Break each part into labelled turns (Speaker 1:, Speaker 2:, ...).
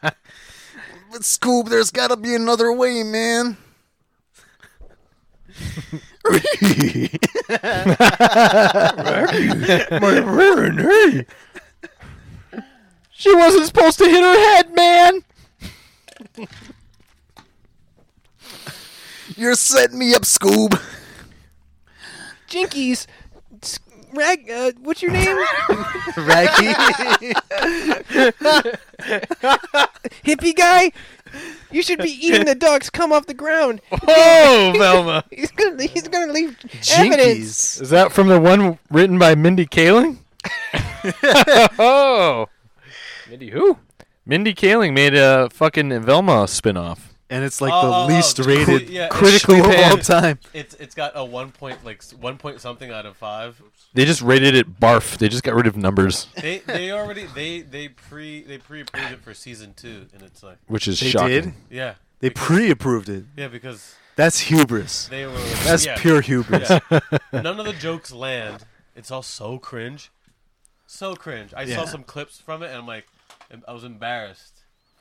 Speaker 1: But Scoob, there's gotta be another way, man.
Speaker 2: She wasn't supposed to hit her head, man.
Speaker 1: You're setting me up, Scoob.
Speaker 2: Jinkies. S- Rag, uh, what's your name?
Speaker 1: Raggy.
Speaker 2: Hippie guy. You should be eating the ducks. Come off the ground.
Speaker 3: Oh, Velma.
Speaker 2: He's gonna, he's gonna leave evidence.
Speaker 1: Jinkies.
Speaker 3: Is that from the one written by Mindy Kaling? oh. Mindy who? Mindy Kaling made a fucking Velma spinoff.
Speaker 1: And it's like
Speaker 4: Oh,
Speaker 1: the
Speaker 4: oh, oh,
Speaker 1: least
Speaker 4: cri-
Speaker 1: rated
Speaker 4: yeah, it's-
Speaker 1: critically
Speaker 3: Critically
Speaker 1: of all
Speaker 3: panned.
Speaker 1: time.
Speaker 4: It's it's got a one point like s- one point something out of five.
Speaker 3: They just rated it barf. They just got rid of numbers,
Speaker 4: They they already they they pre they pre approved it for season two, and it's like
Speaker 3: which is
Speaker 1: They
Speaker 3: shocking.
Speaker 1: did.
Speaker 4: yeah
Speaker 1: They
Speaker 4: because-
Speaker 1: pre-approved it.
Speaker 4: yeah because
Speaker 1: That's hubris.
Speaker 4: they were
Speaker 1: That's
Speaker 4: yeah,
Speaker 1: pure hubris.
Speaker 4: yeah. None of the jokes land. It's all so cringe, so cringe. I
Speaker 1: Yeah.
Speaker 4: saw some clips from it, and I'm like, I was embarrassed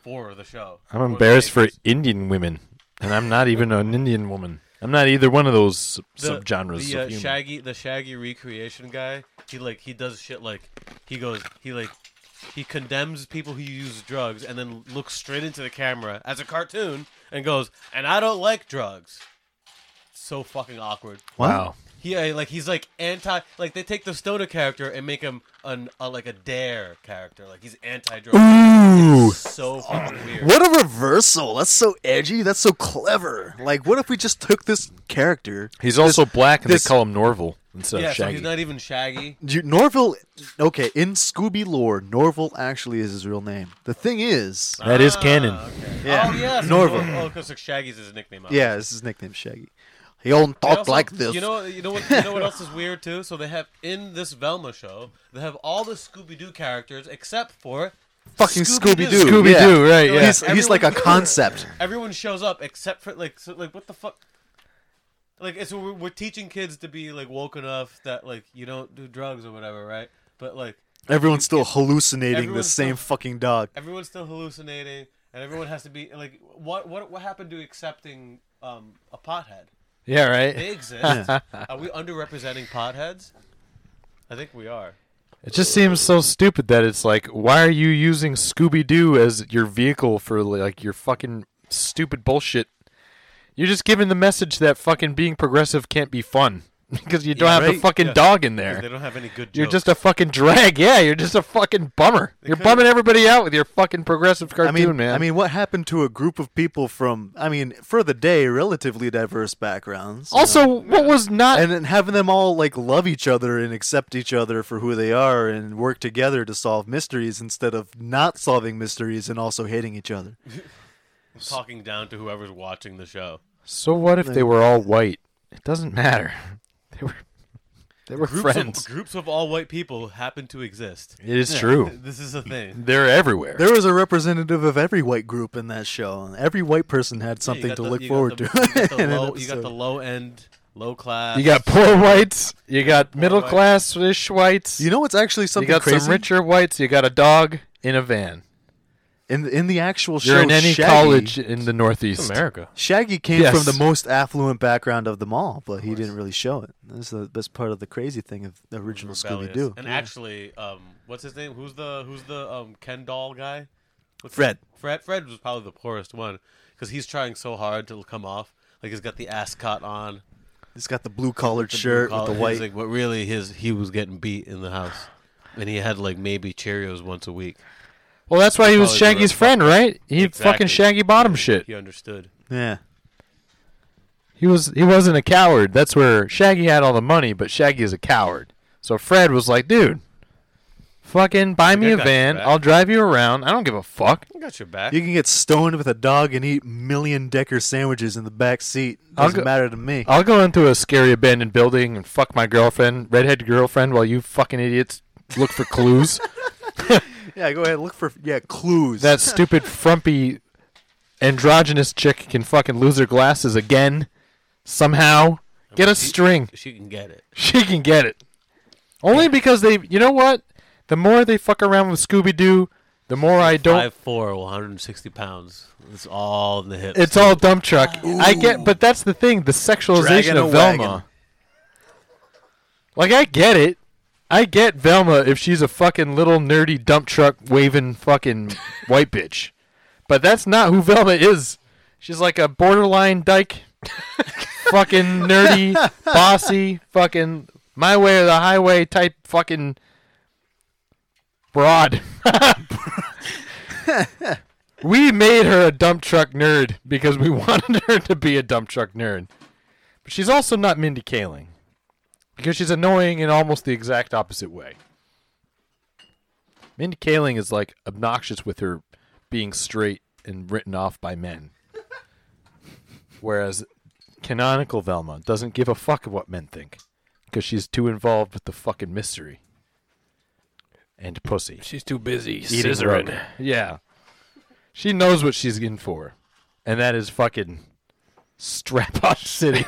Speaker 4: for the show.
Speaker 3: I'm
Speaker 4: the
Speaker 3: embarrassed for
Speaker 4: makers.
Speaker 3: Indian women, and I'm not even an Indian woman. I'm not either one of those sub-
Speaker 4: the,
Speaker 3: subgenres
Speaker 4: The uh,
Speaker 3: of humor.
Speaker 4: Shaggy, the Shaggy recreation guy, he like he does shit like he goes he like he condemns people who use drugs and then looks straight into the camera as a cartoon and goes, "And I don't like drugs." So fucking awkward.
Speaker 3: wow.
Speaker 4: He uh, like he's like anti like they take the stoner character and make him an uh, like a dare character like he's anti drug.
Speaker 1: Ooh.
Speaker 4: So fucking weird.
Speaker 1: What a reversal. That's so edgy. That's so clever. Like, what if we just took this character?
Speaker 3: He's also black, and
Speaker 1: this-
Speaker 3: they call him Norval instead
Speaker 4: Yeah,
Speaker 3: of
Speaker 4: so
Speaker 3: Shaggy.
Speaker 4: he's not even Shaggy.
Speaker 1: You, Norville, okay, in Scooby lore, Norville actually is his real name. The thing is,
Speaker 3: that is canon.
Speaker 1: yeah,
Speaker 4: Oh yeah, so
Speaker 1: Norville.
Speaker 4: Oh, because Shaggy's his nickname. obviously.
Speaker 1: Yeah, this is his nickname, Shaggy. He don't
Speaker 4: They
Speaker 1: talk
Speaker 4: Oh. also-
Speaker 1: like this.
Speaker 4: You know, you know what? You know what else is weird too. So they have in this Velma show, they have all the Scooby Doo characters except for
Speaker 1: fucking Scooby
Speaker 4: Scooby-Doo.
Speaker 1: Doo.
Speaker 3: Scooby Doo, right? Yeah.
Speaker 1: He's, he's like a concept.
Speaker 4: everyone shows up except for like so, like what the fuck. Like it's we're, we're teaching kids to be like woke enough that like you don't do drugs or whatever, right? But like
Speaker 1: Everyone's still hallucinating the
Speaker 4: Everyone's
Speaker 1: same fucking dog.
Speaker 4: everyone's still hallucinating, and everyone has to be like what what what happened to accepting um a pothead?
Speaker 3: yeah, right.
Speaker 4: They exist. are we underrepresenting potheads? I think we are.
Speaker 3: It just seems so stupid that it's like, why are you using Scooby Doo as your vehicle for like your fucking stupid bullshit? You're just giving the message that fucking being progressive can't be fun because you don't have the
Speaker 1: right?
Speaker 3: fucking
Speaker 4: Yeah.
Speaker 3: dog in
Speaker 4: 'Cause They
Speaker 3: there.
Speaker 4: don't have any good. Jokes.
Speaker 3: You're just a fucking drag. Yeah, you're just a fucking bummer. you're
Speaker 4: could've-
Speaker 3: bumming everybody out with your fucking progressive
Speaker 1: I
Speaker 3: cartoon,
Speaker 1: mean,
Speaker 3: man.
Speaker 1: I mean, what happened to a group of people from, I mean, for the day, relatively diverse backgrounds? you know?
Speaker 3: also, what was not
Speaker 1: and then having them all like love each other and accept each other for who they are and work together to solve mysteries instead of not solving mysteries and also hating each other.
Speaker 4: talking down to whoever's watching the show.
Speaker 3: so? What if they were all white? It doesn't matter. They were, they were
Speaker 4: Groups
Speaker 3: friends.
Speaker 4: Of, groups of all white people happen to exist.
Speaker 3: it is true.
Speaker 4: This is a thing.
Speaker 3: They're everywhere.
Speaker 1: There was a representative of every white group in that show, and every white person had
Speaker 4: You
Speaker 1: something
Speaker 4: got
Speaker 1: to
Speaker 4: the-
Speaker 1: look
Speaker 4: you got
Speaker 1: forward
Speaker 4: the-
Speaker 1: to.
Speaker 4: You got, the
Speaker 1: in an
Speaker 4: low, you got
Speaker 1: episode.
Speaker 4: the low end, low class.
Speaker 3: You got poor whites. You got middle
Speaker 4: whites.
Speaker 3: class ish whites.
Speaker 1: You know what's actually
Speaker 3: you
Speaker 1: something
Speaker 3: got
Speaker 1: crazy?
Speaker 3: some richer whites. You got a dog in a van.
Speaker 1: in in the actual show,
Speaker 3: You're in any
Speaker 1: Shaggy,
Speaker 3: college in the Northeast.
Speaker 4: America.
Speaker 1: Shaggy came
Speaker 3: Yes.
Speaker 1: from the most affluent background of them all, but he didn't really show it. That's the best part of the crazy thing of the original Scooby Doo.
Speaker 4: And actually, um, what's his name? Who's the who's the um, Ken doll guy? What's
Speaker 1: Fred.
Speaker 4: Fred. Fred was probably the poorest one because he's trying so hard to come off. Like he's got the ascot on,
Speaker 1: He's got the blue collared shirt
Speaker 4: Collar.
Speaker 1: with the
Speaker 4: He's
Speaker 1: white.
Speaker 4: Like, but really, his he was getting beat in the house, and he had like maybe Cheerios once a week.
Speaker 3: Well, that's why he was
Speaker 4: Probably
Speaker 3: Shaggy's
Speaker 4: grew up
Speaker 3: friend, right? He fucking
Speaker 4: Exactly.
Speaker 3: Shaggy bottom shit.
Speaker 4: He understood.
Speaker 1: yeah.
Speaker 3: He was he wasn't a coward. That's where Shaggy had all the money, but Shaggy is a coward. So Fred was like, dude, fucking buy me
Speaker 4: I
Speaker 3: a
Speaker 4: got your
Speaker 3: van.
Speaker 4: back.
Speaker 3: I'll drive you around. I don't give a fuck.
Speaker 4: I got your back.
Speaker 1: You can get stoned with a dog and eat million decker sandwiches in the back seat.
Speaker 3: I'll
Speaker 1: Doesn't
Speaker 3: go-
Speaker 1: matter to me.
Speaker 3: I'll go into a scary abandoned building and fuck my girlfriend, redhead girlfriend, while you fucking idiots look for clues.
Speaker 1: yeah, go ahead. Look for yeah clues.
Speaker 3: that stupid frumpy androgynous chick can fucking lose her glasses again somehow. Get a string.
Speaker 4: she can get it.
Speaker 3: She can get it. Only because they, you know what? The more they fuck around with Scooby Doo, the more I don't.
Speaker 4: 5'4", 160 pounds. It's all in the hips.
Speaker 3: It's all dump truck. I get, but that's the thing. The
Speaker 1: Dragging
Speaker 3: sexualization
Speaker 1: a
Speaker 3: of
Speaker 1: wagon.
Speaker 3: Velma. Like I get it. I get Velma if she's a fucking little nerdy dump truck waving fucking white bitch. But that's not who Velma is. She's like a borderline dyke, fucking nerdy, bossy, fucking my way or the highway type fucking broad. we made her a dump truck nerd because we wanted her to be a dump truck nerd. But she's also not Mindy Kaling because she's annoying in almost the exact opposite way. Mindy Kaling is like obnoxious with her being straight and written off by men. Whereas canonical Velma doesn't give a fuck what men think because she's too involved with the fucking mystery and pussy
Speaker 5: She's too busy
Speaker 3: eating rope.
Speaker 5: scissoring.
Speaker 3: Yeah. She knows what she's in for. And that is fucking strap on city.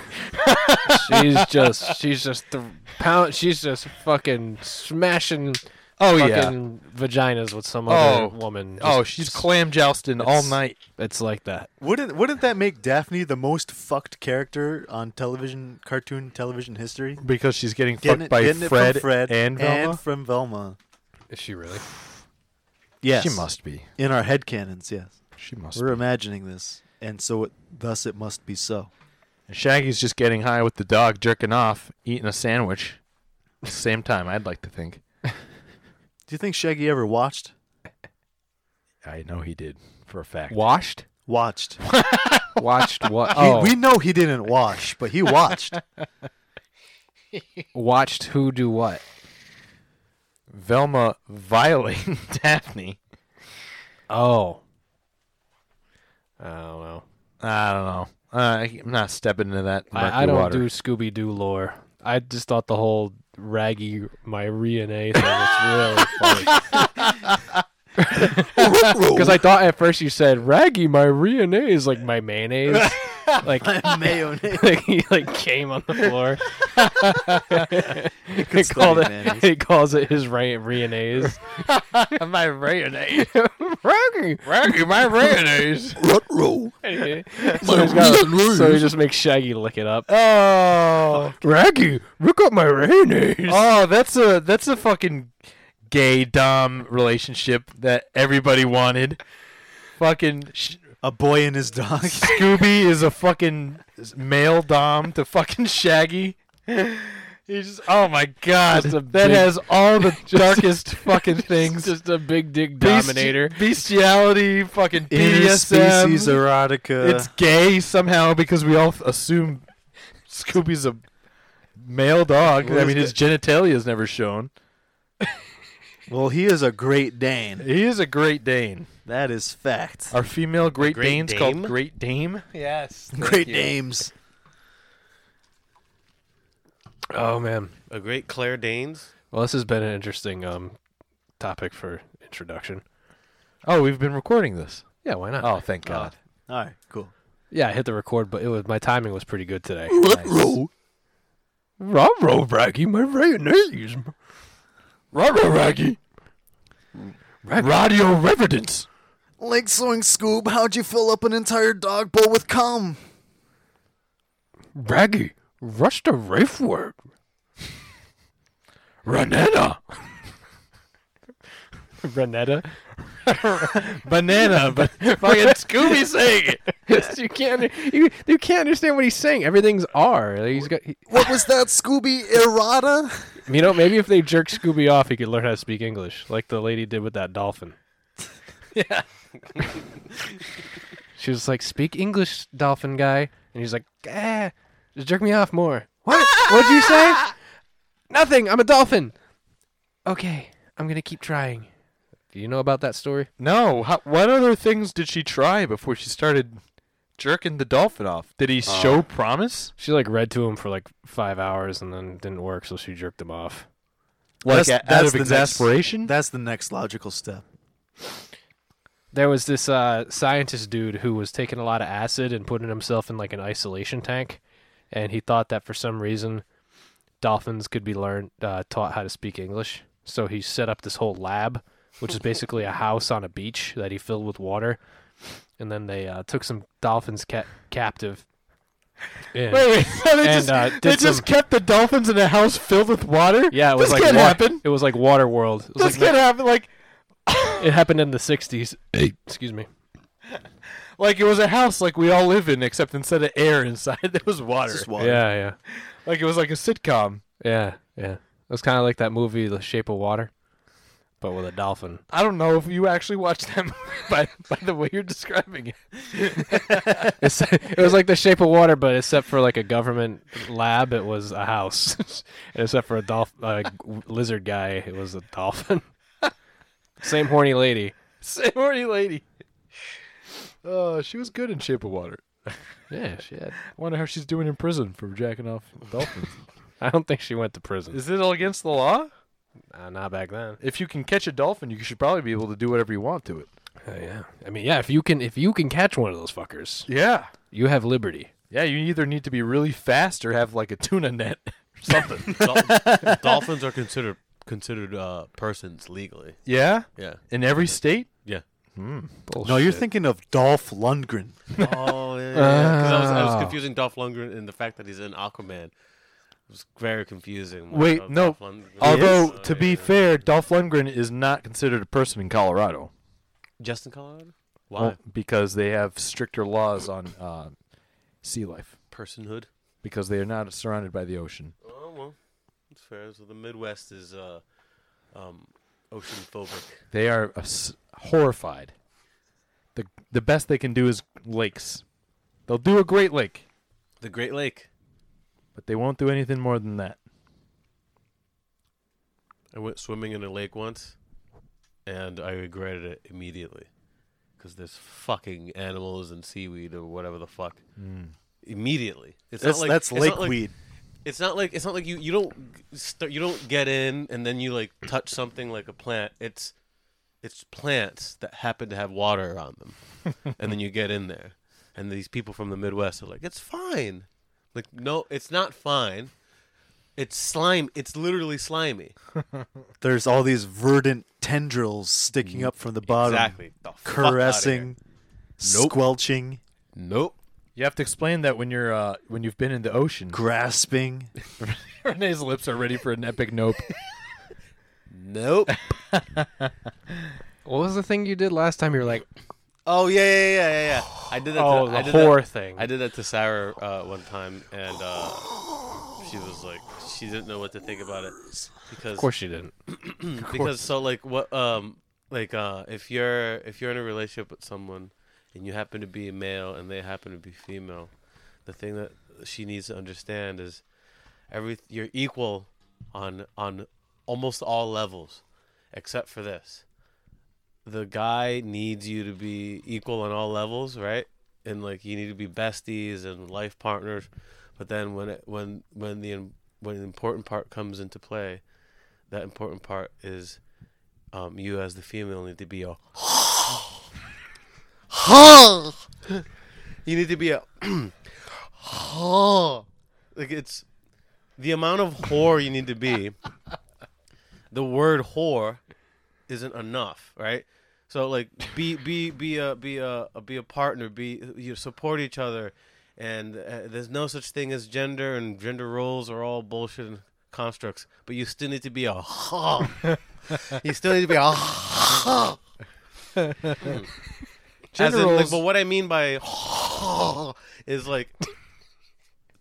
Speaker 5: she's just she's just the pound. She's just fucking smashing
Speaker 3: Oh yeah.
Speaker 5: fucking vaginas with some
Speaker 3: Oh.
Speaker 5: other woman.
Speaker 3: Oh,
Speaker 5: Just-
Speaker 3: she's clam jousting all
Speaker 5: It's-
Speaker 3: night.
Speaker 5: it's like that.
Speaker 1: Wouldn't wouldn't that make Daphne the most fucked character on television cartoon television history?
Speaker 3: Because she's getting
Speaker 1: Getting
Speaker 3: fucked
Speaker 1: it,
Speaker 3: by
Speaker 1: getting it
Speaker 3: Fred,
Speaker 1: from Fred
Speaker 3: and Velma.
Speaker 1: from Velma.
Speaker 5: Is she really?
Speaker 1: Yes,
Speaker 3: She must be.
Speaker 1: in our head canons. Yes,
Speaker 3: She must
Speaker 1: we're
Speaker 3: be.
Speaker 1: imagining this, and so it, thus it must be so.
Speaker 3: And Shaggy's just getting high with the dog, jerking off, eating a sandwich. Same time, I'd like to think.
Speaker 1: Do you think Shaggy ever watched?
Speaker 3: I know he did for a fact.
Speaker 5: Washed?
Speaker 1: Watched. He-
Speaker 5: Watched what? Oh,
Speaker 1: we know he didn't watch, but he watched.
Speaker 5: watched who do what?
Speaker 3: Velma violating Daphne.
Speaker 5: Oh. I don't know.
Speaker 3: I don't know. Uh, I'm not stepping into that. murky
Speaker 5: I, I don't
Speaker 3: water.
Speaker 5: do Scooby Doo lore. I just thought the whole Raggy my Rena thing was really funny. Because I thought at first you said Raggy my Rena is like my mayonnaise. like
Speaker 1: Mayonnaise.
Speaker 5: like he like came on the floor.
Speaker 1: study
Speaker 5: he, called it,
Speaker 1: mayonnaise.
Speaker 5: he calls it his Ray- mayonnaise.
Speaker 3: my mayonnaise.
Speaker 5: Raggy.
Speaker 3: Raggy, my mayonnaise.
Speaker 5: so, he's got, so he just makes Shaggy lick it up.
Speaker 3: Oh,
Speaker 5: Raggy, look up my mayonnaise.
Speaker 3: oh, that's a that's a fucking gay dom relationship that everybody wanted. Fucking sh-
Speaker 1: A boy and his dog.
Speaker 3: Scooby is a fucking male dom to fucking Shaggy. He's just oh my god,
Speaker 5: Just a
Speaker 3: that
Speaker 5: big-
Speaker 3: has all the darkest fucking things.
Speaker 5: Just a big dick
Speaker 3: Besti-
Speaker 5: dominator.
Speaker 3: bestiality, fucking BDSM.
Speaker 1: Interspecies erotica.
Speaker 3: it's gay somehow because we all f- assume Scooby's a male dog.
Speaker 1: What
Speaker 3: I
Speaker 1: is
Speaker 3: mean, his genitalia is never shown.
Speaker 1: well, he is a Great Dane.
Speaker 3: He is a Great Dane.
Speaker 1: That is fact.
Speaker 3: Are female Great,
Speaker 4: Great
Speaker 3: Danes
Speaker 4: Dame?
Speaker 3: called Great Dame?
Speaker 5: Yes.
Speaker 1: Great names.
Speaker 5: Oh man.
Speaker 4: a great Claire Danes.
Speaker 5: Well, this has been an interesting um topic for introduction.
Speaker 3: Oh, we've been recording this.
Speaker 5: Yeah, why not? Uh,
Speaker 3: Oh, thank God.
Speaker 1: All right, cool.
Speaker 5: Yeah, I hit the record, but it was my timing was pretty good today.
Speaker 3: Nice.
Speaker 5: Rob roll Raggy, my mayonnaise.
Speaker 3: Rubber Raggy. Radio Revidence.
Speaker 1: Lake Swing Scoob, how'd you fill up an entire dog bowl with cum?
Speaker 5: Raggy, rush to Rafe word.
Speaker 3: Renetta.
Speaker 5: Renetta?
Speaker 3: Banana, but fucking Scooby saying it.
Speaker 5: you can't you, you can't understand what he's saying. Everything's R. Like, He's got he-
Speaker 1: What was that, Scooby errata?
Speaker 5: You know, maybe if they jerk Scooby off, he could learn how to speak English, like the lady did with that dolphin.
Speaker 4: Yeah.
Speaker 5: She was like, "Speak English, dolphin guy," and he's like, "Ah, just jerk me off more." What? What'd you say? Nothing. I'm a dolphin. Okay, I'm gonna keep trying. Do you know about that story?
Speaker 3: No. How, what other things did she try before she started jerking the dolphin off? Did he show promise?
Speaker 5: She like read to him for like five hours and then didn't work, so she jerked him off.
Speaker 3: Like
Speaker 1: That's-
Speaker 3: a- out
Speaker 1: that's
Speaker 3: of
Speaker 1: the next-
Speaker 3: exasperation?
Speaker 1: That's the next logical step.
Speaker 5: There was this uh, scientist dude who was taking a lot of acid and putting himself in like an isolation tank, and he thought that for some reason, dolphins could be learned uh, taught how to speak English. So he set up this whole lab, which is basically a house on a beach that he filled with water. And then they uh, took some dolphins ca- captive. And-
Speaker 3: Wait, wait. So they
Speaker 5: And,
Speaker 3: just,
Speaker 5: uh,
Speaker 3: they
Speaker 5: did
Speaker 3: just
Speaker 5: some-
Speaker 3: kept the dolphins in a house filled with water?
Speaker 5: Yeah, it was
Speaker 3: this
Speaker 5: like
Speaker 3: can't
Speaker 5: wa-
Speaker 3: happen.
Speaker 5: It was like Water World. It, was
Speaker 3: This
Speaker 5: like
Speaker 3: can't happen. Like,
Speaker 5: it happened in the '60s. Excuse me.
Speaker 3: like it was a house like we all live in, except instead of air inside, there was water.
Speaker 1: Just water.
Speaker 5: Yeah, yeah,
Speaker 3: Like it was like a sitcom.
Speaker 5: yeah, yeah. It was kind of like that movie, The Shape of Water, but with a dolphin.
Speaker 3: I don't know if you actually watched that movie by, by the way you're describing it.
Speaker 5: It's, it was like The Shape of Water, but except for like a government lab, it was a house. and except for a dolphin, uh, lizard guy, it was a dolphin. Same horny lady.
Speaker 3: Same horny lady. Uh, she was good in Shape of Water.
Speaker 5: Yeah, she had.
Speaker 3: I wonder how she's doing in prison for jacking off dolphins.
Speaker 5: I don't think she went to prison.
Speaker 3: Is it all against the law?
Speaker 5: Uh, not back then.
Speaker 3: If you can catch a dolphin, you should probably be able to do whatever you want to it.
Speaker 5: Uh, yeah. I mean, yeah. If you can, if you can catch one of those fuckers,
Speaker 3: Yeah.
Speaker 5: you have liberty.
Speaker 3: Yeah, you either need to be really fast or have like a tuna net or something.
Speaker 4: Dol- dolphins are considered considered uh, persons legally.
Speaker 3: yeah?
Speaker 4: Yeah.
Speaker 3: In every state? Hmm.
Speaker 4: Yeah.
Speaker 1: No, you're thinking of Dolph Lundgren.
Speaker 4: Oh yeah. Because I was I
Speaker 3: Ah.
Speaker 4: was confusing Dolph Lundgren and the fact that he's in Aquaman. It was very confusing. Like,
Speaker 3: Wait,
Speaker 4: oh,
Speaker 3: no.
Speaker 4: Dolph Lundgren-
Speaker 3: Although,
Speaker 4: Oh,
Speaker 3: to be
Speaker 4: yeah.
Speaker 3: fair, Dolph Lundgren is not considered a person in Colorado.
Speaker 4: Justin Colorado. Why
Speaker 3: Well, because they have stricter laws on uh, sea life
Speaker 4: personhood?
Speaker 3: because they are not surrounded by the ocean.
Speaker 4: Oh well, it's fair. So the Midwest is uh, um, ocean phobic.
Speaker 3: They are uh, s- horrified. The the best they can do is lakes. They'll do a Great Lake,
Speaker 4: The Great Lake.
Speaker 3: but they won't do anything more than that.
Speaker 4: I went swimming in a lake once, and I regretted it immediately because there's fucking animals and seaweed or whatever the fuck. Immediately, it's
Speaker 1: Mm. That's,
Speaker 4: not like
Speaker 1: that's
Speaker 4: it's not
Speaker 1: lake
Speaker 4: like-
Speaker 1: weed.
Speaker 4: It's not like it's not like you you don't g- st- you don't get in and then you like touch something like a plant. It's it's plants that happen to have water on them, and then you get in there, and these people from the Midwest are like, it's fine. Like no, it's not fine. It's slime. It's literally slimy.
Speaker 1: There's all these verdant tendrils sticking up from the bottom,
Speaker 4: Exactly. The fuck outta here.
Speaker 1: caressing,
Speaker 4: Nope.
Speaker 1: squelching,
Speaker 4: Nope.
Speaker 3: You have to explain that when you're uh, when you've been in the ocean.
Speaker 1: grasping.
Speaker 3: Renee's lips are ready for an epic nope.
Speaker 4: Nope.
Speaker 5: What was the thing you did last time? You were like,
Speaker 4: oh yeah, yeah, yeah, yeah, yeah. I did that.
Speaker 5: oh,
Speaker 4: to,
Speaker 5: the
Speaker 4: I did
Speaker 5: whore
Speaker 4: that,
Speaker 5: thing.
Speaker 4: I did that to Sarah uh, one time, and uh, she was like, she didn't know what to think about it because
Speaker 5: Of course you didn't.
Speaker 4: because so like what um like uh if you're if you're in a relationship with someone and you happen to be a male and they happen to be female, the thing that she needs to understand is every you're equal on on almost all levels except for this. The guy needs you to be equal on all levels, right? And like you need to be besties and life partners, but then when it, when when the when the important part comes into play, that important part is um, you as the female need to be a you need to be a like it's the amount of whore you need to be the word whore isn't enough right so like be be be a be a be a partner be you support each other and uh, there's no such thing as gender and gender roles are all bullshit and constructs but you still need to be a whore. you still need to be a whore. As in, like,
Speaker 3: Generals-
Speaker 4: but what I mean by whore is like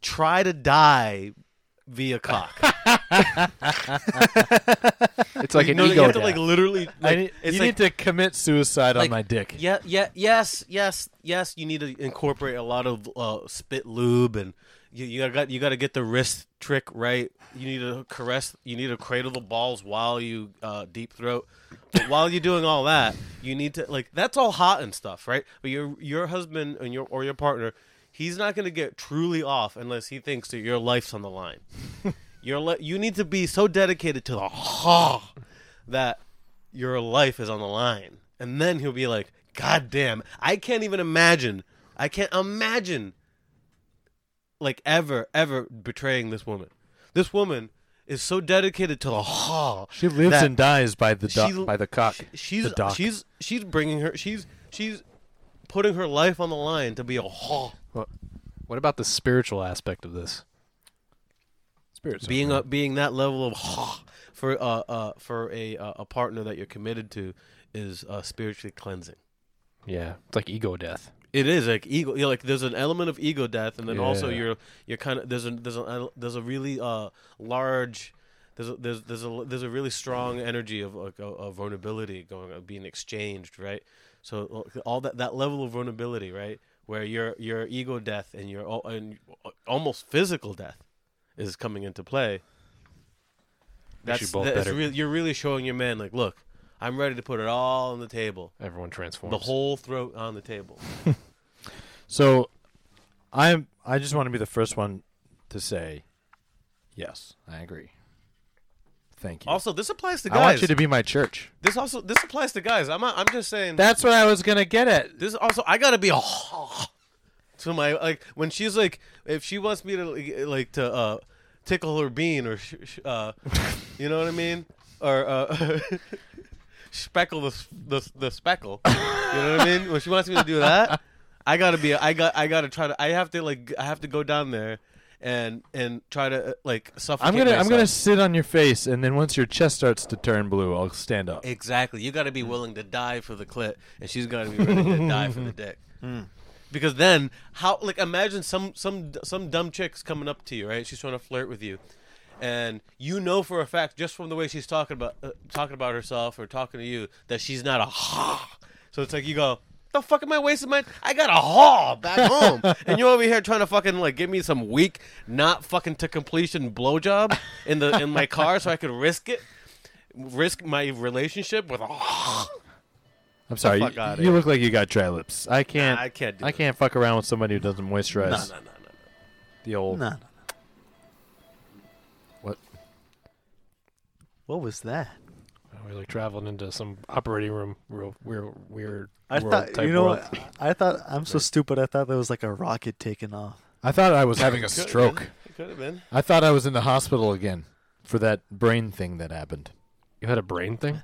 Speaker 4: try to die via cock.
Speaker 5: It's like an
Speaker 4: no, you
Speaker 5: ego
Speaker 4: have to
Speaker 5: death.
Speaker 4: like literally.
Speaker 3: I
Speaker 4: Like,
Speaker 3: need,
Speaker 4: it's
Speaker 3: you
Speaker 4: like,
Speaker 3: need to commit suicide on
Speaker 4: like,
Speaker 3: my dick.
Speaker 4: Yeah, yeah, yes, yes, yes. You need to incorporate a lot of uh, spit lube, and you, you got you got to get the wrist trick right. You need to caress. You need to cradle the balls while you uh, deep throat. But while you're doing all that, you need to like that's all hot and stuff, right? But your your husband and your or your partner, he's not gonna get truly off unless he thinks that your life's on the line. Your li- you need to be so dedicated to the ha that your life is on the line. And then he'll be like, God damn, I can't even imagine. I can't imagine like ever, ever betraying this woman. This woman is so dedicated to the hall.
Speaker 3: She lives
Speaker 4: that
Speaker 3: and dies by the
Speaker 4: she-
Speaker 3: do- by the cock.
Speaker 4: she- she's
Speaker 3: the dock.
Speaker 4: she's she's bringing her she's she's putting her life on the line to be a hall.
Speaker 5: What about the spiritual aspect of this? Spiritual.
Speaker 4: being a, being that level of ha for uh, uh for a uh, a partner that you're committed to is uh, spiritually cleansing.
Speaker 5: yeah, it's like ego death.
Speaker 4: It is like ego. You know, like there's an element of ego death, and then also
Speaker 5: Yeah.
Speaker 4: you're you're kind of there's a there's a there's a really uh large there's a, there's there's a there's a really strong energy of of, of vulnerability going of being exchanged, right? So all that that level of vulnerability, right, where your your ego death and your al- and almost physical death is coming into play.
Speaker 5: Makes you both
Speaker 4: that's
Speaker 5: better.
Speaker 4: really, you're really showing your man like, look, I'm ready to put it all on the table,
Speaker 5: Everyone transforms.
Speaker 4: the whole throat on the table.
Speaker 3: So, I'm. I just want to be the first one to say, yes, I agree. Thank you.
Speaker 4: Also, this applies to
Speaker 3: I
Speaker 4: guys.
Speaker 3: want you to be my church.
Speaker 4: This also this applies to guys. I'm not, I'm just saying.
Speaker 3: That's what I was gonna get at.
Speaker 4: this also I gotta be a to my like when she's like if she wants me to like to uh tickle her bean or sh- sh- uh you know what I mean or uh speckle the s- the s- the speckle you know what I mean when she wants me to do that I gotta be I got I gotta try to I have to like I have to go down there and and try to uh, like suffocate.
Speaker 3: I'm gonna I'm gonna
Speaker 4: myself.
Speaker 3: sit on your face, and then once your chest starts to turn blue, I'll stand up.
Speaker 4: Exactly. You got to be willing to die for the clit, and she's got to be ready to die for the dick. Because then, how? Like, imagine some some some dumb chick's coming up to you, right? She's trying to flirt with you, and you know for a fact, just from the way she's talking about uh, talking about herself or talking to you, that she's not a ha. So it's like you go. The fuck am I wasting my? I got a haul back home, and you're over here trying to fucking like give me some weak, not fucking to completion blowjob in the in my car so I could risk it risk my relationship with oh, a
Speaker 3: I'm sorry.
Speaker 4: fuck
Speaker 3: you-
Speaker 4: outta
Speaker 3: you
Speaker 4: here.
Speaker 3: look like you got dry lips. I can't.
Speaker 4: I can't do
Speaker 3: I
Speaker 4: it.
Speaker 3: can't fuck around with somebody who doesn't moisturize. The old.
Speaker 1: No, no, no.
Speaker 3: What?
Speaker 1: What was that?
Speaker 5: We're Oh, like traveling into some operating room, real weird, weird.
Speaker 1: I
Speaker 5: world
Speaker 1: thought
Speaker 5: type
Speaker 1: you know.
Speaker 5: world.
Speaker 1: What? I thought I'm so stupid. I thought there was like a rocket taking off.
Speaker 3: I thought I was having a stroke.
Speaker 4: Could have been.
Speaker 3: I thought I was in the hospital again for that brain thing that happened.
Speaker 5: You had a brain thing.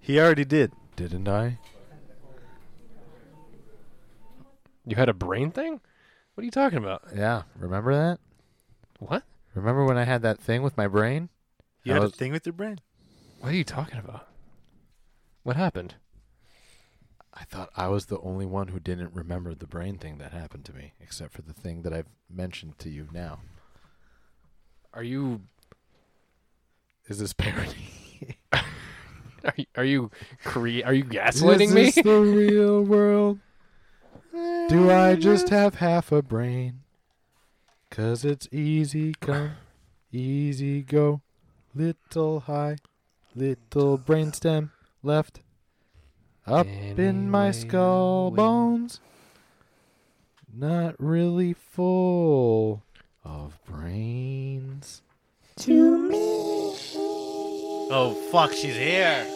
Speaker 1: He already did.
Speaker 3: Didn't I?
Speaker 5: You had a brain thing. What are you talking about?
Speaker 3: Yeah. Remember that?
Speaker 5: What?
Speaker 3: Remember when I had that thing with my brain?
Speaker 1: You
Speaker 3: I
Speaker 1: had
Speaker 3: was-
Speaker 1: a thing with your brain.
Speaker 5: What are you talking about? What happened?
Speaker 3: I thought I was the only one who didn't remember the brain thing that happened to me, except for the thing that I've mentioned to you now.
Speaker 5: Are you
Speaker 3: Is this parody?
Speaker 5: are you are you, cre- are you
Speaker 3: Is
Speaker 5: gaslighting me?
Speaker 3: this the real world? Do I just have half a brain? Cause it's easy come, easy go. Little high, little brainstem left. Up in my
Speaker 5: Anyway,
Speaker 3: skull
Speaker 5: way.
Speaker 3: bones. Not really full of brains.
Speaker 4: Oh fuck, she's here.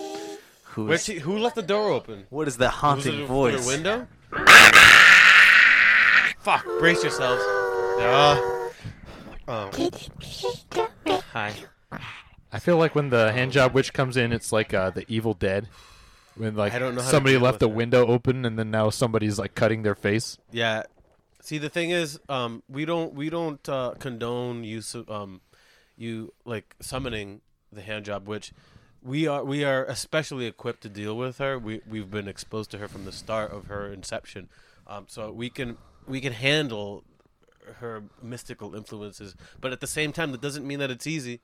Speaker 1: Who
Speaker 4: Where
Speaker 1: is,
Speaker 4: she? Who left the door open?
Speaker 1: what is that
Speaker 4: Was it
Speaker 1: haunting
Speaker 4: through
Speaker 1: voice?
Speaker 4: the window? fuck! Brace yourselves. Yeah. Oh. Hi.
Speaker 3: I feel like when the handjob witch comes in, it's like uh, the Evil Dead, when like
Speaker 4: I don't know how to
Speaker 3: somebody
Speaker 4: deal
Speaker 3: left
Speaker 4: with
Speaker 3: the
Speaker 4: that.
Speaker 3: window open and then now somebody's like cutting their face.
Speaker 4: Yeah. See, the thing is, um, we don't we don't uh, condone use of um, you like summoning the hand job, which we are we are especially equipped to deal with her. We we've been exposed to her from the start of her inception, um, so we can we can handle her mystical influences. But at the same time, that doesn't mean that it's easy.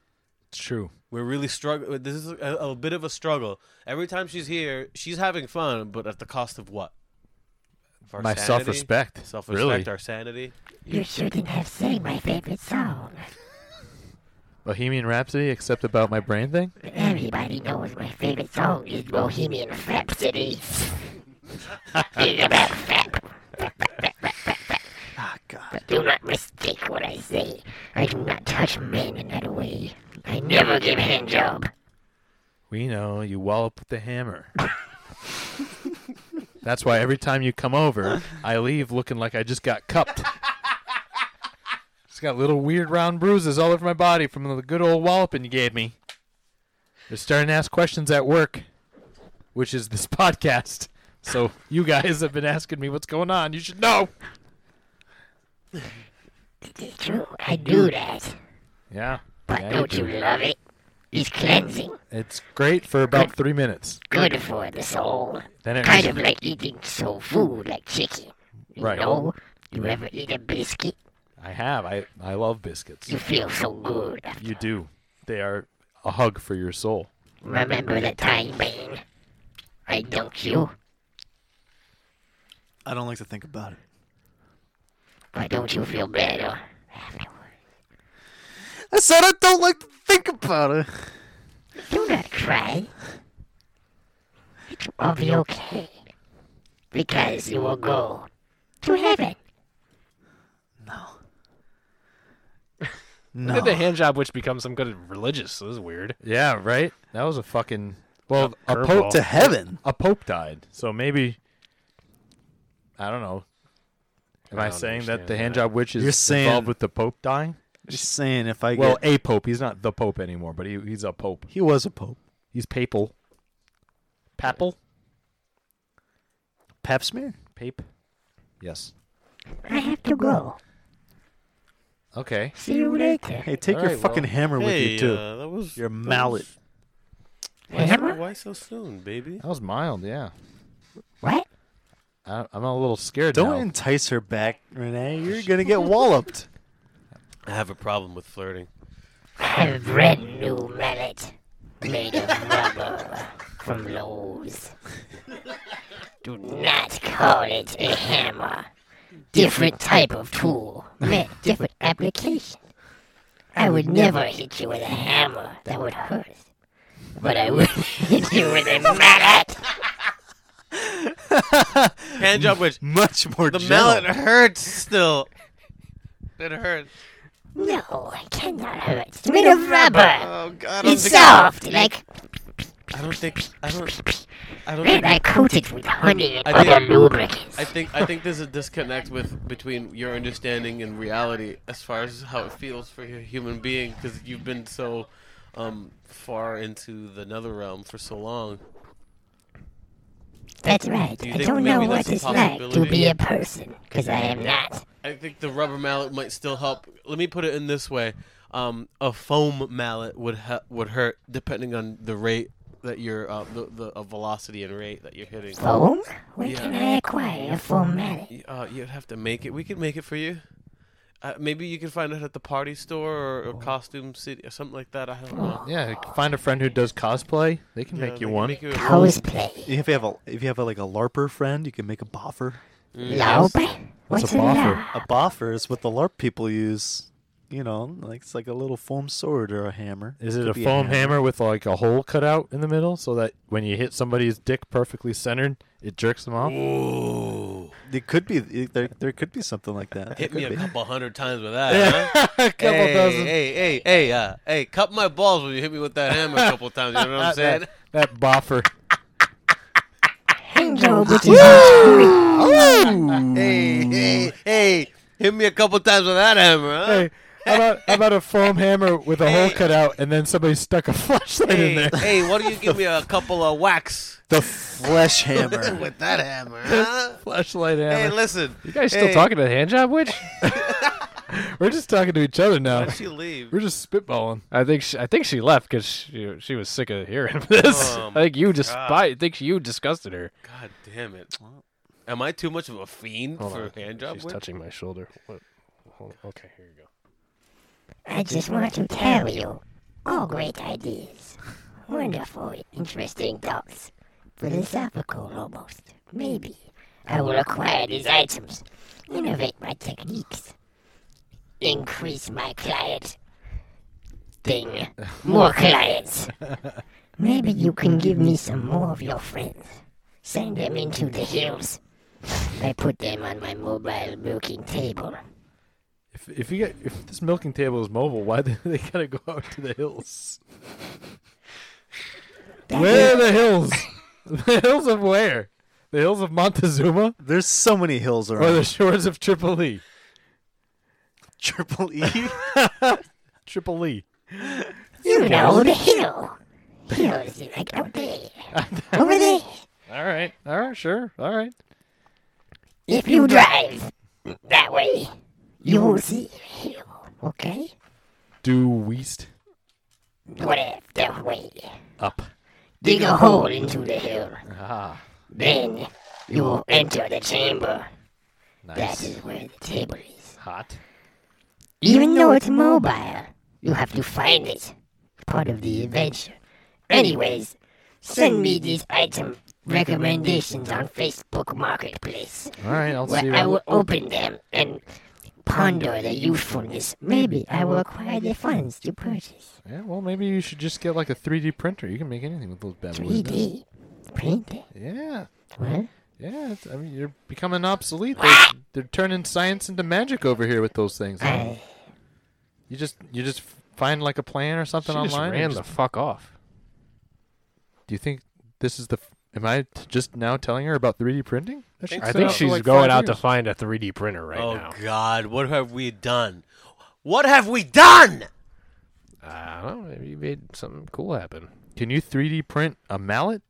Speaker 3: It's true.
Speaker 4: We're really struggling. This is a, a bit of a struggle. Every time she's here, she's having fun, but at the cost of what? Of our
Speaker 3: My
Speaker 4: sanity?
Speaker 3: self-respect,
Speaker 4: self-respect,
Speaker 3: really.
Speaker 4: our sanity.
Speaker 6: You shouldn't have sang my favorite song.
Speaker 3: Bohemian Rhapsody, except about my brain thing.
Speaker 6: Everybody knows my favorite song is Bohemian Rhapsody. it's about fap.
Speaker 1: Ah, God.
Speaker 6: Do not mistake what I say. I do not touch men in that way. I never give hand job.
Speaker 3: We know you wallop with the hammer. That's why every time you come over, I leave looking like I just got cupped. It's got little weird round bruises all over my body from the good old walloping you gave me. They're starting to ask questions at work, which is this podcast. So you guys have been asking me what's going on. You should know.
Speaker 6: It's true. I do that.
Speaker 3: Yeah.
Speaker 6: But
Speaker 3: Yeah, you
Speaker 6: don't you
Speaker 3: do.
Speaker 6: love it? It's cleansing.
Speaker 3: It's great for about three minutes.
Speaker 6: Good for the soul.
Speaker 3: Then it
Speaker 6: Kind of like eating soul food, like chicken. You
Speaker 3: Right.
Speaker 6: know? You ever eat a biscuit?
Speaker 3: I have. I, I love biscuits.
Speaker 6: You feel so good.
Speaker 3: You do. They are a hug for your soul.
Speaker 6: Remember the time, man? I dunked you.
Speaker 1: I don't like to think about it.
Speaker 6: Why don't you feel better?
Speaker 1: I said I don't like to think about it.
Speaker 6: Do not cry. It will be okay. Because you will go to heaven.
Speaker 1: No.
Speaker 5: Did the hand job, which becomes some good religious. This is weird.
Speaker 3: Yeah, right? That was a fucking. Well, a
Speaker 5: Curveball.
Speaker 3: pope,
Speaker 1: to heaven.
Speaker 3: a pope died. So maybe I don't know. Am I,
Speaker 5: don't
Speaker 3: saying that
Speaker 5: understand
Speaker 3: the hand
Speaker 5: that.
Speaker 3: job witch is
Speaker 1: You're saying-
Speaker 3: involved with the pope dying?
Speaker 1: Just saying, if I
Speaker 3: Well,
Speaker 1: get,
Speaker 3: a pope. He's not the pope anymore, but he, he's a pope.
Speaker 1: he was a pope.
Speaker 3: He's papal. Papal?
Speaker 1: Pap smear.
Speaker 3: Pape? Yes.
Speaker 6: I have to go.
Speaker 3: Okay.
Speaker 6: See you later.
Speaker 1: Hey, take
Speaker 3: All
Speaker 1: your
Speaker 3: right,
Speaker 1: fucking
Speaker 3: well,
Speaker 1: hammer with
Speaker 4: Hey,
Speaker 1: you too.
Speaker 4: uh, that was
Speaker 1: your
Speaker 4: that
Speaker 1: mallet.
Speaker 4: was-
Speaker 6: Hammer?
Speaker 4: Why so soon, baby?
Speaker 3: That was mild, yeah.
Speaker 6: What?
Speaker 3: I, I'm a little scared
Speaker 1: Don't
Speaker 3: now.
Speaker 1: entice her back, Renee. You're gonna get walloped.
Speaker 4: I have a problem with flirting.
Speaker 6: I have a brand new mallet made of rubber from Lowe's. Do not call it a hammer. Different type of tool, meant different application. I would never hit you with a hammer, that would hurt. But I would hit you with a mallet.
Speaker 4: Hand job witch.
Speaker 1: Much more
Speaker 4: The
Speaker 1: gentle.
Speaker 4: mallet hurts still. It hurts.
Speaker 6: No, it cannot hurt. It's made of rubber.
Speaker 4: Oh God! I don't
Speaker 6: It's
Speaker 4: think. I
Speaker 6: soft, like,
Speaker 4: don't think. I don't. I don't
Speaker 6: and
Speaker 4: think.
Speaker 6: I coat it with honey and
Speaker 4: I think-
Speaker 6: other lubricants.
Speaker 4: I think I think there's a disconnect with between your understanding and reality as far as how it feels for a human being because you've been so um, far into the nether realm for so long.
Speaker 6: That's right.
Speaker 4: Do you
Speaker 6: I
Speaker 4: think
Speaker 6: don't
Speaker 4: maybe
Speaker 6: know what
Speaker 4: that's a
Speaker 6: it's like to
Speaker 4: possibility?
Speaker 6: be a person, because I am not.
Speaker 4: I think the rubber mallet might still help. Let me put it in this way: um, a foam mallet would ha- would hurt depending on the rate that you're uh, the the uh, velocity and rate that you're hitting.
Speaker 6: Foam? Where
Speaker 4: Yeah.
Speaker 6: can I acquire a foam mallet?
Speaker 4: Y- Uh, you'd have to make it. We could make it for you. Uh, maybe you can find it at the party store or, or costume city or something like that. I don't know.
Speaker 3: yeah, find a friend who does cosplay. They can
Speaker 4: Yeah,
Speaker 3: make
Speaker 4: they
Speaker 3: you
Speaker 4: can
Speaker 3: one.
Speaker 4: make you a-
Speaker 6: Cosplay.
Speaker 1: If you have a if you have a, like a larper friend, you can make a boffer.
Speaker 6: Lauber? What's a
Speaker 3: boffer?
Speaker 1: A boffer is what the larp people use. You know, like it's like a little foam sword or a hammer.
Speaker 3: Is it
Speaker 1: Could
Speaker 3: a
Speaker 1: be
Speaker 3: foam hammer. with like a hole cut out in the middle so that when you hit somebody's dick perfectly centered, it jerks them off?
Speaker 1: It could be. it- there, there could be something like that. There
Speaker 4: Hit me
Speaker 1: could
Speaker 4: a
Speaker 1: be.
Speaker 4: couple hundred times with that. Huh?
Speaker 3: a couple
Speaker 4: hey,
Speaker 3: dozen.
Speaker 4: Hey, hey, hey, uh, hey! Cup my balls when you hit me with that hammer a couple times. You know what I'm saying?
Speaker 3: That, that boffer.
Speaker 6: Angel, which is
Speaker 4: hey, hey, hey! Hit me a couple times with that hammer. Huh?
Speaker 3: Hey, how about, how about a foam hammer with a hole
Speaker 4: Hey.
Speaker 3: cut out and then somebody stuck a flashlight in
Speaker 4: hey,
Speaker 3: there?
Speaker 4: hey! Why don't you give me a couple of whacks
Speaker 1: The flesh hammer.
Speaker 4: with that hammer? Huh?
Speaker 3: Flashlight
Speaker 4: hey,
Speaker 3: hammer.
Speaker 4: listen.
Speaker 5: You guys still
Speaker 4: Hey.
Speaker 5: talking about the hand job, witch?
Speaker 3: We're just talking to each other now.
Speaker 4: Why'd she leave?
Speaker 3: We're just spitballing.
Speaker 5: I think she, I think she left because she, she was sick of hearing this.
Speaker 4: Oh
Speaker 5: I think you just
Speaker 4: God.
Speaker 5: I think you disgusted her.
Speaker 4: God damn it! Am I too much of a fiend for hand job?
Speaker 5: She's
Speaker 4: work?
Speaker 5: touching my shoulder. What? Hold on. Okay, here you go.
Speaker 6: I just want to tell you all great ideas, wonderful, interesting thoughts, philosophical almost. Maybe I will acquire these items, innovate my techniques, increase my client thing, more clients. Maybe you can give me some more of your friends. Send them into the hills. I put them on my mobile milking table.
Speaker 3: If, if you get if this milking table is mobile, why do they gotta go out to the hills?
Speaker 6: That
Speaker 3: Where are the hills? the hills of where? The hills of Montezuma
Speaker 1: There's so many hills
Speaker 3: or
Speaker 1: around.
Speaker 3: E. the shores of Tripoli?
Speaker 1: Triple E.
Speaker 3: Triple E.
Speaker 6: You know the hill. Hills like out there. Over there.
Speaker 3: All right. All right. Sure. All right.
Speaker 6: If you drive that way, you will see a hill. Okay?
Speaker 3: Due west.
Speaker 6: Left that way.
Speaker 3: Up.
Speaker 6: Dig a hole into the hill.
Speaker 3: Ah.
Speaker 6: Then you will enter the chamber. That
Speaker 3: Nice.
Speaker 6: is where the table is.
Speaker 3: Hot.
Speaker 6: Even though it's mobile, you have to find it. Part of the adventure. Anyways, send me these item recommendations on Facebook Marketplace,
Speaker 3: All right. I'll see
Speaker 6: where
Speaker 3: you.
Speaker 6: I will open them and ponder their usefulness. Maybe I will acquire the funds to purchase.
Speaker 3: Yeah, well, maybe you should just get like a 3D printer. You can make anything with those bad boys. now.
Speaker 6: 3D printing.
Speaker 3: Yeah.
Speaker 6: What?
Speaker 3: Yeah, it's, I mean you're becoming obsolete. They're, they're turning science into magic over here with those things.
Speaker 6: I,
Speaker 3: You just you just find like a plan or
Speaker 5: She
Speaker 3: something
Speaker 5: just
Speaker 3: online. and
Speaker 5: ran the
Speaker 3: just-
Speaker 5: fuck off.
Speaker 3: do you think this is the? f- Am I t- just now telling her about 3D printing? That
Speaker 4: Think
Speaker 3: shit's
Speaker 4: so.
Speaker 5: I
Speaker 3: been
Speaker 5: think
Speaker 3: for,
Speaker 5: she's
Speaker 3: like,
Speaker 5: going
Speaker 3: five
Speaker 5: out to
Speaker 3: years.
Speaker 5: find a 3D printer right
Speaker 4: oh
Speaker 5: now.
Speaker 4: God, what have we done? What have we done?
Speaker 5: I don't know. Maybe you made something cool happen.
Speaker 3: Can you 3D print a mallet?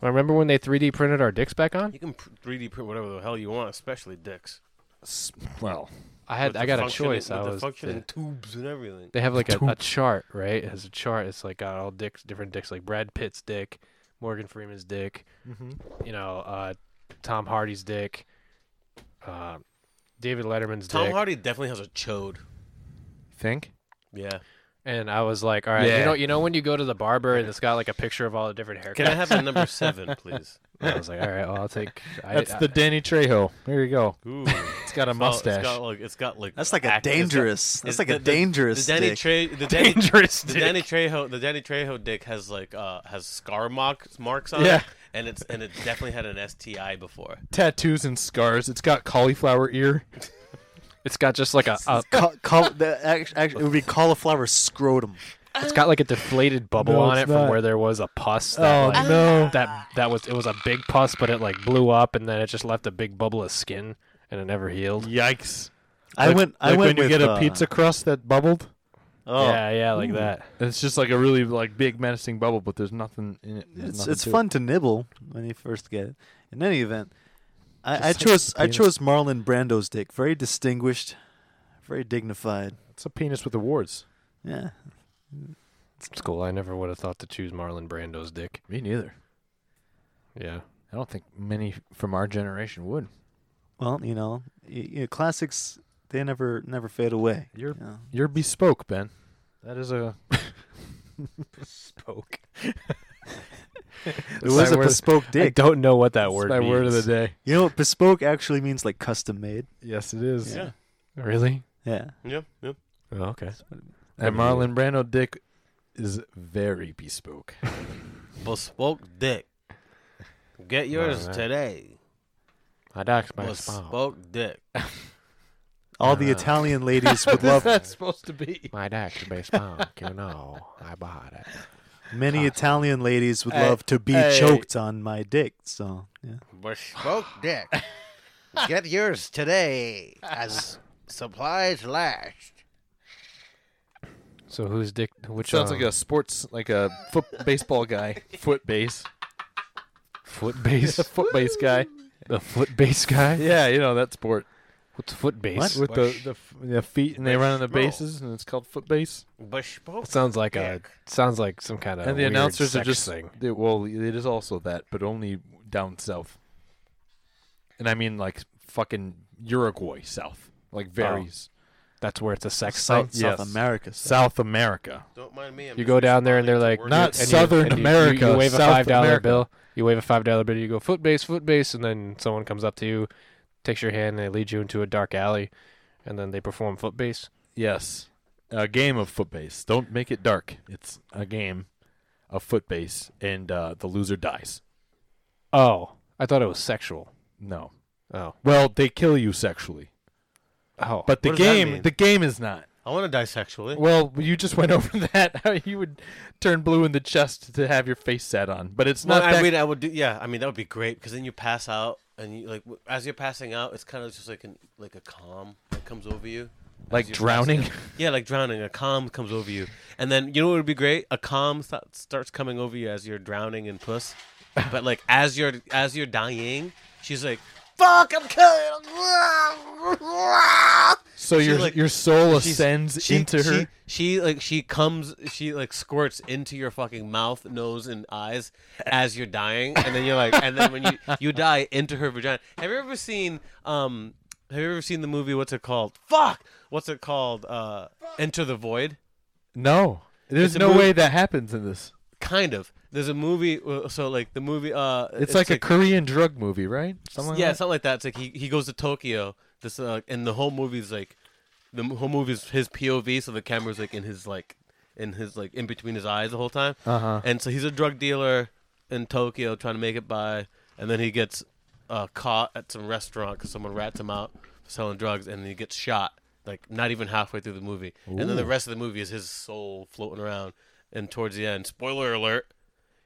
Speaker 5: I remember when they 3D printed our dicks back on.
Speaker 4: You can pr- 3D print whatever the hell you want, especially dicks.
Speaker 3: S- Well,
Speaker 5: I had
Speaker 4: With
Speaker 5: I
Speaker 4: the
Speaker 5: got a
Speaker 4: function-
Speaker 5: choice.
Speaker 4: With
Speaker 5: I
Speaker 4: the
Speaker 5: was
Speaker 4: function
Speaker 5: the-
Speaker 4: and tubes and everything.
Speaker 5: they have like a, a
Speaker 3: Toop.
Speaker 5: chart, right? It has a chart. It's like got all dicks, different dicks, like Brad Pitt's dick, Morgan Freeman's dick, you know, uh, Tom Hardy's dick, uh, David Letterman's
Speaker 4: Tom
Speaker 5: dick.
Speaker 4: Hardy definitely has a chode.
Speaker 3: think.
Speaker 4: Yeah.
Speaker 5: and I was like, all right, you
Speaker 3: Yeah.
Speaker 5: know, you know when you go to the barber and it's got like a picture of all the different haircuts.
Speaker 4: Can I have a number seven, please?
Speaker 5: And I was like, all right, well, I'll take. I,
Speaker 3: That's
Speaker 5: I-
Speaker 3: the Danny Trejo. There you go.
Speaker 4: Ooh,
Speaker 3: It's got a
Speaker 4: It's
Speaker 3: mustache.
Speaker 4: got like it's got like
Speaker 1: That's like a
Speaker 4: act- it's got-
Speaker 1: dangerous. That's
Speaker 4: it's
Speaker 1: like a
Speaker 4: the- the-
Speaker 1: dangerous
Speaker 4: The Danny
Speaker 1: dick.
Speaker 4: Tre- the Danny,
Speaker 5: dangerous.
Speaker 4: the Danny Trejo, the Danny Trejo dick has like uh has scar marks marks on
Speaker 3: Yeah.
Speaker 4: it, and it's and it definitely had an STI before.
Speaker 3: Tattoos and scars. It's got cauliflower ear.
Speaker 5: It's got just like a, a
Speaker 1: Ca- ca- the, act- act- it would be cauliflower scrotum.
Speaker 5: It's got like a deflated bubble
Speaker 3: No,
Speaker 5: on
Speaker 3: it's
Speaker 5: it from
Speaker 3: not.
Speaker 5: where there was a pus. That,
Speaker 3: Oh,
Speaker 5: like,
Speaker 3: no.
Speaker 5: That that was it was a big pus, but it like blew up and then it just left a big bubble of skin and it never healed.
Speaker 3: Yikes!
Speaker 1: I
Speaker 3: Like-
Speaker 1: went. I
Speaker 3: like
Speaker 1: went
Speaker 3: when you
Speaker 1: with,
Speaker 3: get
Speaker 1: uh,
Speaker 3: a pizza crust that bubbled.
Speaker 1: Oh,
Speaker 5: Yeah, yeah, like that.
Speaker 3: It's just like a really like big menacing bubble, but there's nothing in it. There's
Speaker 1: it's
Speaker 3: nothing
Speaker 1: it's
Speaker 3: to it.
Speaker 1: fun to nibble when you first get it. In any event, I, I
Speaker 3: Just like
Speaker 1: chose I
Speaker 3: penis.
Speaker 1: chose Marlon Brando's dick. Very distinguished, very dignified.
Speaker 3: It's a penis with awards.
Speaker 1: Yeah,
Speaker 5: It's cool. I never would have thought to choose Marlon Brando's dick.
Speaker 3: Me neither.
Speaker 5: Yeah.
Speaker 3: I don't think many from our generation would.
Speaker 1: well, you know, y you know, classics they never never fade away.
Speaker 3: You're
Speaker 1: you know.
Speaker 3: you're bespoke, Ben. That is a bespoke.
Speaker 1: It was a
Speaker 5: word-
Speaker 1: bespoke
Speaker 5: I
Speaker 1: dick.
Speaker 5: don't know what that
Speaker 3: That's
Speaker 5: word
Speaker 3: my word of the
Speaker 5: means.
Speaker 3: day.
Speaker 1: You know, what bespoke actually means like custom made.
Speaker 3: Yes, it is.
Speaker 4: Yeah.
Speaker 5: Really?
Speaker 1: Yeah,
Speaker 4: Yeah, yeah.
Speaker 5: Oh, okay.
Speaker 3: And Marlon Brando dick is very bespoke.
Speaker 4: Bespoke dick. Get yours
Speaker 5: Alright.
Speaker 4: today.
Speaker 5: I doxed my spouse.
Speaker 4: Bespoke dick.
Speaker 1: all
Speaker 3: Ah.
Speaker 1: the Italian ladies would love.
Speaker 3: supposed to be?
Speaker 5: My dax baseball, you know, I bought it.
Speaker 1: Many Italian ladies would
Speaker 3: Hey,
Speaker 1: love to be
Speaker 3: hey.
Speaker 1: choked on my dick. So yeah.
Speaker 7: bespoke dick. Get yours today as supplies last.
Speaker 5: So whose dick? Which
Speaker 3: Sounds
Speaker 5: um,
Speaker 3: like a sports, like a foot baseball guy, foot base,
Speaker 5: foot base?
Speaker 3: a foot base guy.
Speaker 5: the foot base guy?
Speaker 3: Yeah, you know that sport
Speaker 5: What's foot base?
Speaker 1: What?
Speaker 3: with the the, f- the feet, and they run on the
Speaker 4: Bro.
Speaker 3: bases, and it's called foot base.
Speaker 4: Bespoke.
Speaker 5: Sounds like
Speaker 4: dick.
Speaker 5: a sounds like some kind of
Speaker 3: and the
Speaker 5: weird
Speaker 3: announcers are
Speaker 5: sex
Speaker 3: just
Speaker 5: thing.
Speaker 3: They, well, it is also that, but only down south. And I mean like fucking Uruguay south, like very
Speaker 5: Oh.
Speaker 3: s-
Speaker 5: That's where it's a sex thing.
Speaker 1: South, South
Speaker 3: yes.
Speaker 1: America. so-
Speaker 3: South America.
Speaker 4: Don't mind me. I'm
Speaker 5: You
Speaker 4: just
Speaker 5: go down there and they're like,
Speaker 4: responding
Speaker 3: Not
Speaker 4: to
Speaker 5: and
Speaker 4: words.
Speaker 5: you-
Speaker 3: Southern
Speaker 5: and you- you-
Speaker 3: America,
Speaker 5: You, wave a
Speaker 3: South
Speaker 5: five dollar
Speaker 3: America.
Speaker 5: bill. You wave a five dollar bill. You go foot base, foot base, and then someone comes up to you, takes your hand, and they lead you into a dark alley, and then they perform foot base.
Speaker 3: Yes. A game of foot base. Don't make it dark. It's a game of foot base and uh, the loser dies.
Speaker 5: Oh, I thought it was sexual.
Speaker 3: No.
Speaker 5: Oh,
Speaker 3: Well, they kill you sexually.
Speaker 5: oh,
Speaker 3: But the
Speaker 4: What does that
Speaker 3: game
Speaker 4: mean?
Speaker 3: the game is not.
Speaker 4: I want to die sexually.
Speaker 3: Well, you just went over that how you would turn blue in the chest to have your face sat on. But it's
Speaker 4: Well,
Speaker 3: not that
Speaker 4: I mean, I would do. Yeah, I mean that would be great because then you pass out and you like w- as you're passing out, it's kind of just like an like a calm that comes over you.
Speaker 3: Like
Speaker 4: you pass
Speaker 3: drowning.
Speaker 4: it. Yeah, like drowning. A calm comes over you, and then you know what would be great? A calm th- starts coming over you as you're drowning in puss, but like as you're as you're dying, she's like, "Fuck, I'm killing."
Speaker 3: So
Speaker 4: She,
Speaker 3: your
Speaker 4: like-
Speaker 3: your soul
Speaker 4: She's-
Speaker 3: ascends
Speaker 4: she-
Speaker 3: into
Speaker 4: she-
Speaker 3: her.
Speaker 4: She like she comes. She like squirts into your fucking mouth, nose, and eyes as you're dying, and then you're like, and then when you you die into her vagina. Have you ever seen um? Have you ever seen the movie? What's it called? Fuck. What's it called? Uh, Enter the Void.
Speaker 3: No, there's
Speaker 4: It's a
Speaker 3: no
Speaker 4: mov-
Speaker 3: way that happens in this.
Speaker 4: Kind of. There's a movie. uh, So like the movie. Uh,
Speaker 3: It's, like, a Korean drug movie, right? Something like
Speaker 4: yeah,
Speaker 3: that?
Speaker 4: something like that. It's like he, he goes to Tokyo. This uh, and the whole movie's like, the m- whole movie's his POV. So the camera's like in his like, in his like in between his eyes the whole time.
Speaker 3: Uh-huh.
Speaker 4: And so he's a drug dealer in Tokyo trying to make it by, and then he gets uh, caught at some restaurant because someone rats him out for selling drugs, and he gets shot. Like not even halfway through the movie, and then the rest of the movie is his soul floating around. And towards the end, spoiler alert,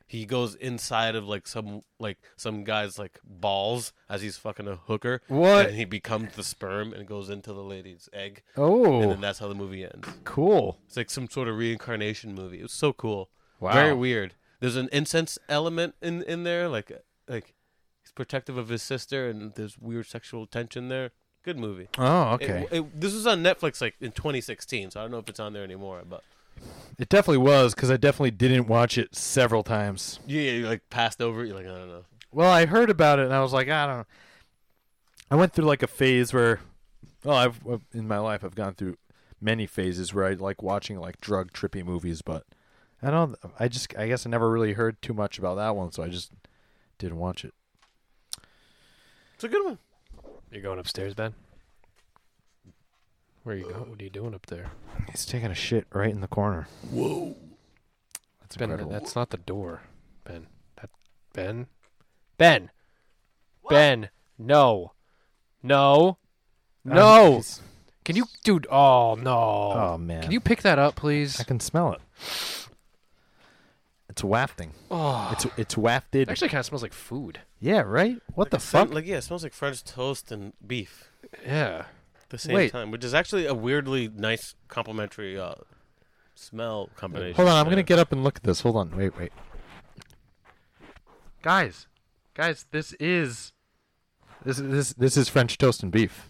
Speaker 4: he goes inside of like some like some guy's like balls as he's fucking a hooker.
Speaker 3: What?
Speaker 4: And he becomes the sperm and goes into the lady's egg. And
Speaker 3: Oh,
Speaker 4: then that's how the movie ends.
Speaker 3: cool.
Speaker 4: It's like some sort of reincarnation movie. It was so cool.
Speaker 3: Wow.
Speaker 4: Very weird. There's an incense element in in there. Like like he's protective of his sister and there's weird sexual tension there. Good movie.
Speaker 3: Oh,
Speaker 4: It-
Speaker 3: okay. It,
Speaker 4: it- this was on Netflix like in 2016, so I don't know if it's on there anymore. But
Speaker 3: definitely was because I definitely didn't watch it several times.
Speaker 4: yeah, yeah, you like passed over. it, You're like, I don't know.
Speaker 3: Well, I heard about it and I was like, I don't know. I went through like a phase where, well, I've uh, in my life I've gone through many phases where I like watching like drug trippy movies, but I don't. I just I guess I never really heard too much about that one, so I just didn't watch it.
Speaker 4: It's a good one.
Speaker 5: You're going upstairs, Ben? Where are you going? What are you doing up there?
Speaker 3: He's taking a shit right in the corner.
Speaker 5: That's Ben,
Speaker 3: incredible.
Speaker 5: that's not the door, Ben. That Ben, Ben, Ben. No, no,
Speaker 3: Um,
Speaker 5: no. Can you, dude? Oh no.
Speaker 3: Oh man.
Speaker 5: Can you pick that up, please?
Speaker 3: I can smell it. It's wafting.
Speaker 5: Oh,
Speaker 3: It's it's wafted.
Speaker 5: actually kind of smells like food.
Speaker 3: yeah, right. What the
Speaker 4: It sound-
Speaker 3: fuck?
Speaker 4: Like yeah, it smells like French toast and beef
Speaker 5: Yeah.
Speaker 4: at the same
Speaker 3: Wait.
Speaker 4: time, which is actually a weirdly nice complementary uh, smell combination.
Speaker 3: Hold on, I'm
Speaker 4: Yeah.
Speaker 3: gonna get up and look at this. Hold on, wait, wait. Guys, guys, this is this this this is French toast and beef.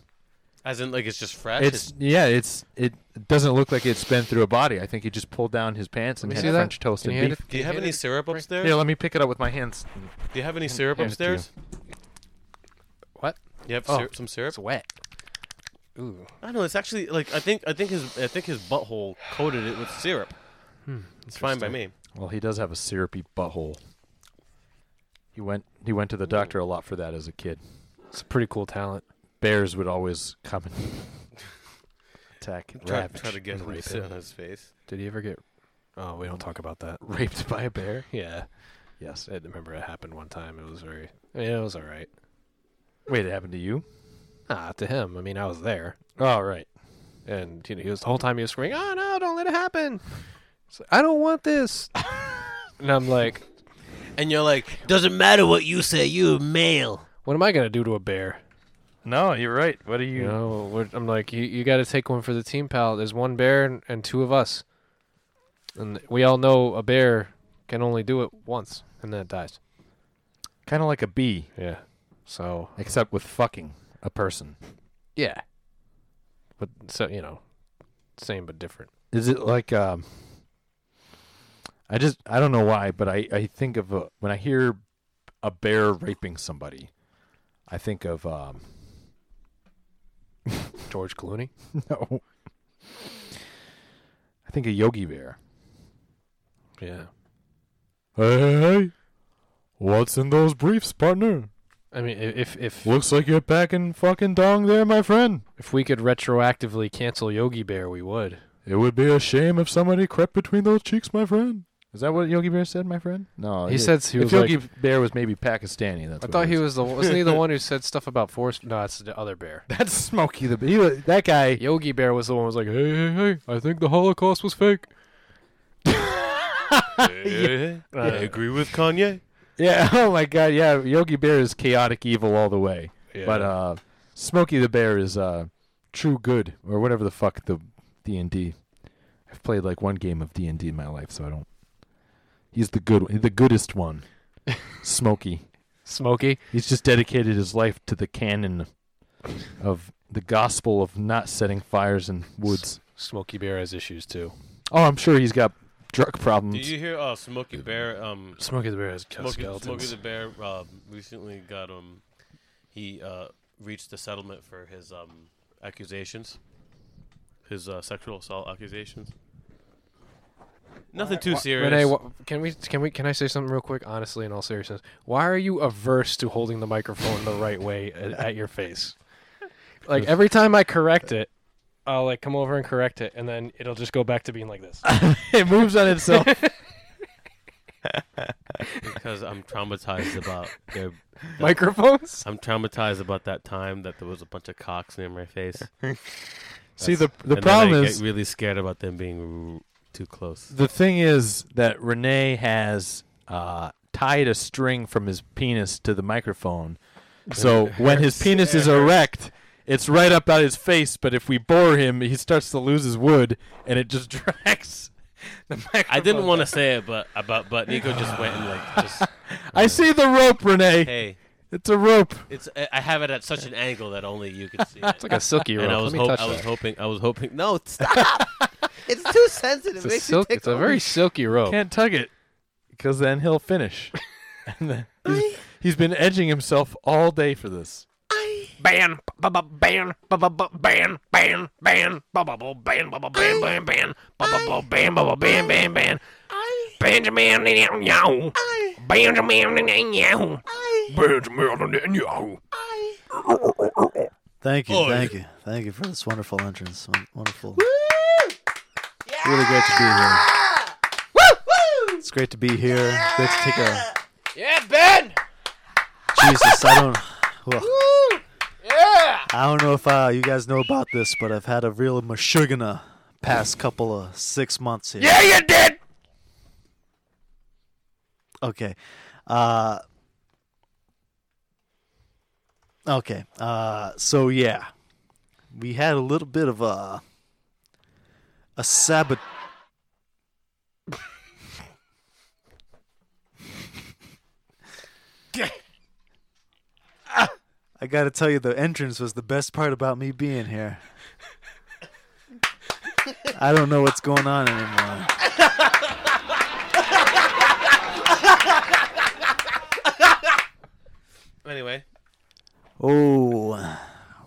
Speaker 4: As in, like it's just fresh.
Speaker 3: It's yeah, it's it doesn't look like it's been through a body. I think he just pulled down his pants and
Speaker 5: Let me
Speaker 3: had
Speaker 5: see that.
Speaker 3: French toast
Speaker 5: Can you
Speaker 3: and
Speaker 5: hand
Speaker 3: beef.
Speaker 5: it-
Speaker 4: do you have
Speaker 5: hand
Speaker 4: any
Speaker 5: it-
Speaker 4: syrup upstairs?
Speaker 3: Here, let me pick it up with my hands.
Speaker 4: Do you have any syrup
Speaker 3: hand it to you.
Speaker 4: upstairs?
Speaker 5: What?
Speaker 4: You have
Speaker 5: Oh.
Speaker 4: syrup, some syrup.
Speaker 5: It's wet. Ooh.
Speaker 4: I don't know. It's actually like I think I think his I think his butthole coated it with syrup.
Speaker 3: Hmm,
Speaker 4: it's fine by me.
Speaker 3: Well, he does have a syrupy butthole. He went he went to the doctor a lot for that as a kid.
Speaker 5: It's a pretty cool talent.
Speaker 3: Bears would always come and attack, and
Speaker 4: Try,
Speaker 3: ravage,
Speaker 4: try to get
Speaker 3: and rape
Speaker 4: it
Speaker 3: it.
Speaker 4: on his face.
Speaker 5: Did he ever get? Oh, we don't talk about that.
Speaker 3: raped by a bear.
Speaker 5: Yeah.
Speaker 3: Yes.
Speaker 5: I remember it happened one time. It was very. I mean, it was all right.
Speaker 3: Wait, it happened to you?
Speaker 5: Ah, to him. I mean, I was there,
Speaker 3: Oh, right.
Speaker 5: and you know, he was the whole time he was screaming, "Oh no, don't let it happen!" It's like, I don't want this. and I'm like,
Speaker 4: And you're like, doesn't matter what you say, you male.
Speaker 5: "What am I gonna do to a bear?"
Speaker 3: No, you're right. What do you?
Speaker 5: You know, we're, I'm like, "You, you got to take one for the team, pal. There's one bear and, and two of us, and we all know a bear can only do it once, and then it dies."
Speaker 3: Kind of like a bee,
Speaker 5: Yeah. So
Speaker 3: except with fucking a person.
Speaker 5: yeah, but so you know, same but different.
Speaker 3: Is it like? Um, I just I don't know why, but I I think of a, when I hear a bear raping somebody, I think of um,
Speaker 5: George Clooney.
Speaker 3: no. I think a Yogi Bear.
Speaker 5: Yeah.
Speaker 3: Hey, hey, hey. What's in those briefs, partner?
Speaker 5: I mean, i- if if
Speaker 3: Looks like you're packing fucking dong there, my friend.
Speaker 5: If we could retroactively cancel Yogi Bear, we would.
Speaker 3: It would be a shame if somebody crept between those cheeks, my friend. Is that what Yogi Bear said, my friend? No,
Speaker 5: He said he
Speaker 3: Oh, if
Speaker 5: was
Speaker 3: Yogi Bear was maybe Pakistani. That's
Speaker 5: I
Speaker 3: what
Speaker 5: thought
Speaker 3: it
Speaker 5: he was the wasn't he the one who said stuff about forest? No, that's the other bear.
Speaker 3: That's Smokey the Bear. He was- That guy.
Speaker 5: Yogi Bear was the one who was like, "Hey, hey, hey! I think the Holocaust was fake."
Speaker 4: I agree with Kanye.
Speaker 3: Yeah. Oh my God. Yeah. Yogi Bear is chaotic evil all the way.
Speaker 5: Yeah.
Speaker 3: But uh, Smokey the Bear is uh, True Good or whatever the fuck the D and D. I've played like one game of D and D in my life, so I don't. He's the good, the goodest one, Smokey.
Speaker 5: Smokey.
Speaker 3: He's just dedicated his life to the canon of the gospel of not setting fires in woods.
Speaker 5: Smokey Bear has issues too.
Speaker 3: Oh, I'm sure he's got drug
Speaker 4: Do
Speaker 3: problems.
Speaker 4: you hear? Oh, Smokey Bear. Um,
Speaker 5: Smokey the Bear has
Speaker 4: Smokey,
Speaker 5: skeletons.
Speaker 4: Smokey the Bear uh, recently got um, he uh reached a settlement for his um accusations, his uh, sexual assault accusations. Nothing too serious.
Speaker 5: Renee, wha- can we can we can I say something real quick? Honestly, in all seriousness, why are you averse to holding the microphone the right way at, at your face? Like every time I correct it, I'll like come over and correct it, and then it'll just go back to being like this.
Speaker 3: it moves on itself.
Speaker 4: because I'm traumatized about their
Speaker 5: Microphones.
Speaker 4: I'm traumatized about that time that there was a bunch of cocks near my face.
Speaker 3: See, the the
Speaker 4: and
Speaker 3: problem
Speaker 4: then I
Speaker 3: is
Speaker 4: get really scared about them being r- too close.
Speaker 3: the thing is that Renee has uh, tied a string from his penis to the microphone. So when his penis is erect, it's right up at his face. But if we bore him, he starts to lose his wood, and it just drags the microphone.
Speaker 4: I didn't want to say it, but about but Nico just went and like just
Speaker 3: I see the rope, Renee.
Speaker 4: hey,
Speaker 3: It's a rope.
Speaker 4: it's I- I have it at such an angle that only you can see it.
Speaker 5: It's like a silky rope.
Speaker 4: and I was,
Speaker 5: Let me
Speaker 4: hope-
Speaker 5: touch
Speaker 4: I was
Speaker 5: that.
Speaker 4: hoping I was hoping no stop.
Speaker 7: It's too sensitive.
Speaker 5: It's a,
Speaker 7: makes
Speaker 5: silk,
Speaker 7: you
Speaker 5: it's a very silky
Speaker 4: Oh.
Speaker 5: rope.
Speaker 3: Can't tug it, because then he'll finish. and then he's, he's been edging himself all day for this.
Speaker 5: ban, ba ba ban, ba ba ba ban, ban, ban, ba ba ba ban, ba ba ban, ban, ban, ba ba ba ban, ba ba ban, ban, ban. Benjamin Netanyahu. Benjamin Netanyahu. Benjamin Netanyahu.
Speaker 1: Thank you,
Speaker 4: Oh,
Speaker 1: thank you, thank you for this wonderful entrance. Won- Wonderful. Really great to be here. It's great to be here. Great to take a.
Speaker 2: Yeah, Ben.
Speaker 1: Jesus, I don't. Well, I don't know if uh, you guys know about this, but I've had a real mashugana past couple of six months here. Yeah, you did. Okay. Uh. Okay. Uh. So yeah, we had a little bit of a a sabot. I gotta tell you, the entrance was the best part about me being here. I don't know what's going on anymore.
Speaker 4: Anyway,
Speaker 1: Oh,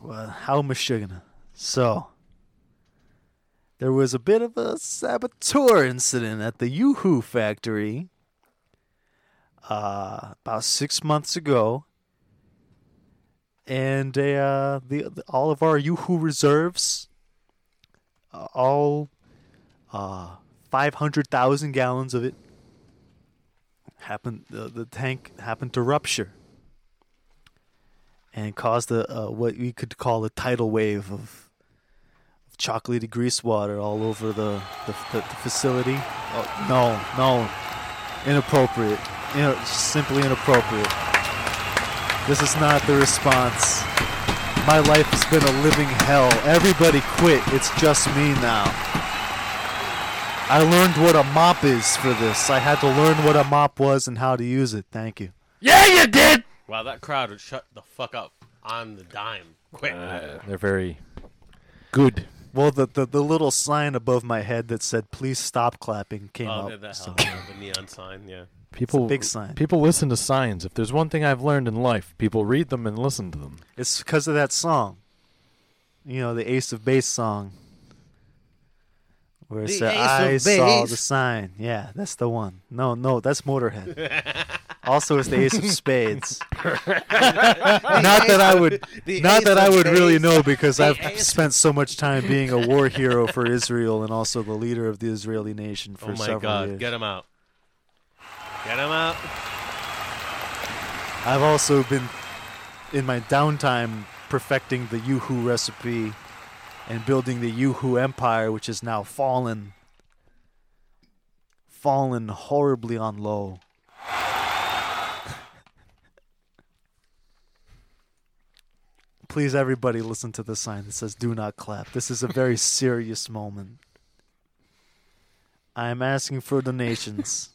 Speaker 1: well, how Michigan. So, there was a bit of a saboteur incident at the Yoo-Hoo factory uh, about six months ago. And they, uh, the, the- all of our Yoo-Hoo reserves, uh, all uh, 500,000 gallons of it, happened, the, the tank happened to rupture and caused a, uh, what we could call a tidal wave of, of chocolatey grease water all over the the, the, the facility. Oh, no, no, inappropriate, Ina- simply inappropriate. This is not the response. My life has been a living hell. Everybody quit. It's just me now. I learned what a mop is for this. I had to learn what a mop was and how to use it. Thank you.
Speaker 4: wow, that crowd would shut the fuck up on the dime. Quick.
Speaker 3: They're very good.
Speaker 1: Well, the, the, the little sign above my head that said "Please stop clapping" came
Speaker 4: oh,
Speaker 1: up.
Speaker 4: that, that
Speaker 1: so-
Speaker 4: helped. yeah, the neon sign, yeah.
Speaker 3: People
Speaker 1: big sign.
Speaker 3: People listen to signs. If there's one thing I've learned in life, people read them and listen to them.
Speaker 1: It's because of that song. You know, the Ace of Base song. Where it
Speaker 7: The
Speaker 1: said,
Speaker 7: Ace
Speaker 1: I
Speaker 7: of
Speaker 1: saw
Speaker 7: Base."
Speaker 1: the sign. Yeah, that's the one. No, no, that's Motorhead. also, it's the Ace of Spades. not that I would,
Speaker 7: the
Speaker 1: not
Speaker 7: Ace
Speaker 1: that I
Speaker 7: of
Speaker 1: would really
Speaker 7: Base.
Speaker 1: know because I've spent so much time being a war hero for Israel and also the leader of the Israeli nation for
Speaker 4: oh my
Speaker 1: several
Speaker 4: god,
Speaker 1: years.
Speaker 4: get him out. Get him out.
Speaker 1: I've also been in my downtime perfecting the Yoo-Hoo recipe and building the Yoo-Hoo empire, which is now fallen, fallen horribly on low. please, everybody, listen to the sign that says "Do not clap." This is a very serious moment. I am asking for donations.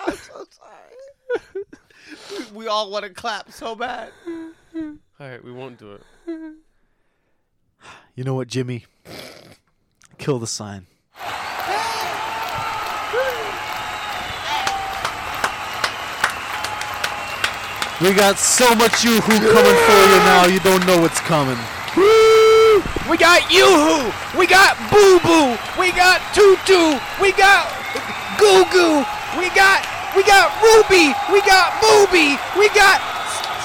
Speaker 7: I'm so sorry. We all want to clap so bad.
Speaker 4: All right, we won't do it.
Speaker 1: You know what, Jimmy? Kill the sign. We got so much yoo-hoo coming for you now, you don't know what's coming.
Speaker 2: We got Yoo-Hoo! We got Boo Boo! We got Tutu! We got Goo Goo! We got we got Ruby! We got Booby! We got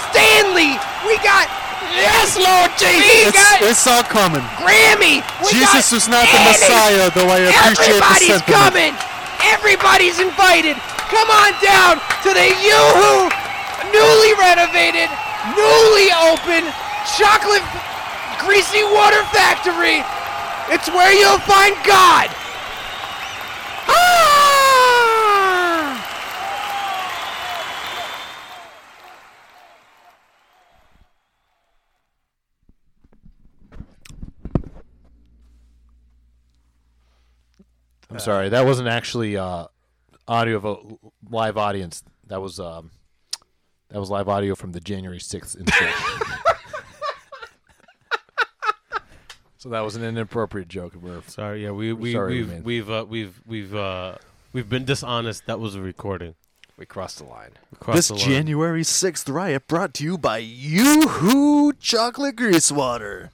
Speaker 2: Stanley! We got Yes, Lord Jesus! We
Speaker 1: It's,
Speaker 2: got
Speaker 1: it's all coming.
Speaker 2: Grammy! We
Speaker 1: Jesus
Speaker 2: got
Speaker 1: was not the
Speaker 2: Annie!
Speaker 1: Messiah, though I appreciate the
Speaker 2: Everybody's
Speaker 1: sentiment.
Speaker 2: coming! Everybody's invited! Come on down to the Yoo-Hoo newly renovated, newly open chocolate greasy water factory! It's where you'll find God! Ah!
Speaker 3: I'm sorry, that wasn't actually uh, audio of a l- live audience. That was um, that was live audio from the January 6th incident. so that was an inappropriate joke. We're
Speaker 4: Sorry. Yeah, we we
Speaker 3: sorry,
Speaker 4: we've
Speaker 3: man.
Speaker 4: we've uh, we've we've uh, we've been dishonest. That was a recording.
Speaker 5: We crossed the line.
Speaker 4: We crossed
Speaker 1: This
Speaker 4: the line.
Speaker 1: January 6th riot brought to you by Yoo-Hoo Chocolate Grease Water.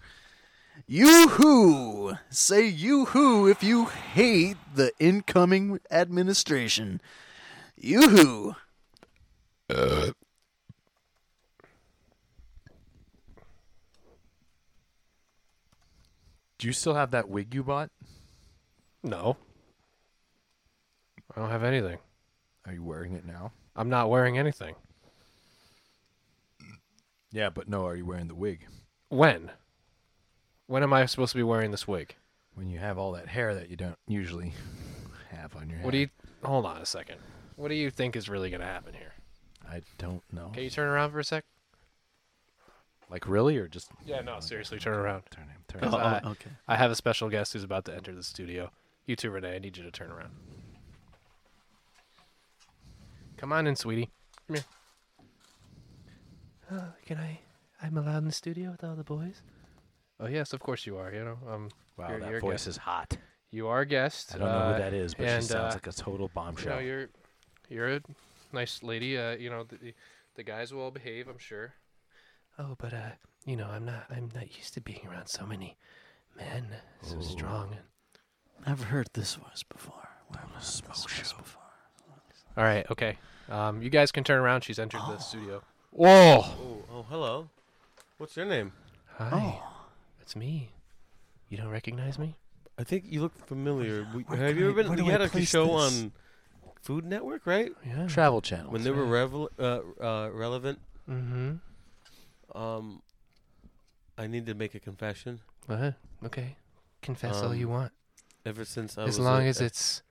Speaker 1: Yoo-Hoo! Say Yoo-Hoo if you hate the incoming administration. Yoo-Hoo!
Speaker 3: Do you still have that wig you bought?
Speaker 5: No. I don't have anything.
Speaker 3: Are you wearing it now?
Speaker 5: I'm not wearing anything.
Speaker 3: Yeah, but no, are you wearing the wig?
Speaker 5: When? When am I supposed to be wearing this wig?
Speaker 3: When you have all that hair that you don't usually have on your head.
Speaker 5: What do you. Hold on a second. What do you think is really going to happen here?
Speaker 3: I don't know.
Speaker 5: Can you turn around for a sec?
Speaker 3: Like really or just
Speaker 5: Yeah, no, seriously, turn around.
Speaker 3: turn him turn
Speaker 5: Because
Speaker 3: him.
Speaker 5: I,
Speaker 1: okay.
Speaker 5: I have a special guest who's about to enter the studio. You too, Renee. I need you to turn around. Come on in, sweetie. Come here. Uh, can I? I'm allowed in the studio with all the boys. Oh yes, of course you are. You know, um,
Speaker 3: Wow,
Speaker 5: you're-
Speaker 3: that
Speaker 5: you're a
Speaker 3: voice
Speaker 5: guest.
Speaker 3: is hot.
Speaker 5: you are a guest.
Speaker 3: I don't know
Speaker 5: uh,
Speaker 3: who that is, but
Speaker 5: and,
Speaker 3: she sounds
Speaker 5: uh,
Speaker 3: like a total
Speaker 5: you know,
Speaker 3: bombshell.
Speaker 5: you're you're a nice lady. Uh, you know, the, the- the guys will all behave, I'm sure. Oh, but uh, you know, I'm not I'm not used to being around so many men so strong.
Speaker 1: I've heard this voice before. I've heard this voice before.
Speaker 5: All right, okay. Um, you guys can turn around. She's entered the studio.
Speaker 3: Whoa!
Speaker 4: Oh, oh, hello. What's your name?
Speaker 5: Hi,
Speaker 4: Oh.
Speaker 5: it's me. You don't recognize me?
Speaker 4: I think you look familiar.
Speaker 5: Oh,
Speaker 4: We,
Speaker 1: where
Speaker 4: have
Speaker 1: can
Speaker 4: you
Speaker 1: I-
Speaker 4: ever been?
Speaker 1: where do
Speaker 4: We
Speaker 1: I
Speaker 4: had a
Speaker 1: place
Speaker 4: show
Speaker 1: this?
Speaker 4: on Food Network, right?
Speaker 5: Yeah.
Speaker 3: Travel channel.
Speaker 4: When they were revel- uh, uh, relevant.
Speaker 5: mm-hmm.
Speaker 4: Um, I need to make a confession.
Speaker 5: Uh, okay. Confess all you
Speaker 4: Um,
Speaker 5: want,
Speaker 4: Ever since I was
Speaker 5: as long
Speaker 4: a-
Speaker 5: as
Speaker 4: a-
Speaker 5: it's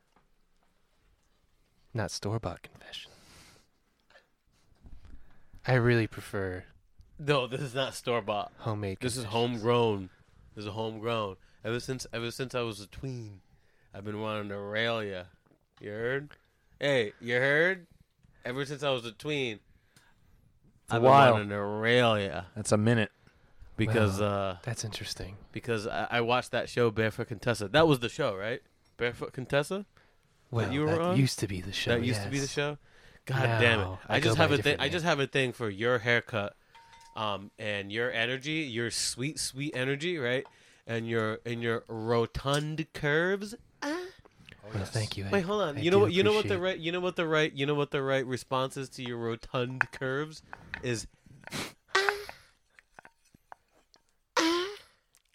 Speaker 5: not store bought confession. I really prefer
Speaker 4: no, this is not store bought.
Speaker 5: homemade.
Speaker 4: This is
Speaker 5: confessions.
Speaker 4: homegrown. This is homegrown. Ever since ever since I was a tween, I've been wanting to rail ya. You heard? Hey, you heard? Ever since I was a tween, I've been
Speaker 3: while.
Speaker 4: wanting to rail ya
Speaker 3: That's a minute.
Speaker 4: because uh,
Speaker 5: That's interesting.
Speaker 4: because I, I watched that show Barefoot Contessa. That was the show, right? Barefoot Contessa.
Speaker 5: Well,
Speaker 4: you were
Speaker 5: that
Speaker 4: on?
Speaker 5: used to be the show.
Speaker 4: that used to be the
Speaker 5: yes.
Speaker 4: show. God damn it!
Speaker 5: No,
Speaker 4: I,
Speaker 5: I
Speaker 4: just
Speaker 5: go
Speaker 4: have
Speaker 5: by
Speaker 4: a thing.
Speaker 5: a different
Speaker 4: I
Speaker 5: name.
Speaker 4: just have a thing for your haircut, um, and your energy, your sweet, sweet energy, right? And your and your rotund curves.
Speaker 5: Well, thank you. I-
Speaker 4: Wait, hold on.
Speaker 5: I
Speaker 4: you know
Speaker 5: do
Speaker 4: what? You know what the
Speaker 5: appreciate-
Speaker 4: right? You know what the right? You know what the right response is to your rotund curves is.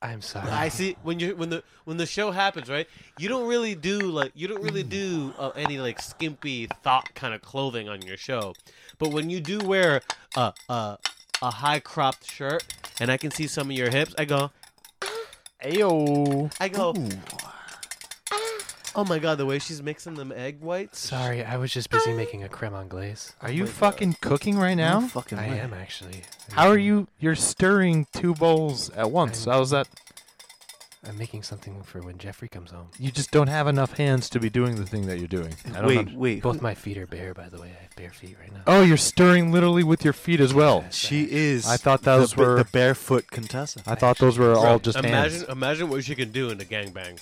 Speaker 5: I'm sorry.
Speaker 4: I see when you when the when the show happens, right? You don't really do like you don't really do uh, any like skimpy thought kind of clothing on your show, but when you do wear a a, a high cropped shirt and I can see some of your hips, I go
Speaker 3: Ayo.
Speaker 4: I go Oh my god, the way she's mixing them egg whites.
Speaker 8: Sorry, I was just busy making a creme anglaise.
Speaker 3: Are you uh, fucking cooking right now?
Speaker 1: Fucking
Speaker 8: I
Speaker 1: way.
Speaker 8: am actually.
Speaker 3: How are you? You're stirring two bowls at once. How's that?
Speaker 8: I'm making something for when Jeffrey comes home.
Speaker 3: You just don't have enough hands to be doing the thing that you're doing. I don't
Speaker 1: Wait,
Speaker 3: under-
Speaker 1: wait.
Speaker 8: Both my feet are bare, by the way. I have bare feet right now.
Speaker 3: Oh, you're stirring literally with your feet as well.
Speaker 1: She is.
Speaker 3: I thought
Speaker 1: the,
Speaker 3: those
Speaker 1: ba-
Speaker 3: were-
Speaker 1: the barefoot Contessa.
Speaker 3: I thought those were all just
Speaker 4: imagine,
Speaker 3: hands.
Speaker 4: imagine what she can do in a gangbang.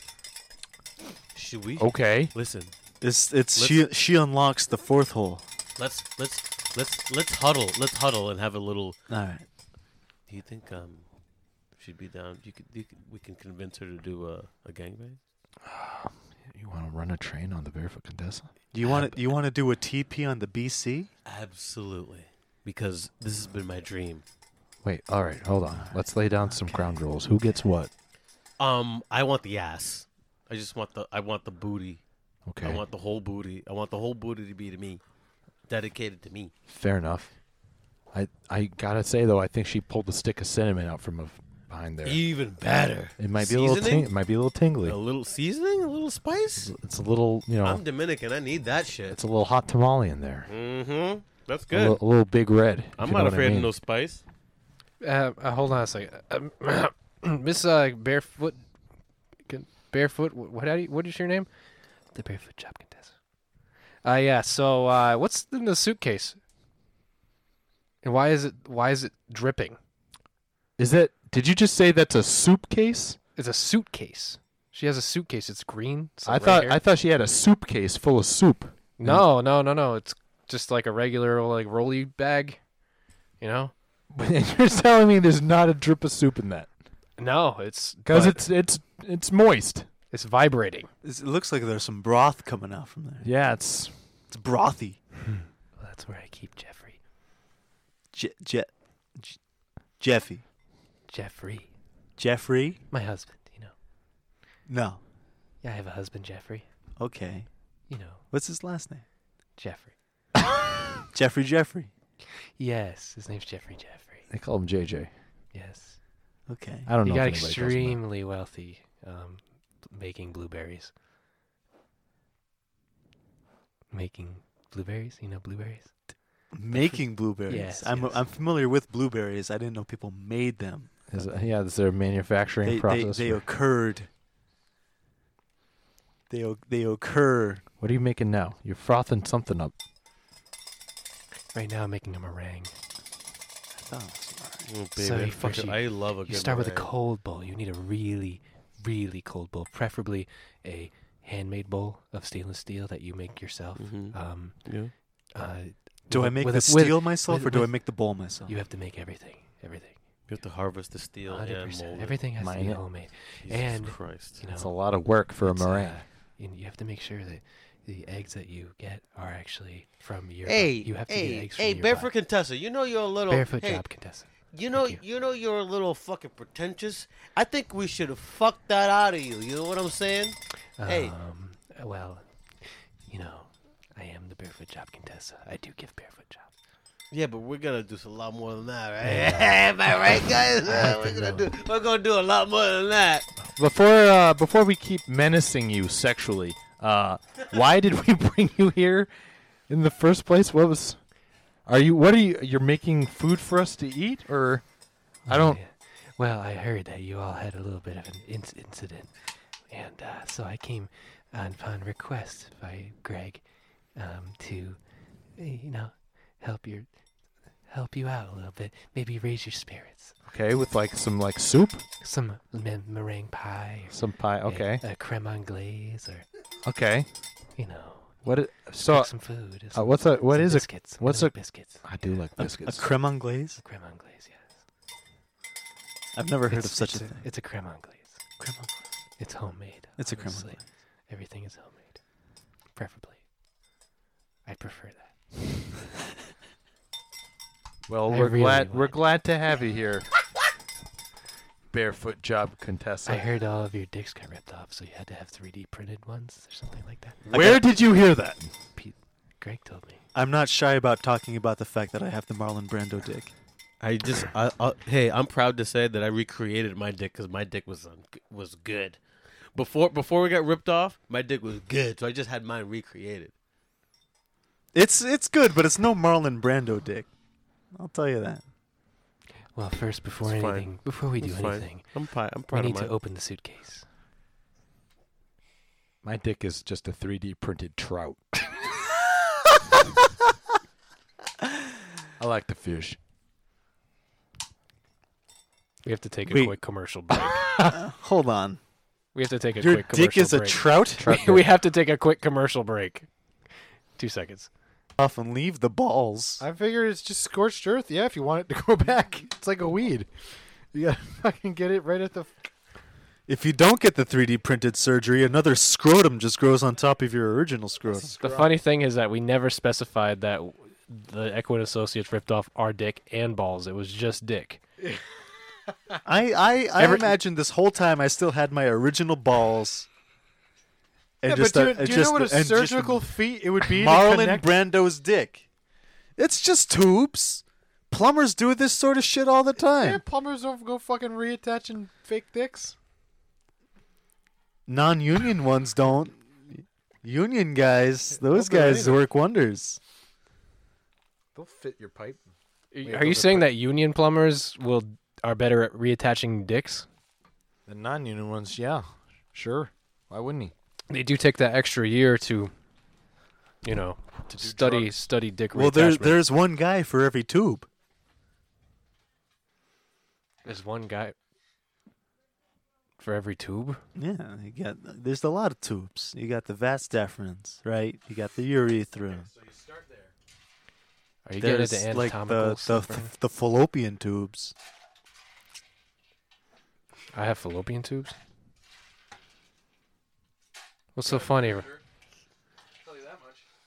Speaker 4: Should we?
Speaker 3: Okay.
Speaker 4: Listen,
Speaker 1: It's it's she she unlocks the fourth hole.
Speaker 4: let's let's let's let's huddle. Let's huddle and have a little.
Speaker 1: All right.
Speaker 4: Do you think um she'd be down? You could, you could we can convince her to do a, a gangbang.
Speaker 3: You want to run a train on the barefoot Contessa?
Speaker 1: Do you want to you want to do a TP on the BC?
Speaker 4: Absolutely, because this has been my dream.
Speaker 3: Wait. All right. Hold on. Let's lay down some ground rules. Who gets what?
Speaker 4: Um, I want the ass. I just want the I want the booty.
Speaker 3: Okay.
Speaker 4: I want the whole booty. I want the whole booty to be to me, dedicated to me.
Speaker 3: Fair enough. I I gotta say though, I think she pulled a stick of cinnamon out from of- behind there.
Speaker 4: Even better.
Speaker 3: It might be a little. Ting-
Speaker 4: Seasoning?
Speaker 3: it might be a little tingly.
Speaker 4: A little seasoning, a little spice.
Speaker 3: It's a little. You know.
Speaker 4: I'm Dominican. I need that shit.
Speaker 3: Uh-huh. it's a little hot tamale in there.
Speaker 4: Mm-hmm. That's
Speaker 3: A, li-
Speaker 4: good.
Speaker 3: a little big red. if
Speaker 4: I'm
Speaker 3: you know
Speaker 4: not
Speaker 3: what I
Speaker 4: afraid
Speaker 3: mean.
Speaker 4: of no spice.
Speaker 8: Uh, uh, hold on a second. Um, Miss uh, Barefoot, can- Barefoot. wh- What? How do you, what is your name? The Barefoot Job Contessa. Uh, yeah. So, uh, what's in the suitcase? And why is it? Why is it dripping?
Speaker 3: Is that? Did you just say that's a soup case?
Speaker 8: It's a suitcase. She has a suitcase. It's green. It's
Speaker 3: I
Speaker 8: like red
Speaker 3: thought.
Speaker 8: hair.
Speaker 3: I thought she had a soup case full of soup.
Speaker 8: no, no, no, no. It's just like a regular like rolly bag. You know?
Speaker 3: And you're telling me there's not a drip of soup in that?
Speaker 8: No, it's
Speaker 3: Because
Speaker 8: but
Speaker 3: it's it's it's moist.
Speaker 8: it's vibrating.
Speaker 1: It's, it looks like there's some broth coming out from there.
Speaker 3: Yeah, it's
Speaker 1: It's brothy.
Speaker 8: that's where I keep Jeffrey.
Speaker 1: Je- Je- Je- Jeffy.
Speaker 8: Jeffrey,
Speaker 1: Jeffrey?
Speaker 8: my husband. You know.
Speaker 1: No.
Speaker 8: Yeah, I have a husband, Jeffrey.
Speaker 1: Okay.
Speaker 8: You know,
Speaker 1: What's his last name?
Speaker 8: Jeffrey.
Speaker 1: Jeffrey Jeffrey.
Speaker 8: Yes, his name's Jeffrey Jeffrey.
Speaker 3: they call him JJ.
Speaker 8: Yes,
Speaker 1: Okay.
Speaker 3: I don't
Speaker 8: he
Speaker 3: know.
Speaker 8: got
Speaker 3: if anybody calls him that.
Speaker 8: extremely wealthy um, making blueberries. Making blueberries, you know blueberries.
Speaker 1: Making blueberries.
Speaker 8: Yes,
Speaker 1: I'm
Speaker 8: yes.
Speaker 1: I'm familiar with blueberries. I didn't know people made them.
Speaker 3: Is it- yeah, is there a manufacturing
Speaker 1: They they,
Speaker 3: process?
Speaker 1: they
Speaker 3: for-
Speaker 1: occurred. They o- they occur.
Speaker 3: what are you making now? You're frothing something up.
Speaker 8: Right now, I'm making a meringue.
Speaker 4: Oh, baby,
Speaker 8: So
Speaker 4: I fucking-
Speaker 8: you first you-
Speaker 4: I love a good
Speaker 8: You start with a
Speaker 4: meringue.
Speaker 8: cold bowl. You need a really, really cold bowl, preferably a handmade bowl of stainless steel that you make yourself.
Speaker 4: Mhm.
Speaker 8: Um,
Speaker 4: Yeah.
Speaker 8: uh,
Speaker 1: Do I
Speaker 8: with-
Speaker 1: make
Speaker 8: with
Speaker 1: the
Speaker 8: a- with-
Speaker 1: steel myself
Speaker 8: with-
Speaker 1: or do I
Speaker 8: with-
Speaker 1: make the bowl myself?
Speaker 8: You have to make everything, everything.
Speaker 4: You have to harvest the steel and
Speaker 8: 100%.
Speaker 4: mold. it.
Speaker 8: Everything has to
Speaker 3: Mine
Speaker 8: be
Speaker 3: it.
Speaker 8: homemade.
Speaker 4: Jesus
Speaker 8: and-
Speaker 4: Christ.
Speaker 8: You know,
Speaker 3: It's a lot of work for a
Speaker 8: it's, uh,
Speaker 3: meringue.
Speaker 8: you, you have to make sure that the eggs that you get are actually from your. bu-
Speaker 4: Hey,
Speaker 8: you have to
Speaker 4: hey,
Speaker 8: get eggs
Speaker 4: hey,
Speaker 8: from your
Speaker 4: barefoot
Speaker 8: bu-
Speaker 4: Contessa, you know you're a little
Speaker 8: barefoot
Speaker 4: hey,
Speaker 8: job contessa.
Speaker 4: You know, you.
Speaker 8: Thank
Speaker 4: know, you're a little fucking pretentious. I think we should have fucked that out of you. You know what I'm saying? Hey.
Speaker 8: Um, uh, well, you know, I am the barefoot job contessa. I do give barefoot jobs.
Speaker 4: Yeah, but we're gonna do a lot more than that, right? Am I right, guys?
Speaker 8: have
Speaker 4: we're
Speaker 8: to
Speaker 4: gonna
Speaker 8: know.
Speaker 4: do. We're gonna do a lot more than that.
Speaker 3: Before uh, before we keep menacing you sexually, uh, why did we bring you here in the first place? What was? Are you? What are you? You're making food for us to eat, or I don't.
Speaker 8: Yeah. Well, I heard that you all had a little bit of an inc- incident, and uh, so I came on upon request by Greg um, to, eh, you know, help your help you out a little bit, maybe raise your spirits.
Speaker 3: Okay, with like some like soup,
Speaker 8: Some me- meringue pie, or
Speaker 3: some pie.
Speaker 8: a-
Speaker 3: Okay,
Speaker 8: a, creme anglaise, or
Speaker 3: okay.
Speaker 8: you know,
Speaker 3: What? It, so
Speaker 8: like some food.
Speaker 3: uh, what's a what
Speaker 8: some
Speaker 3: is a
Speaker 8: biscuits? I
Speaker 3: what's
Speaker 8: like
Speaker 3: a-
Speaker 8: biscuits?
Speaker 3: I do like
Speaker 1: a, a
Speaker 3: biscuits.
Speaker 1: creme anglaise?
Speaker 8: Creme anglaise, yes.
Speaker 1: I've never heard of
Speaker 8: It's-
Speaker 1: such a
Speaker 8: it's
Speaker 1: thing.
Speaker 8: It's a creme anglaise.
Speaker 1: Creme anglaise.
Speaker 8: It's homemade.
Speaker 1: It's a creme
Speaker 8: obviously.
Speaker 1: anglaise.
Speaker 8: Everything is homemade, preferably. I prefer that.
Speaker 3: Well,
Speaker 8: I
Speaker 3: we're
Speaker 8: really
Speaker 3: glad we're
Speaker 8: want-
Speaker 3: glad to have you here. Barefoot job contessa.
Speaker 8: I heard all of your dicks got ripped off, so you had to have 3D printed ones or something like that.
Speaker 4: Mm.
Speaker 3: Where did you hear that?
Speaker 8: Pete, Greg told me.
Speaker 1: I'm not shy about talking about the fact that I have the Marlon Brando dick.
Speaker 4: I just, I, I, hey, I'm proud to say that I recreated my dick because my dick was un- was good. Before before we got ripped off, my dick was good, so I just had mine recreated.
Speaker 1: It's it's good, but it's no Marlon Brando dick. I'll tell you that.
Speaker 5: Well, first, before
Speaker 4: It's fine.
Speaker 5: anything, before we do
Speaker 4: It's fine.
Speaker 5: anything,
Speaker 4: I'm, pi- I'm
Speaker 5: we
Speaker 4: proud
Speaker 5: need
Speaker 4: of
Speaker 5: to
Speaker 4: mine.
Speaker 5: open the suitcase.
Speaker 3: My dick is just a 3D printed trout. I like the fish.
Speaker 5: We have to take a
Speaker 1: Wait.
Speaker 5: quick commercial break.
Speaker 1: Hold on.
Speaker 5: We have to take a
Speaker 1: Your
Speaker 5: quick commercial
Speaker 1: dick is a
Speaker 5: break.
Speaker 1: trout?
Speaker 5: we have to take a quick commercial break. Two seconds.
Speaker 1: off and leave the balls.
Speaker 3: I figure it's just scorched earth. Yeah, if you want it to go back, it's like a weed. You gotta fucking get it right at the.
Speaker 1: If you don't get the 3D printed surgery, another scrotum just grows on top of your original scrotum.
Speaker 5: The funny thing is that we never specified that w- the Equid Associates ripped off our dick and balls. It was just dick.
Speaker 1: I I, I
Speaker 5: Every-
Speaker 1: imagined this whole time I still had my original balls. And
Speaker 3: Yeah,
Speaker 1: just
Speaker 3: but
Speaker 1: a-
Speaker 3: do, you-
Speaker 1: and
Speaker 3: do you
Speaker 1: just-
Speaker 3: know what a
Speaker 1: and just
Speaker 3: surgical feat it would be? to
Speaker 1: Marlon
Speaker 3: connect-
Speaker 1: Brando's dick. It's just tubes. Plumbers do this sort of shit all the
Speaker 3: Yeah,
Speaker 1: time.
Speaker 3: plumbers don't go fucking reattaching fake dicks.
Speaker 1: Non-union ones don't. Union guys, those
Speaker 3: Don't do
Speaker 1: guys
Speaker 3: anything.
Speaker 1: work wonders.
Speaker 3: They'll fit your pipe.
Speaker 5: Are you saying that union plumbers will are better at reattaching dicks?
Speaker 3: The non-union ones, yeah, sure. Why wouldn't he?
Speaker 5: They do take that extra year to, you know, to study study dick
Speaker 1: Well, there,
Speaker 5: reattachment.
Speaker 1: there's one guy for every tube.
Speaker 5: There's one guy for every tube.
Speaker 1: Yeah, you got there's a lot of tubes. You got the vas deferens, right? You got the urethra.
Speaker 5: Are you
Speaker 1: There's
Speaker 5: getting into
Speaker 1: like
Speaker 5: anatomical
Speaker 1: the the,
Speaker 5: stuff?
Speaker 1: the
Speaker 5: right now?
Speaker 1: the fallopian tubes.
Speaker 5: I have fallopian tubes. What's so funny?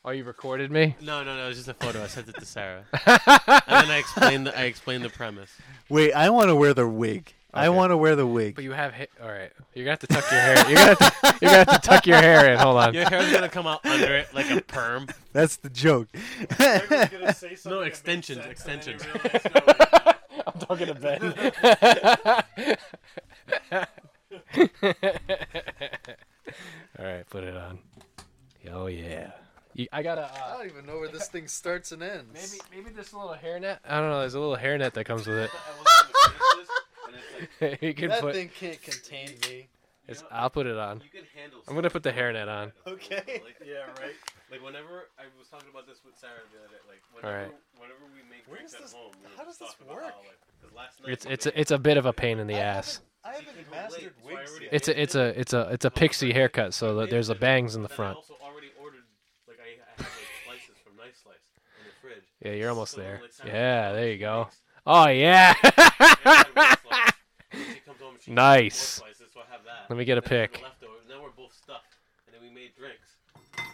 Speaker 5: Oh, you recorded me?
Speaker 4: No, no, no. It's just a photo. I sent it to Sarah, and then I explained. The, I explained the premise.
Speaker 1: Wait, I want to wear the wig. I
Speaker 5: Okay.
Speaker 1: want to wear the wig.
Speaker 5: But you have ha- all right. You're gonna have to tuck your hair. You're gonna have to, you're gonna have to tuck your hair in. Hold on.
Speaker 4: Your hair's gonna come out under it like a perm.
Speaker 1: That's the joke.
Speaker 4: No extensions, extensions.
Speaker 5: I'm talking to Ben. all right, put it on. Oh yeah. You, I gotta. Uh,
Speaker 1: don't even know where this thing starts and ends.
Speaker 5: maybe Oh, maybe this little hairnet. I don't know. There's a little hairnet that comes with it. you can put.
Speaker 1: can't contain me.
Speaker 5: It's, I'll put it on. I'm gonna put the hairnet on.
Speaker 1: Okay.
Speaker 4: Like, yeah, right. Like whenever I was talking about this with Sarah the other day, like whenever,
Speaker 5: Alright.
Speaker 4: whenever we make
Speaker 1: Where
Speaker 4: drinks
Speaker 1: is
Speaker 4: at
Speaker 1: this-
Speaker 4: home, we
Speaker 1: how
Speaker 4: would
Speaker 1: does
Speaker 4: talk
Speaker 1: this
Speaker 4: about
Speaker 1: work?
Speaker 4: How, like, 'cause last night
Speaker 5: It's
Speaker 4: we
Speaker 5: it's
Speaker 4: made-
Speaker 5: a, it's a bit of a pain in the ass.
Speaker 1: I haven't
Speaker 4: mastered wigs yet.
Speaker 5: It's a it's a it's a it's a pixie haircut, so that there's a bangs in the
Speaker 4: Then
Speaker 5: front.
Speaker 4: I also already ordered like I, I had like slices from Nice Slice in the fridge.
Speaker 5: Yeah, you're almost
Speaker 4: So,
Speaker 5: there.
Speaker 4: like, Sarah-
Speaker 5: Yeah, there you go. Oh yeah.
Speaker 4: I had one slice. When she comes home, she
Speaker 5: Nice.
Speaker 4: gets more slices, so I have that.
Speaker 5: Let me get a
Speaker 4: Then I have
Speaker 5: pic.
Speaker 4: the leftovers. Now we're both stuffed, and then we made drinks.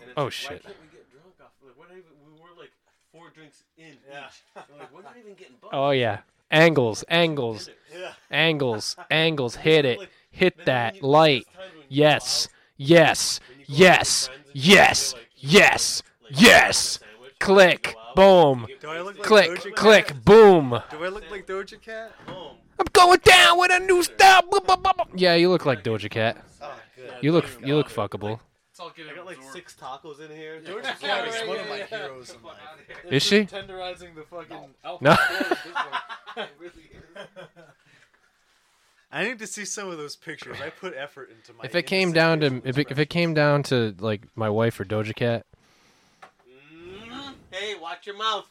Speaker 4: And it's
Speaker 5: Oh,
Speaker 4: like,
Speaker 5: shit.
Speaker 4: Why can't we get drunk off? Like we're not even. We were like four drinks in each. And, like we're not even getting buzzed.
Speaker 5: Oh yeah. Angles, angles, angles, angles. Hit it. Hit that light. Yes. Yes. Yes. Yes. Yes. Yes. Click. Boom. Click. Click. Boom.
Speaker 1: Do I look like Doja Cat?
Speaker 5: I'm going down with a new style. Blah, blah, blah, blah. Yeah, you look like Doja Cat.
Speaker 3: Ah,
Speaker 5: You look you look fuckable.
Speaker 4: I got like six tacos in here.
Speaker 1: Cat is one of my heroes in life.
Speaker 5: Is she?
Speaker 3: Tenderizing the fucking.
Speaker 5: No.
Speaker 1: I need to see some of those pictures. I put effort into my.
Speaker 5: If it came down to if it, if it came down to like my wife or Doja Cat,
Speaker 4: Hey, watch your mouth.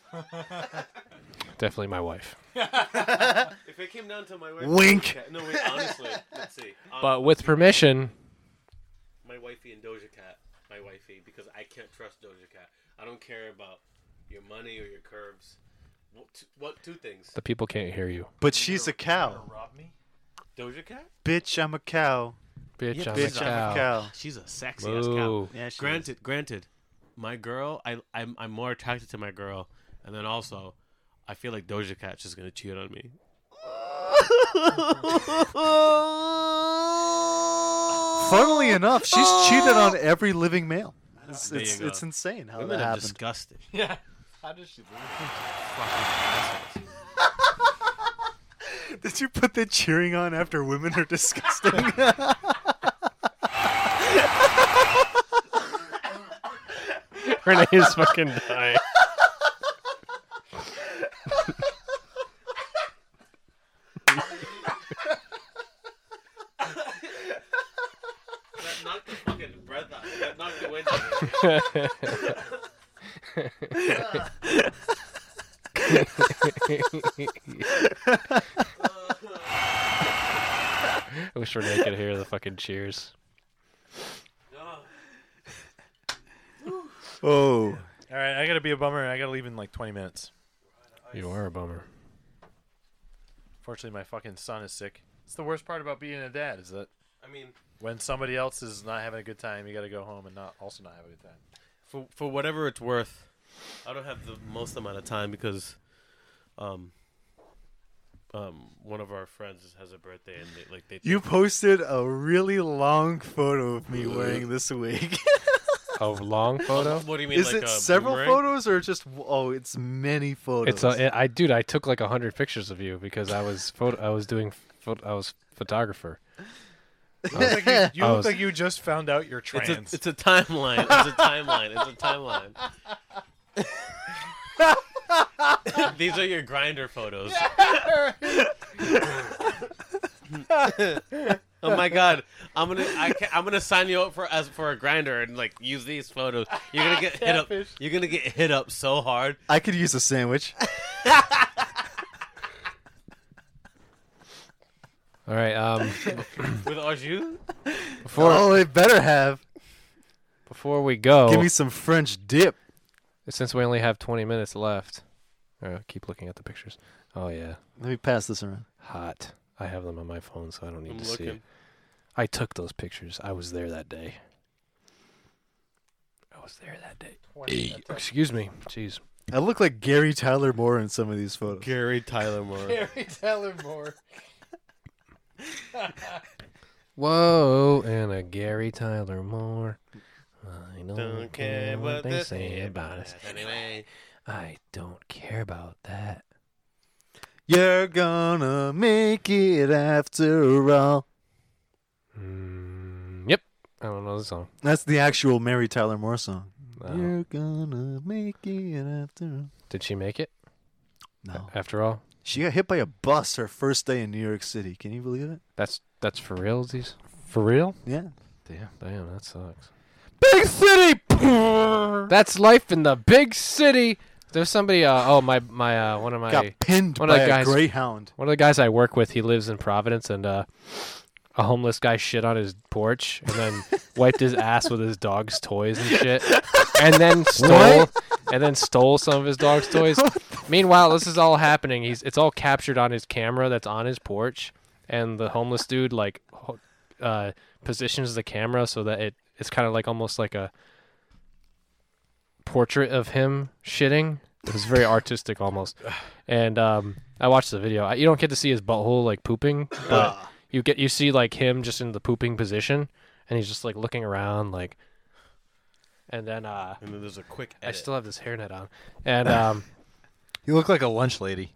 Speaker 5: definitely my wife.
Speaker 4: If it came down to my wife.
Speaker 1: Wink.
Speaker 4: No, wait. Honestly, let's see.
Speaker 3: Uh,
Speaker 4: Um,
Speaker 5: But with permission,
Speaker 4: my wifey and Doja Cat, my wifey, because I can't trust Doja Cat. I don't care about your money or your curves. What? Two, what? Two things.
Speaker 5: the people can't hear you.
Speaker 1: But she's a cow.
Speaker 4: Doja Cat.
Speaker 1: Bitch, I'm a cow.
Speaker 5: Bitch, I'm,
Speaker 1: Bitch,
Speaker 5: a
Speaker 1: I'm a cow.
Speaker 4: Ah, She's a sexy ass
Speaker 5: Moo.
Speaker 4: cow.
Speaker 1: Yeah, she
Speaker 4: granted, granted, my girl, I, I'm, I'm more attracted to my girl, and then also, I feel like Doja Cat's just gonna cheat on me.
Speaker 1: Funnily enough, she's cheated on every living male. It's,
Speaker 4: There you
Speaker 1: it's,
Speaker 4: go.
Speaker 1: it's insane how
Speaker 4: Women
Speaker 1: that
Speaker 4: are
Speaker 1: happened.
Speaker 4: disgusting.
Speaker 3: How does she?
Speaker 1: Did you put the cheering on after women are disgusting?
Speaker 5: Renee's fucking dying.
Speaker 4: That knocked the fucking breath out. That knocked the wind out. of
Speaker 5: I wish Renee could hear the fucking cheers.
Speaker 1: Oh,
Speaker 3: All right, I gotta be a bummer. I gotta leave in like 20 minutes.
Speaker 5: You are a bummer.
Speaker 3: Fortunately, my fucking son is sick. It's the worst part about being a dad is that
Speaker 4: it. I mean,
Speaker 3: when somebody else is not having a good time, you gotta go home and not also not have a good time.
Speaker 4: for for whatever it's worth, I don't have the most amount of time because, um, um, one of our friends has a birthday and they, like they
Speaker 1: you posted a really long photo of me wearing this wig.
Speaker 5: A long photo.
Speaker 4: What do you mean?
Speaker 1: Is
Speaker 4: like
Speaker 1: it
Speaker 4: a
Speaker 1: several
Speaker 4: boomerang?
Speaker 1: photos or just oh, it's many photos?
Speaker 5: It's a, I dude. I took like a hundred pictures of you because I was photo. I was doing. Photo, I was photographer.
Speaker 3: You look like you, you
Speaker 5: I
Speaker 3: look
Speaker 5: was-
Speaker 3: like you just found out you're
Speaker 4: It's
Speaker 3: trans.
Speaker 4: a, it's a timeline. It's a timeline. It's a timeline. These are your grinder photos. oh my god, I'm gonna I can, I'm gonna sign you up for as for a grinder and like use these photos. You're gonna get hit up. You're gonna get hit up so hard.
Speaker 1: I could use a sandwich.
Speaker 5: All right. Um.
Speaker 4: With Arju?
Speaker 5: Before
Speaker 1: oh, it better have.
Speaker 5: before we go,
Speaker 4: Oh.
Speaker 1: Give me some French dip.
Speaker 5: since we only have twenty minutes left, uh, keep looking at the pictures. Oh yeah,
Speaker 1: Let me pass this around.
Speaker 5: hot. I have them on my phone, so I don't need
Speaker 4: I'm
Speaker 5: to see it.
Speaker 4: looking.
Speaker 5: I took those pictures. I was there that day. I was there that day. Excuse me. Jeez.
Speaker 1: I look like Gary Tyler Moore in some of these photos.
Speaker 4: Gary Tyler Moore.
Speaker 5: Whoa, and a Gary Tyler Moore. I don't,
Speaker 4: Don't care what
Speaker 5: they
Speaker 4: they
Speaker 5: say about us.
Speaker 4: us anyway.
Speaker 5: I don't care about that.
Speaker 1: You're gonna make it after all.
Speaker 5: Mm, yep. I don't know the song.
Speaker 1: That's the actual Mary Tyler Moore song.
Speaker 5: Uh,
Speaker 1: You're gonna make it after all.
Speaker 5: Did she make it
Speaker 1: No.
Speaker 5: after all?
Speaker 1: She got hit by a bus her first day in New York City. Can you believe it?
Speaker 5: That's that's for realsies. For real?
Speaker 1: Yeah.
Speaker 5: Damn, damn, that sucks.
Speaker 1: Big city!
Speaker 5: That's life in the big city. There's somebody. Uh, oh my my uh, one of my
Speaker 1: got pinned
Speaker 5: One
Speaker 1: by
Speaker 5: of
Speaker 1: a
Speaker 5: the guys-
Speaker 1: greyhound.
Speaker 5: one of the guys I work with. He lives in Providence, and uh, a homeless guy shit on his porch and then wiped his ass with his dog's toys and shit, and then stole and then stole some of his dog's toys. Meanwhile, this is all happening. He's it's all captured on his camera that's on his porch, and the homeless dude like ho- uh, positions the camera so that it it's kind of like almost like a portrait of him shitting. It was very artistic almost. And um, I watched the video. I, you don't get to see his butthole like pooping, but you get you see like him just in the pooping position, and he's just like looking around like. And then uh,
Speaker 4: And then there's a quick
Speaker 5: I
Speaker 4: edit.
Speaker 5: still have this hairnet on, and um,
Speaker 3: you look like a lunch lady.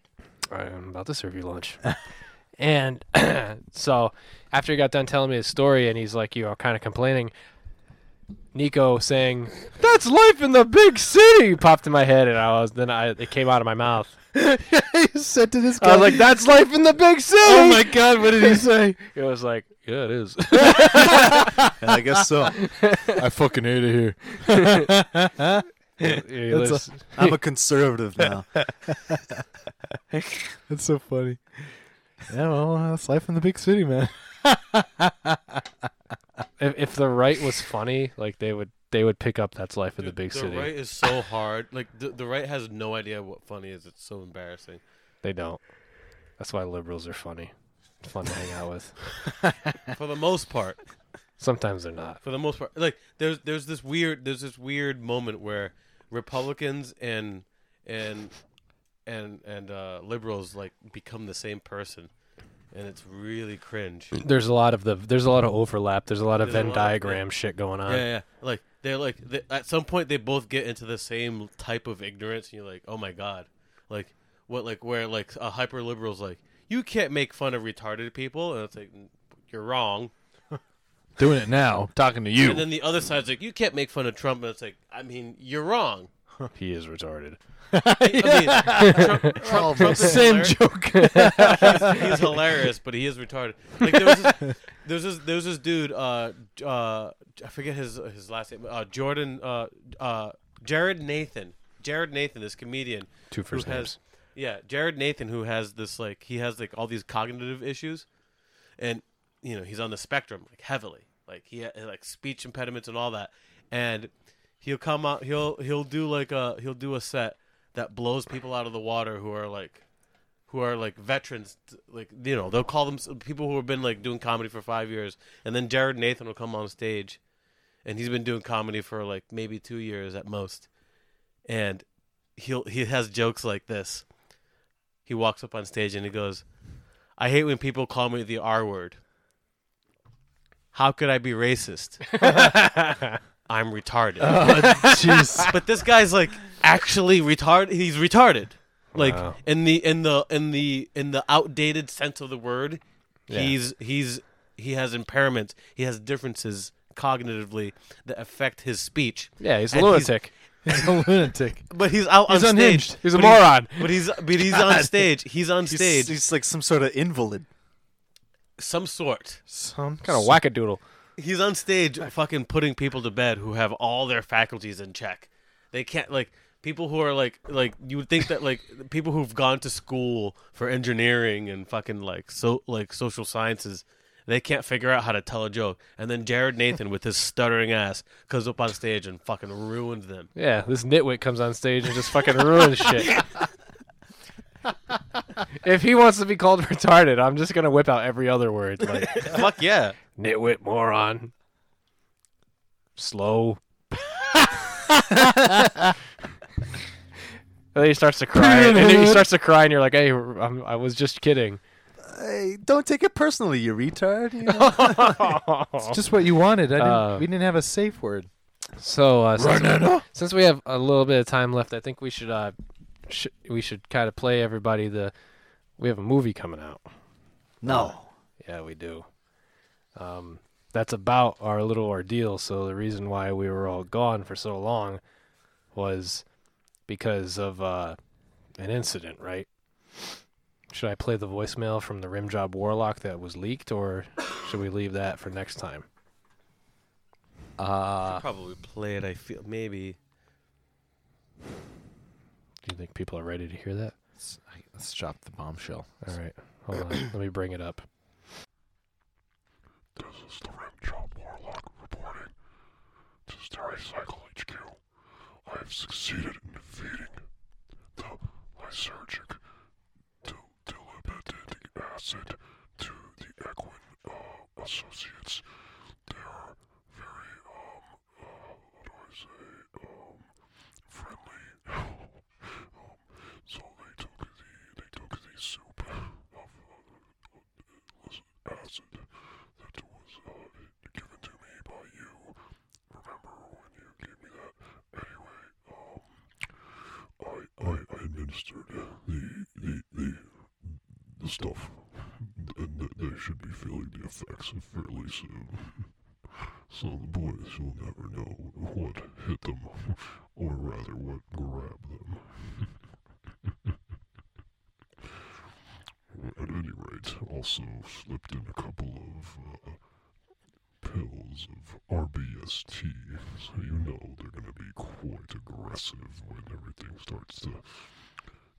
Speaker 5: I'm about to serve you lunch. and so after he got done telling me his story and he's like, you know, kind of complaining, Nico saying, That's life in the big city popped in my head and I was then I it came out of my mouth.
Speaker 1: you said to this
Speaker 5: I was like, That's life in the big city
Speaker 1: oh my god, what did he say?
Speaker 5: It was like, Yeah it is.
Speaker 1: I guess so.
Speaker 3: I fucking hate it here.
Speaker 5: He lives-
Speaker 1: I'm a conservative now.
Speaker 3: That's so funny. Yeah, well, that's life in the big city, man.
Speaker 5: if, if the right was funny, like they would they would pick up that's life in the
Speaker 4: Dude,
Speaker 5: big city.
Speaker 4: right is so hard. Like the, the right has no idea what funny is. It's so embarrassing.
Speaker 5: They don't. That's why liberals are funny. Fun to hang out with.
Speaker 4: For the most part,
Speaker 5: Sometimes they're not.
Speaker 4: for the most part, like there's there's this weird there's this weird moment where Republicans and and and and uh, liberals like become the same person, and it's really cringe.
Speaker 5: there's a lot of the there's a lot of overlap. There's a lot of
Speaker 4: There's a
Speaker 5: Venn
Speaker 4: lot of-
Speaker 5: diagram shit going on.
Speaker 4: yeah, yeah. Like they're like they, at some point they both get into the same type of ignorance, and you're like, oh my god, like what, like where, like a hyper liberal's like, you can't make fun of retarded people, and it's like, "N- you're wrong.
Speaker 3: Doing it now, talking to
Speaker 4: And
Speaker 3: you.
Speaker 4: then the other side's like, you can't make fun of Trump, and it's like, I mean, you're wrong.
Speaker 3: He is retarded.
Speaker 4: I mean, Trump, Trump, Trump is
Speaker 3: Same
Speaker 4: hilar-
Speaker 3: joke.
Speaker 4: he's, he's hilarious, but he is retarded. Like there was this, there's this there's this dude. Uh, j- uh, I forget his his last name. Uh, Jordan. Uh, uh, Jared Nathan. Jared Nathan, this comedian.
Speaker 3: Two first
Speaker 4: who has,
Speaker 3: names.
Speaker 4: Yeah, Jared Nathan, who has this like he has like all these cognitive issues, and you know he's on the spectrum like heavily, like he ha- like speech impediments and all that, and he'll come out he'll he'll do like a he'll do a set that blows people out of the water who are like who are like veterans, t- like you know, they'll call them s- people who have been like doing comedy for five years, and then Jared Nathan will come on stage, and he's been doing comedy for like maybe two years at most, and he'll he has jokes like this. He walks up on stage and he goes, "I hate when people call me the R word. How could I be racist? I'm retarded."
Speaker 3: Jeez.
Speaker 4: but this guy's like actually retarded. He's retarded. Like
Speaker 3: Wow.
Speaker 4: in the in the in the in the outdated sense of the word,
Speaker 3: Yeah.
Speaker 4: he's he's he has impairments. He has differences cognitively that affect his speech.
Speaker 3: Yeah, he's a
Speaker 4: And he's-
Speaker 3: lunatic. He's a lunatic.
Speaker 4: But he's out
Speaker 3: He's
Speaker 4: on
Speaker 3: unhinged.
Speaker 4: stage.
Speaker 3: He's a
Speaker 4: But
Speaker 3: moron.
Speaker 4: But he's but he's on stage. He's on
Speaker 1: He's,
Speaker 4: stage.
Speaker 1: he's like some sort of invalid.
Speaker 4: some sort.
Speaker 3: Some kind of wackadoodle.
Speaker 4: He's on stage fucking putting people to bed who have all their faculties in check. They can't like people who are like like you would think that like people who've gone to school for engineering and fucking like so like social sciences they can't figure out how to tell a joke. And then Jared Nathan with his stuttering ass comes up on stage and fucking ruins them.
Speaker 5: Yeah, this nitwit comes on stage and just fucking ruins shit. if he wants to be called retarded, I'm just gonna whip out every other word like
Speaker 4: Fuck yeah.
Speaker 5: nitwit, moron, slow. and then he starts to cry, and then he starts to cry, and you're like, "Hey, I'm, I was just kidding."
Speaker 1: Hey, don't take it personally, you retard. You know?
Speaker 3: Just what you wanted. I didn't,
Speaker 5: Uh,
Speaker 3: we didn't have a safe word.
Speaker 5: So uh, since, since we have a little bit of time left, I think we should uh, sh- we should kind of play everybody the. We have a movie coming out.
Speaker 1: no.
Speaker 3: Oh.
Speaker 5: Yeah, we do. Um, that's about our little ordeal. So the reason why we were all gone for so long was because of uh, an incident, right? Should I play the voicemail from the Rimjob Warlock that was leaked, or should we leave that for next time?
Speaker 4: Should probably play it I feel maybe.
Speaker 5: Do you think people are ready to hear that?
Speaker 3: Let's, I- let's drop the bombshell.
Speaker 5: All right, hold on. Let me bring it up.
Speaker 9: This is the Rim Job Warlock reporting. This is Terry Cycle HQ. I have succeeded in defeating the lysergic dil- dilapidating acid to the Equin uh, Associates. They are very, um, uh, what do I say, um, friendly. um, so they took the, they took the soup of uh, uh, acid that was uh, given to me by you. Remember when you gave me that? Anyway, um, I I, I administered the the the, the stuff, and th- they should be feeling the effects fairly soon. So the boys will never know what hit them, or rather, what grabbed them. at any rate, also slipped in a couple of uh, pills of RBST, so you know they're going to be quite aggressive when everything starts to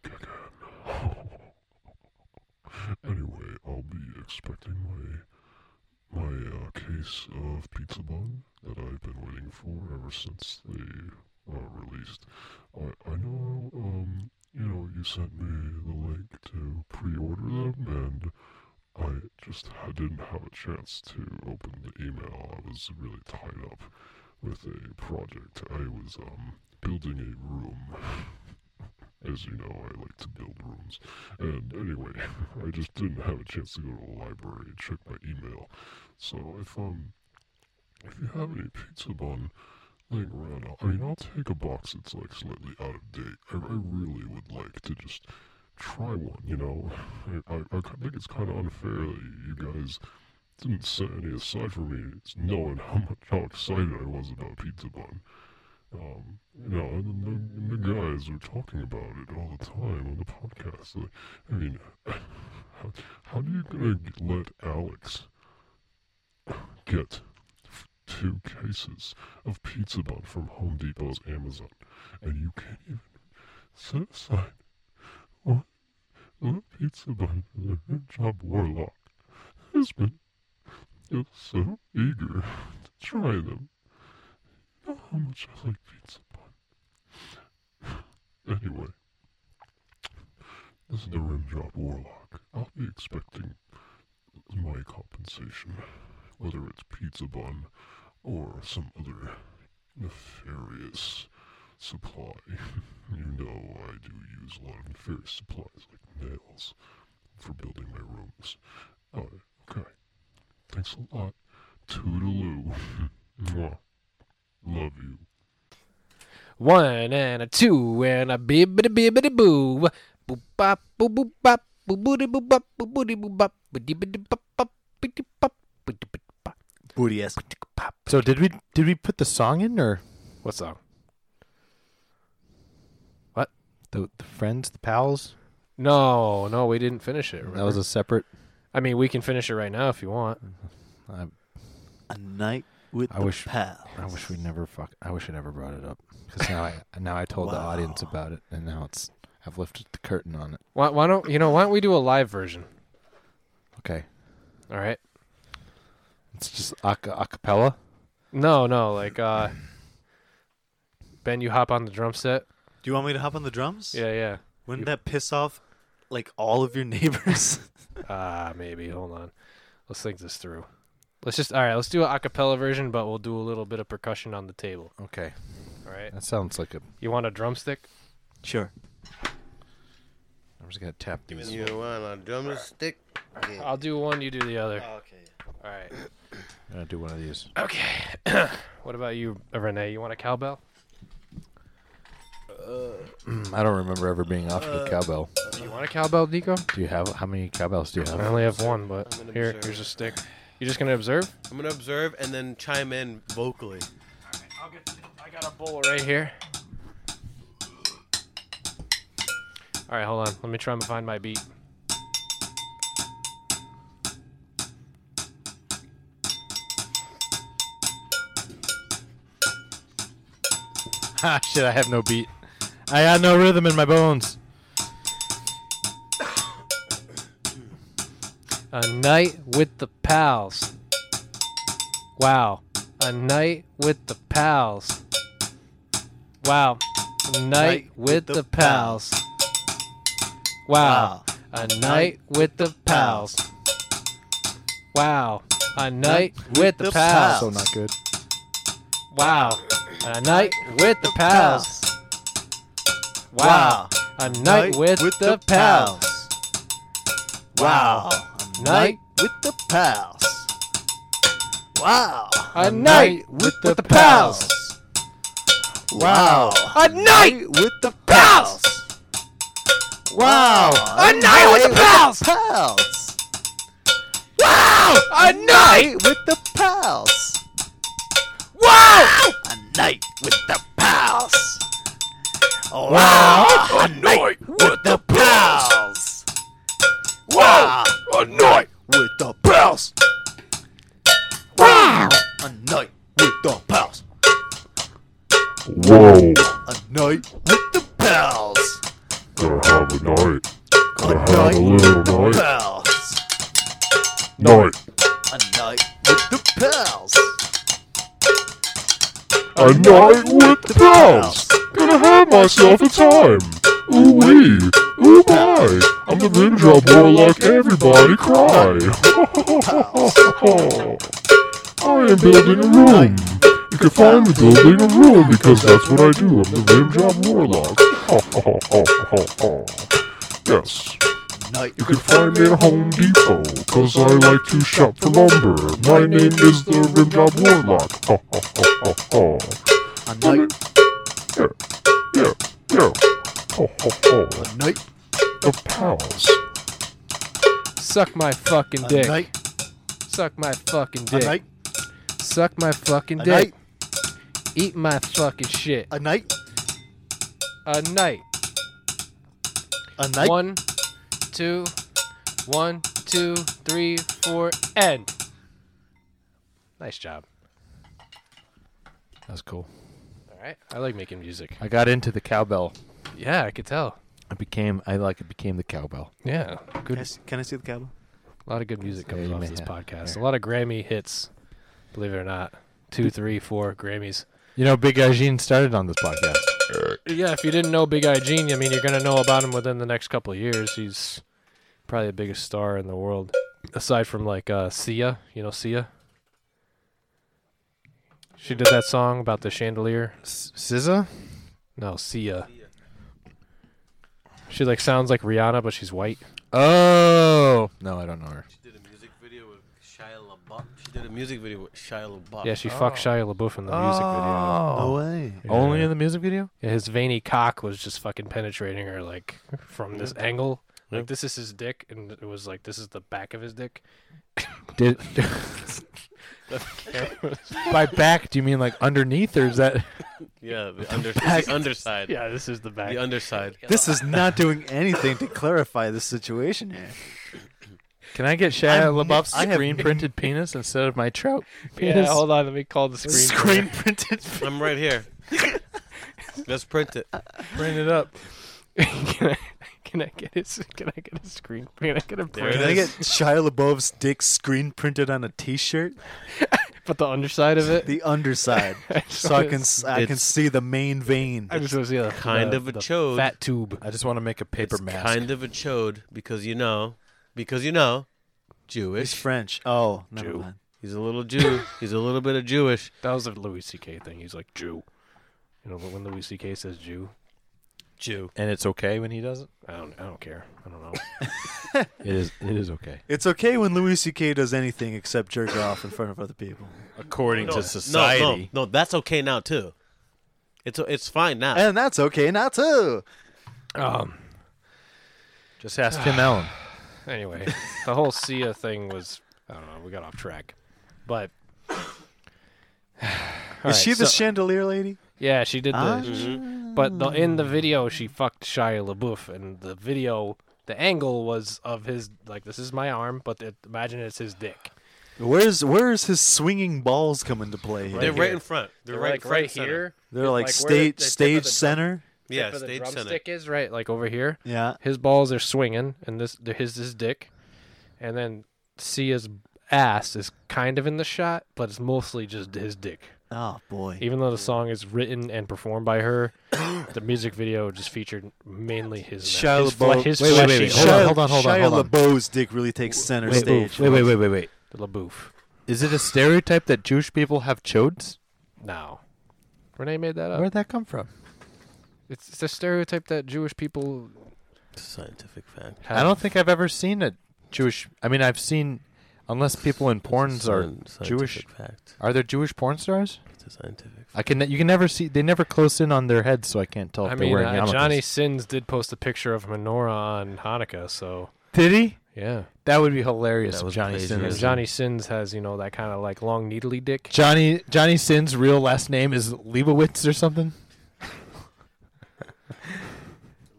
Speaker 9: kick in. anyway, I'll be expecting my my uh, case of pizza bun that I've been waiting for ever since they uh, released. I, I know, um, you know, you sent me the link to pre-order them, and I just ha- didn't have a chance to open the email. I was really tied up with a project. I was um, building a room. As you know, I like to build rooms. And anyway, I just didn't have a chance to go to the library and check my email. So if um, if you have any pizza bun laying around, I'll- I mean, I'll take a box that's like slightly out of date. I, I really would like to just try one. You know, I I, I ki- think it's kind of unfair that you guys didn't set any aside for me, knowing how much how excited I was about pizza bun. Um, you know, and the, the guys are talking about it all the time on the podcast. Like, I mean, how, how do you gonna g- let Alex get f- two cases of pizza bun from Home Depot's Amazon, and you can't even set aside one little pizza bun for her job warlock husband is so eager to try them. You know how much I like pizza bun. anyway, this is the rim job warlock. I'll be expecting my compensation, whether it's pizza bun or some other nefarious supply. you know I do use a lot of nefarious supplies like nails for building my rooms. Oh, okay. Thanks a lot. Toodaloo. Mwah. Love you.
Speaker 5: One and a two and a bibbity bibbity boo. Boop bop boo boop bop boo booty boop bop boo booty boop bop booty bibbity bop bop bitty bop bitty bitty bop
Speaker 1: Booty ass.
Speaker 5: tick, bop.
Speaker 3: So did we did we put the song in or
Speaker 5: What song?
Speaker 3: the, the friends, the pals?
Speaker 5: No, no, we didn't finish it.
Speaker 3: That was a separate.
Speaker 5: I mean, we can finish it right now if you want.
Speaker 3: I,
Speaker 1: A night with
Speaker 3: I
Speaker 1: the
Speaker 3: wish-
Speaker 1: pal.
Speaker 3: I wish we never fuck. I wish I never brought it up because now I now I told the audience
Speaker 1: Wow.
Speaker 3: about it and now it's I've lifted the curtain on it.
Speaker 5: Why, why don't you know? Why don't we do a live version?
Speaker 3: Okay,
Speaker 5: All right.
Speaker 3: it's just a ca- a cappella.
Speaker 5: No, no, like uh, Ben, you hop on the drum set.
Speaker 1: Do you want me to hop on the drums?
Speaker 5: Yeah, yeah.
Speaker 1: Wouldn't that piss off like all of your neighbors?
Speaker 5: Ah, maybe. Hold on. Let's think this through. Let's just all right. Let's do an acapella version, but we'll do a little bit of percussion on the table.
Speaker 3: Okay,
Speaker 5: All right.
Speaker 3: that sounds like a.
Speaker 5: You want a drumstick?
Speaker 1: sure.
Speaker 3: I'm just gonna tap these.
Speaker 4: You want a drumstick?
Speaker 5: I'll do one. You do the other.
Speaker 1: Okay.
Speaker 5: All right.
Speaker 3: I'm gonna do one of these.
Speaker 5: Okay. what about you, Renee? You want a cowbell?
Speaker 3: I don't remember ever being offered a cowbell.
Speaker 5: Do you want a cowbell, Nico?
Speaker 3: Do you have how many cowbells do you
Speaker 5: I
Speaker 3: have?
Speaker 5: only have one, but
Speaker 4: I'm gonna
Speaker 5: here,
Speaker 4: observe.
Speaker 5: here's a stick. You're just gonna observe?
Speaker 4: I'm gonna observe and then chime in vocally.
Speaker 5: I'll get. I got a bowl right here. All right, hold on. Let me try and find my beat.
Speaker 3: Ha, Ah, shit, I have no beat. I got no rhythm in my bones.
Speaker 5: A night with the pals. Wow. A night with the pals. Wow. A night, with, the, pals.
Speaker 3: Uh,
Speaker 1: Ah.
Speaker 5: Wow. A night with the pals. Wow. A night with the
Speaker 1: the
Speaker 5: pals.
Speaker 3: So not good.
Speaker 5: Wow. A night with the pals. Wow. A night with the pals.
Speaker 1: Wow.
Speaker 5: Night
Speaker 1: with the pals. Wow.
Speaker 5: A night with the pals.
Speaker 1: Wow.
Speaker 5: A night
Speaker 1: with the
Speaker 5: pals.
Speaker 1: Wow.
Speaker 5: A night with the pals.
Speaker 1: Pals.
Speaker 5: Wow! A night!
Speaker 1: with the pals.
Speaker 5: Wow!
Speaker 1: A night with the pals. Wow. A night with the pals. Wow. A night with the pals.
Speaker 6: Wow!
Speaker 1: A night with the pals. A
Speaker 9: Whoa!
Speaker 1: night with the pals.
Speaker 9: Gotta have a night.
Speaker 1: A
Speaker 9: Gotta have a little night.
Speaker 1: pals.
Speaker 9: Night.
Speaker 1: A night with the pals.
Speaker 9: A night with the pals. Gonna have myself a time. Ooh wee, ooh my. I'm the ninja warlock. Everybody cry. I am building a room. You can find me building a room because that's what I do. I'm the ninja warlock. yes.
Speaker 1: Night
Speaker 9: You can find me at Home Depot, cause I like to shop for lumber. My name is the Rimjob Warlock. Ha ha ha ha ha.
Speaker 1: a night
Speaker 9: Yeah, yeah, yeah. Ha ha ha.
Speaker 1: a night
Speaker 9: The pals.
Speaker 5: Suck my fucking
Speaker 1: a
Speaker 5: dick.
Speaker 1: night
Speaker 5: Suck my fucking
Speaker 1: a
Speaker 5: dick.
Speaker 1: night
Speaker 5: Suck my fucking
Speaker 1: a
Speaker 5: dick.
Speaker 1: night
Speaker 5: Eat my fucking shit.
Speaker 1: A night,
Speaker 5: A night.
Speaker 1: a night.
Speaker 5: One, two, one, two, three, four, and. Nice job.
Speaker 3: That's cool.
Speaker 5: All right. I like making music.
Speaker 3: I got into the cowbell.
Speaker 5: Yeah, I could tell.
Speaker 3: I became I like it became the cowbell.
Speaker 5: Yeah.
Speaker 1: Can I,
Speaker 5: Good.
Speaker 1: s- can I see the cowbell?
Speaker 5: A lot of good music comes
Speaker 3: you
Speaker 5: off
Speaker 3: may
Speaker 5: this
Speaker 3: have.
Speaker 5: podcast.
Speaker 3: There.
Speaker 5: A lot of Grammy hits, believe it or not. Two, three, four Grammys.
Speaker 3: You know, Big Ajin started on this podcast.
Speaker 5: Yeah, if you didn't know Big Eye Gene, I mean, you're gonna know about him within the next couple of years. He's probably the biggest star in the world, aside from like uh, Sia. You know Sia. She did that song about the chandelier.
Speaker 3: S- SZA?
Speaker 5: No, Sia. She like sounds like Rihanna, but she's white.
Speaker 3: Oh no, I don't know her.
Speaker 4: She did a music video with Shia LaBeouf. She did a music video with Shia LaBeouf.
Speaker 5: Yeah, she fucked Shia LaBeouf in the music
Speaker 3: Oh.
Speaker 5: video.
Speaker 1: No way.
Speaker 5: Yeah.
Speaker 3: Only in the music video?
Speaker 5: Yeah, his veiny cock was just fucking penetrating her like from this angle. Like this is his dick, and it was like this is the back of his dick.
Speaker 3: Did
Speaker 5: The camera was-
Speaker 3: by back do you mean like underneath or is that
Speaker 4: Yeah, the, under,
Speaker 1: back.
Speaker 4: the underside.
Speaker 5: yeah, this is the back.
Speaker 4: The underside.
Speaker 1: This is not doing anything to clarify the situation here.
Speaker 3: Can I get Shia
Speaker 1: I'm-
Speaker 3: LaBeouf's
Speaker 1: I have-
Speaker 3: screen printed penis instead of my trout
Speaker 5: Yeah,
Speaker 3: penis?
Speaker 5: hold on. Let me call the screen.
Speaker 3: screen printed
Speaker 4: I'm right here. Let's print it.
Speaker 3: print it up.
Speaker 5: can, I, can I get his? Can I get a screen? Can I get a
Speaker 4: There
Speaker 5: print?
Speaker 4: it
Speaker 1: Can I get
Speaker 4: is.
Speaker 1: Shia LaBeouf's dick screen printed on a T-shirt?
Speaker 5: But the underside of it.
Speaker 1: The underside, so I can s- I can
Speaker 4: It's-
Speaker 1: see the main vein.
Speaker 5: I just want to see the
Speaker 4: Kind
Speaker 5: the-
Speaker 4: of a
Speaker 5: the
Speaker 4: chode.
Speaker 5: fat tube.
Speaker 3: I just want to make a paper
Speaker 4: It's
Speaker 3: mask.
Speaker 4: kind of a chode because you know, because you know,
Speaker 1: It's
Speaker 4: Jewish.
Speaker 1: French. Oh, never
Speaker 5: Jew.
Speaker 1: mind.
Speaker 4: He's a little Jew. He's a little bit of Jewish.
Speaker 5: That was a Louis C.K. thing. He's like Jew. You know when Louis C.K. says Jew,
Speaker 4: Jew.
Speaker 3: and it's okay when he does it?
Speaker 5: I don't. I don't care. I don't know.
Speaker 3: It is it is okay.
Speaker 1: It's okay when Louis C.K. does anything except jerk off in front of other people,
Speaker 3: According
Speaker 4: No,
Speaker 3: to society.
Speaker 4: No, no, no, that's okay now too. It's it's fine now.
Speaker 1: and that's okay now too.
Speaker 5: um.
Speaker 3: Just ask Tim Allen.
Speaker 5: Anyway, the whole Sia thing was. I don't know. We got off track, but.
Speaker 1: Is she the
Speaker 5: so-
Speaker 1: chandelier lady?
Speaker 5: Yeah, she did the.
Speaker 1: Ah.
Speaker 5: But the, in the video, she fucked Shia LaBeouf, and the video, the angle was of his like this is my arm, but it, imagine it's his dick.
Speaker 1: Where's where's his swinging balls come into play? here?
Speaker 4: They're
Speaker 5: Right
Speaker 4: right
Speaker 5: here.
Speaker 4: in front. They're,
Speaker 5: They're
Speaker 4: right
Speaker 5: like
Speaker 4: in front
Speaker 5: right
Speaker 4: center.
Speaker 5: here.
Speaker 1: They're like,
Speaker 5: like, where the-
Speaker 1: stage
Speaker 5: the tip of the
Speaker 1: stage
Speaker 5: drum-
Speaker 1: center.
Speaker 4: Yeah,
Speaker 5: where the
Speaker 4: stage center.
Speaker 5: drumstick is right, like over here.
Speaker 1: Yeah.
Speaker 5: His balls are swinging, and this the- his his dick, and then Sia's ass is kind of in the shot, but it's mostly just his dick.
Speaker 1: Oh boy.
Speaker 5: Even though the song is written and performed by her, the music video just featured mainly his
Speaker 1: Shia
Speaker 5: his, fle-
Speaker 1: LaBeouf.
Speaker 5: his
Speaker 3: Wait, wait, wait,
Speaker 5: fleshy-
Speaker 3: hold on, hold on, hold on,
Speaker 1: Shia
Speaker 3: hold on.
Speaker 1: LaBeouf's dick really takes center
Speaker 3: Wait,
Speaker 1: stage.
Speaker 3: wait, wait, wait, wait, wait.
Speaker 5: LaBeouf.
Speaker 3: Is it a stereotype that Jewish people have chodes?
Speaker 5: No. Renee made that up.
Speaker 3: Where'd that come from?
Speaker 5: It's, it's a stereotype that Jewish people
Speaker 4: Scientific fact.
Speaker 5: have.
Speaker 3: I don't think I've ever seen a Jewish. I mean, I've seen, unless people in porns are Jewish.
Speaker 4: fact.
Speaker 3: Are there Jewish porn stars?
Speaker 4: It's a scientific.
Speaker 3: I can. You can never see. They never close in on their heads, so I can't tell if
Speaker 5: I
Speaker 3: they're
Speaker 5: mean,
Speaker 3: wearing
Speaker 5: uh,
Speaker 3: yarmulkes.
Speaker 5: Johnny Sins did post a picture of a menorah on Hanukkah, so
Speaker 3: Did he?
Speaker 5: yeah.
Speaker 3: That would be hilarious.
Speaker 4: That
Speaker 3: if
Speaker 4: was
Speaker 3: Johnny
Speaker 5: And
Speaker 3: Sins.
Speaker 4: plagiarism.
Speaker 5: Johnny Sins has, you know, that kind of like long needly dick.
Speaker 3: Johnny Johnny Sins' real last name is Leibowitz or something.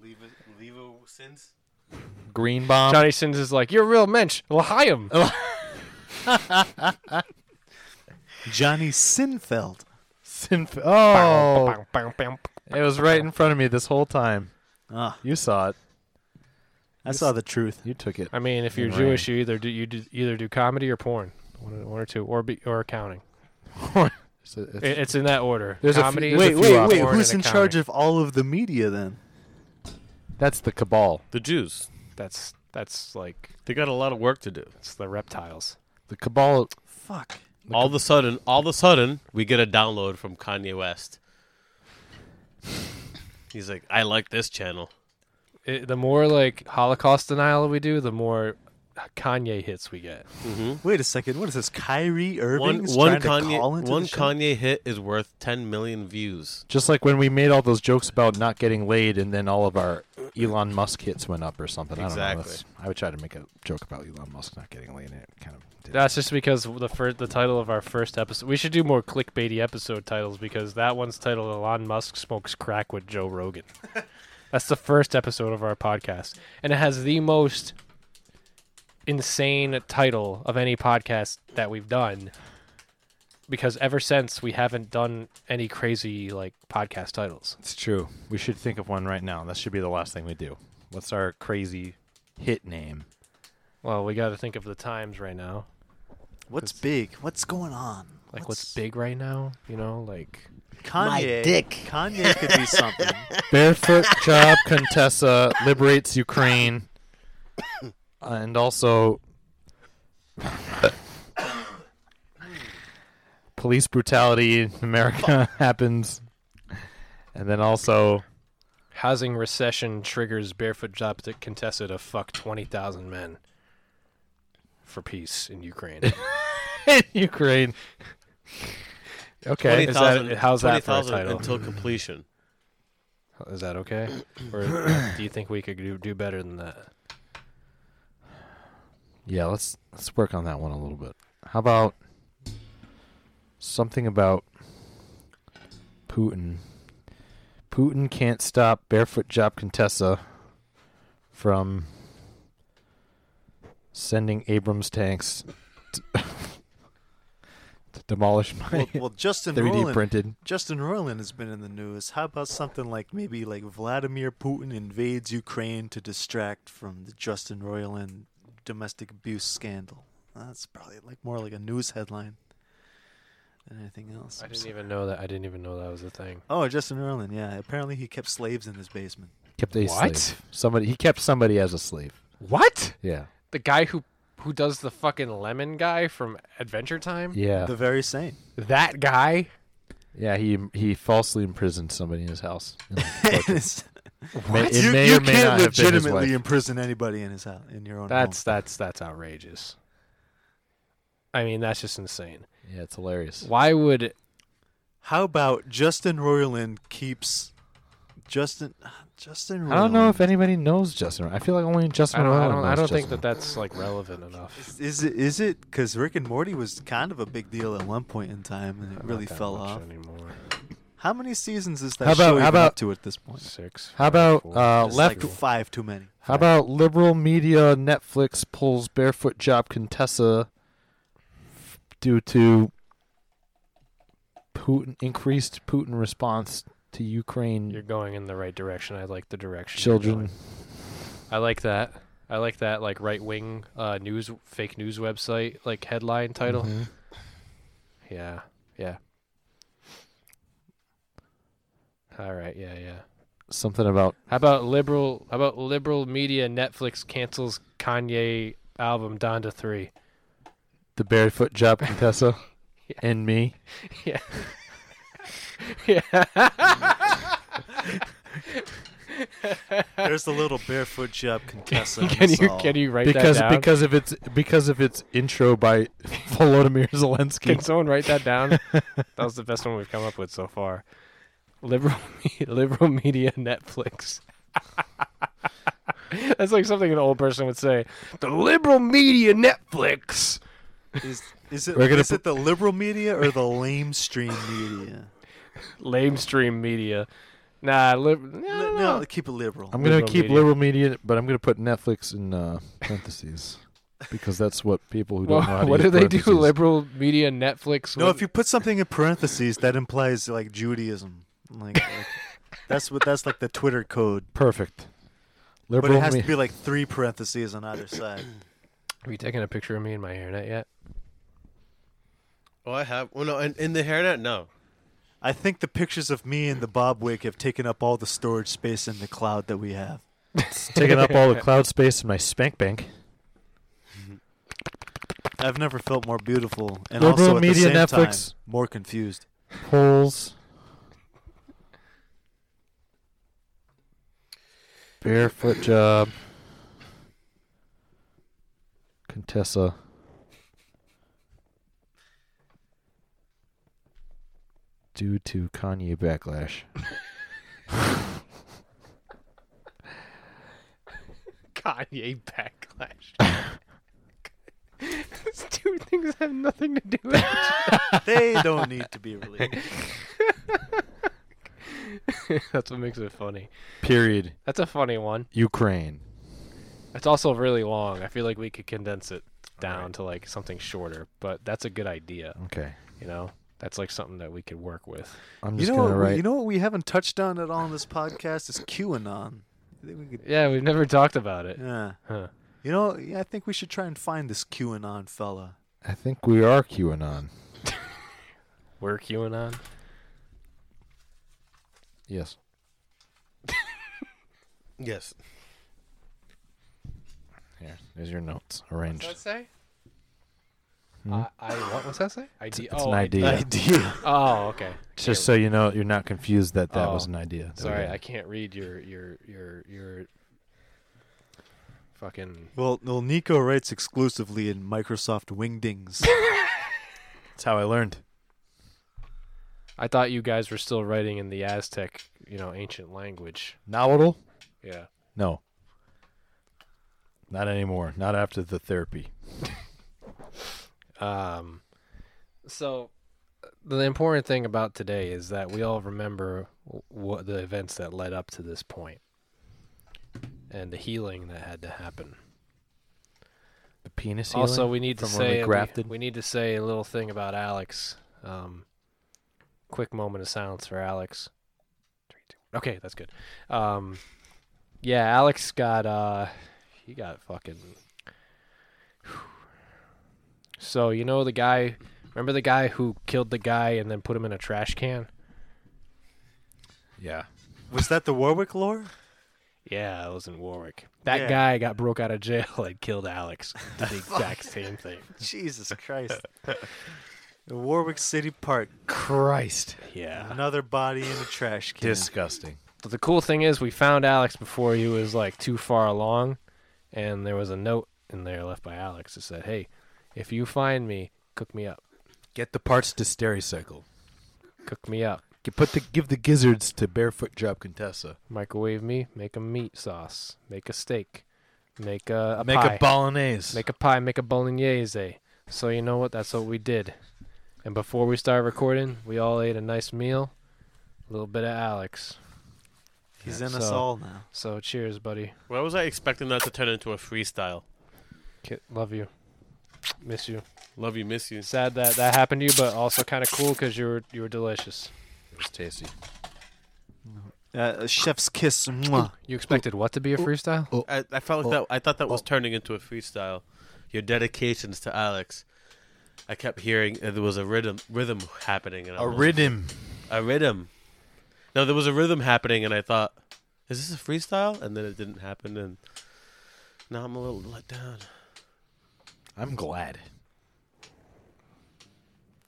Speaker 4: Levo, Levo sins.
Speaker 3: Greenbaum.
Speaker 5: Johnny Sins is like, you're a real mensch. L'chaim.
Speaker 1: Johnny Sinfeld.
Speaker 3: Sinf- oh,
Speaker 5: Bow, bow, bow, bow.
Speaker 3: it was right in front of me this whole time.
Speaker 1: Ah,
Speaker 3: You saw it.
Speaker 1: I saw the truth.
Speaker 3: You took it.
Speaker 5: I mean, if you're
Speaker 3: And
Speaker 5: Jewish, you either do you do, either do comedy or porn, one, or- one or two, or be, or accounting.
Speaker 3: So it's-
Speaker 5: It, it's in that order.
Speaker 3: There's a
Speaker 5: comedy.
Speaker 3: few-
Speaker 1: Wait,
Speaker 3: There's a
Speaker 1: wait,
Speaker 3: few
Speaker 1: wait.
Speaker 5: porn,
Speaker 1: Who's in
Speaker 5: and
Speaker 1: charge
Speaker 5: accounting.
Speaker 1: of all of the media then?
Speaker 3: that's the cabal.
Speaker 4: The Jews.
Speaker 5: That's that's like
Speaker 4: They got a lot of work to do.
Speaker 5: it's the reptiles.
Speaker 3: The cabal.
Speaker 1: Fuck.
Speaker 4: all of a sudden, all of a sudden, we get a download from Kanye West. He's like, I like this channel.
Speaker 5: it, the more like Holocaust denial we do, the more Kanye hits we get.
Speaker 1: Wait a second. What is this? Kyrie Irving
Speaker 4: One,
Speaker 1: is
Speaker 4: one
Speaker 1: trying to call
Speaker 4: Kanye,
Speaker 1: into
Speaker 4: one
Speaker 1: the show?
Speaker 4: Kanye hit is worth 10 million views.
Speaker 3: Just like when we made all those jokes about not getting laid, and then all of our Elon Musk hits went up or something. I don't know.
Speaker 4: Exactly.
Speaker 3: That's- I would try to make a joke about Elon Musk not getting laid, and it kind of did.
Speaker 5: That's just because the first, the title of our first episode. We should do more clickbaity episode titles because that one's titled "Elon Musk Smokes Crack with Joe Rogan." That's the first episode of our podcast, and it has the most insane title of any podcast that we've done. Because ever since we haven't done any crazy like podcast titles.
Speaker 3: It's true. We should think of one right now. That should be the last thing we do. What's our crazy hit name?
Speaker 5: Well, we got to think of the times right now.
Speaker 1: What's big? What's going on?
Speaker 5: Like what's big right now? You know, like
Speaker 1: Kanye.
Speaker 7: dick.
Speaker 1: Kanye could be something.
Speaker 3: Barefoot job Contessa liberates Ukraine, and also police brutality in America happens, and then also
Speaker 5: Housing recession triggers barefoot job to Contessa to fuck 20,000 men for peace in Ukraine.
Speaker 3: in Ukraine. Okay,
Speaker 5: is that-
Speaker 4: 20,000
Speaker 5: how's that for a
Speaker 4: 20,000
Speaker 5: title?
Speaker 4: Until completion.
Speaker 5: Is that okay? Or do you think we could do, do better than that?
Speaker 3: yeah, let's let's work on that one a little bit. How about something about Putin? Putin can't stop barefoot job Contessa from sending Abrams tanks to, to demolish my
Speaker 1: Well, well Justin
Speaker 3: 3D
Speaker 1: Roiland.
Speaker 3: printed.
Speaker 1: Justin Roiland has been in the news. How about something like maybe like Vladimir Putin invades Ukraine to distract from the Justin Roiland domestic abuse scandal? That's probably like more like a news headline than anything else.
Speaker 5: I didn't e- even know that. I didn't even know that was a thing.
Speaker 1: Oh, Justin Roiland. Yeah, apparently he kept slaves in his basement.
Speaker 3: Kept a
Speaker 5: What?
Speaker 3: slave. Somebody he kept somebody as a slave.
Speaker 5: What?
Speaker 3: Yeah,
Speaker 5: The guy who who does the fucking lemon guy from Adventure Time?
Speaker 3: yeah,
Speaker 1: The very same.
Speaker 5: That guy?
Speaker 3: yeah. He he falsely imprisoned somebody in his house.
Speaker 1: What?
Speaker 3: It
Speaker 1: you
Speaker 3: may
Speaker 1: you
Speaker 3: or may
Speaker 1: can't
Speaker 3: not have been his
Speaker 1: legitimately
Speaker 3: wife.
Speaker 1: imprison anybody in his house in your own
Speaker 5: That's
Speaker 1: home.
Speaker 5: that's that's outrageous. I mean, that's just insane.
Speaker 3: Yeah, it's hilarious.
Speaker 5: Why would
Speaker 1: How about Justin Roiland keeps Justin Justin Roiland
Speaker 3: I don't know if anybody knows Justin. Roiland. I feel like only Justin.
Speaker 5: I don't, I
Speaker 3: Roiland
Speaker 5: don't, I
Speaker 3: knows
Speaker 5: don't think
Speaker 3: Justin
Speaker 5: that that's like relevant enough.
Speaker 1: Is- Is it? Is it? Because Rick and Morty was kind of a big deal at one point in time, and it really
Speaker 5: That
Speaker 1: fell
Speaker 5: much
Speaker 1: off.
Speaker 5: anymore.
Speaker 1: How many seasons is that
Speaker 3: How about-
Speaker 1: show
Speaker 3: how
Speaker 1: even
Speaker 3: about-
Speaker 1: up to at this point?
Speaker 5: Six.
Speaker 3: How about
Speaker 5: four.
Speaker 3: uh,
Speaker 1: It's
Speaker 3: left?
Speaker 1: like five too many.
Speaker 3: how about liberal media? Netflix pulls barefoot job Contessa f- due to Putin increased Putin response to Ukraine
Speaker 5: You're going in the right direction. I like the direction. you're
Speaker 3: children.
Speaker 5: going. I like that. I like that like right wing uh, news fake news website like headline title.
Speaker 3: Mhm. Mm-hmm.
Speaker 5: Yeah. Yeah. All right. Yeah. Yeah.
Speaker 3: Something about
Speaker 5: How about liberal? How about liberal media? Netflix cancels Kanye album Donda Three.
Speaker 3: the barefoot job Contessa and me.
Speaker 1: There's the little barefoot job contessa.
Speaker 5: Can you can you write
Speaker 3: Because
Speaker 5: that down?
Speaker 3: because of its because of its intro by Volodymyr
Speaker 5: Can
Speaker 3: Zelensky.
Speaker 5: someone write that down? that was the best one we've come up with so far. Liberal, me- liberal media, Netflix. That's like something an old person would say. The liberal media, Netflix.
Speaker 1: Is, is it?
Speaker 3: We're gonna
Speaker 1: is it the liberal media or the lamestream media?
Speaker 5: Lamestream media. Nah, lib- no,
Speaker 1: Li-
Speaker 5: no,
Speaker 1: No,
Speaker 5: no.
Speaker 1: keep it liberal.
Speaker 3: I'm gonna
Speaker 5: Liberal
Speaker 3: keep
Speaker 5: media.
Speaker 3: liberal media, but I'm gonna put Netflix in uh, parentheses because that's what people who don't know how
Speaker 5: Well,
Speaker 3: to
Speaker 5: what do
Speaker 3: use
Speaker 5: they do?
Speaker 3: parentheses-
Speaker 5: Liberal media, Netflix.
Speaker 1: No,
Speaker 5: what-
Speaker 1: if you put something in parentheses, that implies like Judaism. Like, like that's what that's like the Twitter code.
Speaker 3: Perfect.
Speaker 1: But
Speaker 3: Liberal
Speaker 1: it has
Speaker 3: me-
Speaker 1: to be like three parentheses on either side.
Speaker 5: Are you taking a picture of me in my hairnet yet?
Speaker 4: Oh, I have. Well, no, in, in the hairnet, no.
Speaker 1: I think the pictures of me and the Bob Wig have taken up all the storage space in the cloud that we have.
Speaker 3: it's taking up all the cloud space in my spank bank.
Speaker 1: I've never felt more beautiful and
Speaker 3: Liberal
Speaker 1: also at
Speaker 3: media,
Speaker 1: the same
Speaker 3: Netflix.
Speaker 1: time more confused.
Speaker 3: Holes. Barefoot job. Contessa. Due to Kanye backlash.
Speaker 5: Kanye backlash. Those two things have nothing to do with each
Speaker 1: They don't need to be related.
Speaker 5: other. That's what makes it funny.
Speaker 3: Period.
Speaker 5: That's a funny one.
Speaker 3: Ukraine.
Speaker 5: It's also really long. I feel like we could condense it down to like something shorter, but that's a good idea,
Speaker 3: Okay.
Speaker 5: you know? That's like something that we could work with.
Speaker 3: I'm
Speaker 1: You
Speaker 3: just
Speaker 1: know,
Speaker 3: gonna
Speaker 1: what, we-
Speaker 3: write.
Speaker 1: you know what we haven't touched on at all in this podcast is QAnon. I think we could,
Speaker 5: Yeah, we've never talked about it.
Speaker 1: yeah.
Speaker 5: Huh.
Speaker 1: You know, yeah, I think we should try and find this QAnon fella.
Speaker 3: I think we are QAnon.
Speaker 5: We're QAnon.
Speaker 3: Yes.
Speaker 4: Yes.
Speaker 3: Here, there's your notes arranged.
Speaker 5: say?
Speaker 3: Hmm?
Speaker 5: I, I what was that say? ID.
Speaker 3: it's
Speaker 5: oh,
Speaker 3: an idea.
Speaker 1: Idea.
Speaker 5: Oh, okay.
Speaker 3: Just so you know, you're not confused that that
Speaker 5: Oh.
Speaker 3: was an idea. that we
Speaker 5: Sorry,
Speaker 3: had.
Speaker 5: I can't read your your your your fucking
Speaker 1: Well, well, Nico writes exclusively in Microsoft Wingdings.
Speaker 3: That's how I learned.
Speaker 5: I thought you guys were still writing in the Aztec, you know, ancient language.
Speaker 3: Novel?
Speaker 5: Yeah.
Speaker 3: No. Not anymore. Not after the therapy.
Speaker 5: Um so the important thing about today is that we all remember w- what the events that led up to this point and the healing that had to happen.
Speaker 3: The penis.
Speaker 5: Also, we need to
Speaker 3: from when we
Speaker 5: say
Speaker 3: grafted?
Speaker 5: we, need to say a little thing about Alex. Um, quick moment of silence for Alex. Three, two, one. Okay, that's good. Um, yeah, Alex got uh, he got fucking. So you know the guy, remember the guy who killed the guy and then put him in a trash can?
Speaker 3: yeah.
Speaker 1: Was that the Warwick lore?
Speaker 5: Yeah, it was in Warwick. That
Speaker 1: Yeah.
Speaker 5: guy got broke out of jail and killed Alex. Did the exact same thing.
Speaker 1: Jesus Christ. the Warwick City Park.
Speaker 3: Christ.
Speaker 5: Yeah.
Speaker 1: Another body in a trash can.
Speaker 3: Disgusting.
Speaker 5: But the cool thing is, we found Alex before he was like too far along, and there was a note in there left by Alex that said, "Hey, if you find me, cook me up,
Speaker 3: Get the parts to Stericycle.
Speaker 5: cook me up,
Speaker 3: Get- Put the give the gizzards to Barefoot Job Contessa.
Speaker 5: microwave me, make a meat sauce, make a steak, make a, a
Speaker 3: Make
Speaker 5: pie,
Speaker 3: a bolognese.
Speaker 5: make a pie, make a bolognese." So you know what? That's what we did. And before we started recording, we all ate a nice meal, a little bit of Alex.
Speaker 1: He's
Speaker 5: Yeah,
Speaker 1: in us
Speaker 5: so-
Speaker 1: all now.
Speaker 5: So cheers, buddy.
Speaker 4: Why was I expecting that to turn into a freestyle?
Speaker 5: Ki- Love you. Miss you.
Speaker 4: Love you, miss you.
Speaker 5: sad that that happened to you, but also kind of cool because you were you were delicious.
Speaker 3: it was tasty.
Speaker 1: Uh, a chef's kiss. Mwah.
Speaker 5: You expected what to be a freestyle?
Speaker 4: I, I felt like that. I thought that was turning into a freestyle. Your dedications to Alex. I kept hearing uh, there was a rhythm rhythm happening. And I
Speaker 3: A
Speaker 4: was-
Speaker 3: rhythm.
Speaker 4: A rhythm. No, there was a rhythm happening, and I thought, is this a freestyle? And then it didn't happen, and now I'm a little let down.
Speaker 3: I'm glad.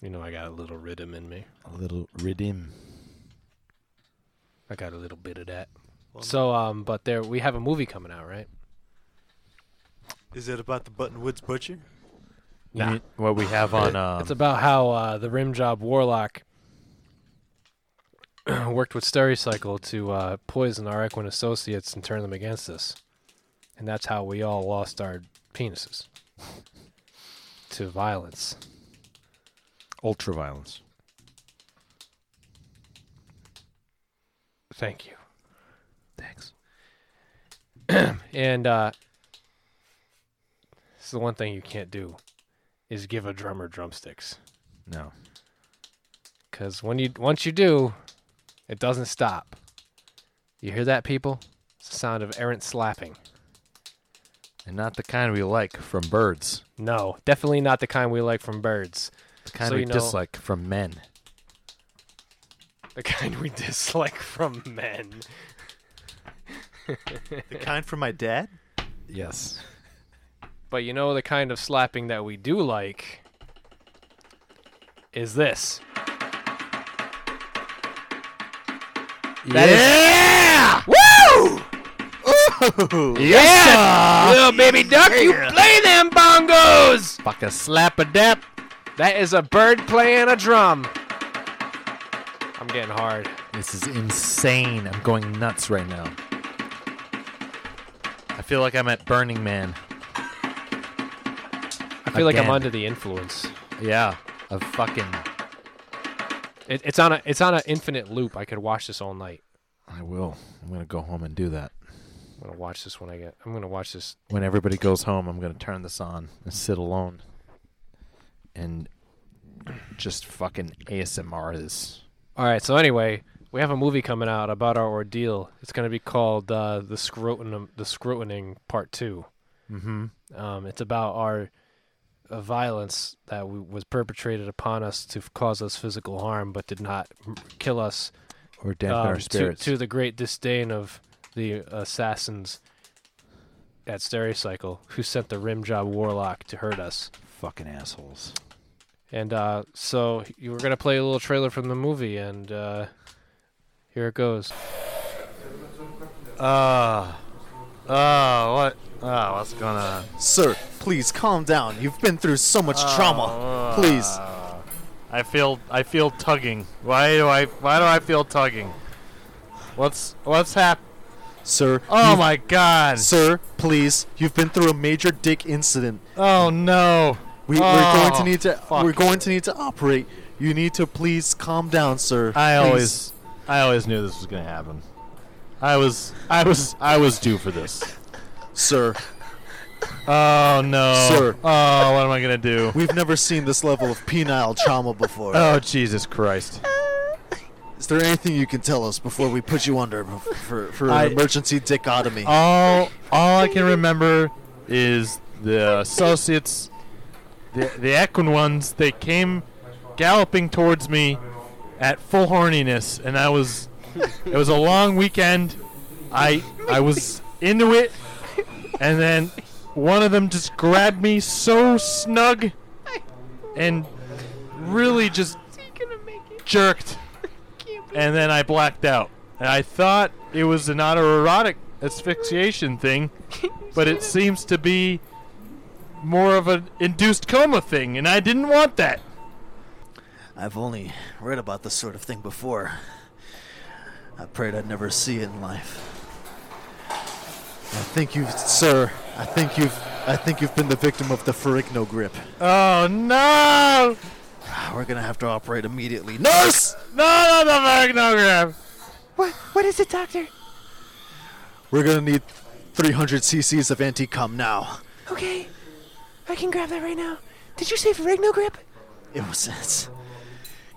Speaker 5: You know, I got a little rhythm in me.
Speaker 3: A little rhythm.
Speaker 5: I got a little bit of that. So, um, but there we have a movie coming out, right?
Speaker 1: Is it about the Buttonwoods Butcher?
Speaker 3: You
Speaker 5: Nah.
Speaker 3: mean What we have on um,
Speaker 5: It's about how uh, the rim job warlock worked with Stericycle to uh, poison our Equin associates and turn them against us, and that's how we all lost our penises to violence.
Speaker 3: ultraviolence.
Speaker 5: Thank you.
Speaker 3: Thanks.
Speaker 5: And uh it's the one thing you can't do is give a drummer drumsticks
Speaker 3: No.
Speaker 5: cuz when you once you do, it doesn't stop. You hear that people? It's the sound of errant slapping.
Speaker 3: And not the kind we like from birds.
Speaker 5: No, definitely not the kind we like from birds.
Speaker 3: The kind
Speaker 5: So
Speaker 3: we
Speaker 5: you know-
Speaker 3: dislike from men.
Speaker 5: The kind we dislike from men.
Speaker 1: The kind for my dad?
Speaker 3: Yes.
Speaker 5: But you know the kind of slapping that we do like is this.
Speaker 3: yeah! Woo! yeah! Little baby duck, you play them
Speaker 5: bongos!
Speaker 3: Fuck a slap a dap.
Speaker 5: That is a bird playing a drum. I'm getting hard.
Speaker 3: This is insane. I'm going nuts right now. I feel like I'm at Burning Man.
Speaker 5: I feel like I'm
Speaker 3: Again.
Speaker 5: under the influence.
Speaker 3: Yeah, a fucking.
Speaker 5: It, it's on a it's on an infinite loop. I could watch this all night.
Speaker 3: I will. I'm gonna go home and do that.
Speaker 5: I'm gonna watch this when I get. I'm gonna watch this.
Speaker 3: When everybody goes home, I'm gonna turn this on and sit alone and just fucking ASMR this.
Speaker 5: All right. So anyway, we have a movie coming out about our ordeal. It's gonna be called uh, the scrotum the scrotoning part two.
Speaker 3: Mm-hmm.
Speaker 5: Um, it's about our uh, violence that w- was perpetrated upon us to f- cause us physical harm, but did not m- kill us.
Speaker 3: Or dampen
Speaker 5: um,
Speaker 3: our
Speaker 5: to-
Speaker 3: spirits.
Speaker 5: To, the great disdain of the assassins at Stereocycle, who sent the Rimjob Warlock to hurt us.
Speaker 3: Fucking assholes.
Speaker 5: And uh, so you were gonna play a little trailer from the movie, and uh, here it goes.
Speaker 3: Uh, uh, what? Uh, what's going on?
Speaker 1: Sir, please calm down. You've been through so much trauma. Please.
Speaker 3: I feel I feel tugging. Why do I why do I feel tugging? What's what's hap?
Speaker 1: Sir.
Speaker 3: Oh
Speaker 1: you've-
Speaker 3: my god.
Speaker 1: Sir, please. You've been through a major dick incident.
Speaker 3: Oh no.
Speaker 1: We,
Speaker 3: Oh,
Speaker 1: we're going to need to.
Speaker 3: fuck.
Speaker 1: We're going to need to operate. You need to please calm down, sir.
Speaker 3: I
Speaker 1: Please.
Speaker 3: always I always knew this was going to happen. I was I was I was due for this.
Speaker 1: sir.
Speaker 3: Oh no.
Speaker 1: Sir.
Speaker 3: Oh, what am I going to do?
Speaker 1: We've never seen this level of penile trauma before.
Speaker 3: Oh Jesus Christ.
Speaker 1: Is there anything you can tell us before we put you under for, for, for
Speaker 3: I-
Speaker 1: an emergency dickotomy?
Speaker 3: all all I can remember is the associates, the the Equin ones. They came galloping towards me at full horniness, and I was. It was a long weekend. I I was into it, and then one of them just grabbed me so snug, and really just jerked and then I blacked out. And I thought it was an autoerotic asphyxiation thing, but it seems to be more of an induced coma thing, and I didn't want that.
Speaker 1: I've only read about this sort of thing before. I prayed I'd never see it in life. I think you've, sir. I think you've. I think you've been the victim of the Ferrigno grip. Ah,
Speaker 3: Oh no!
Speaker 1: We're gonna have to operate immediately. Nurse,
Speaker 3: No, no, the magnograph!
Speaker 1: we're gonna need 300 cc's of anti-cum now.
Speaker 2: Okay, I can grab that right now. Did you say Ferrigno grip?
Speaker 1: It was it's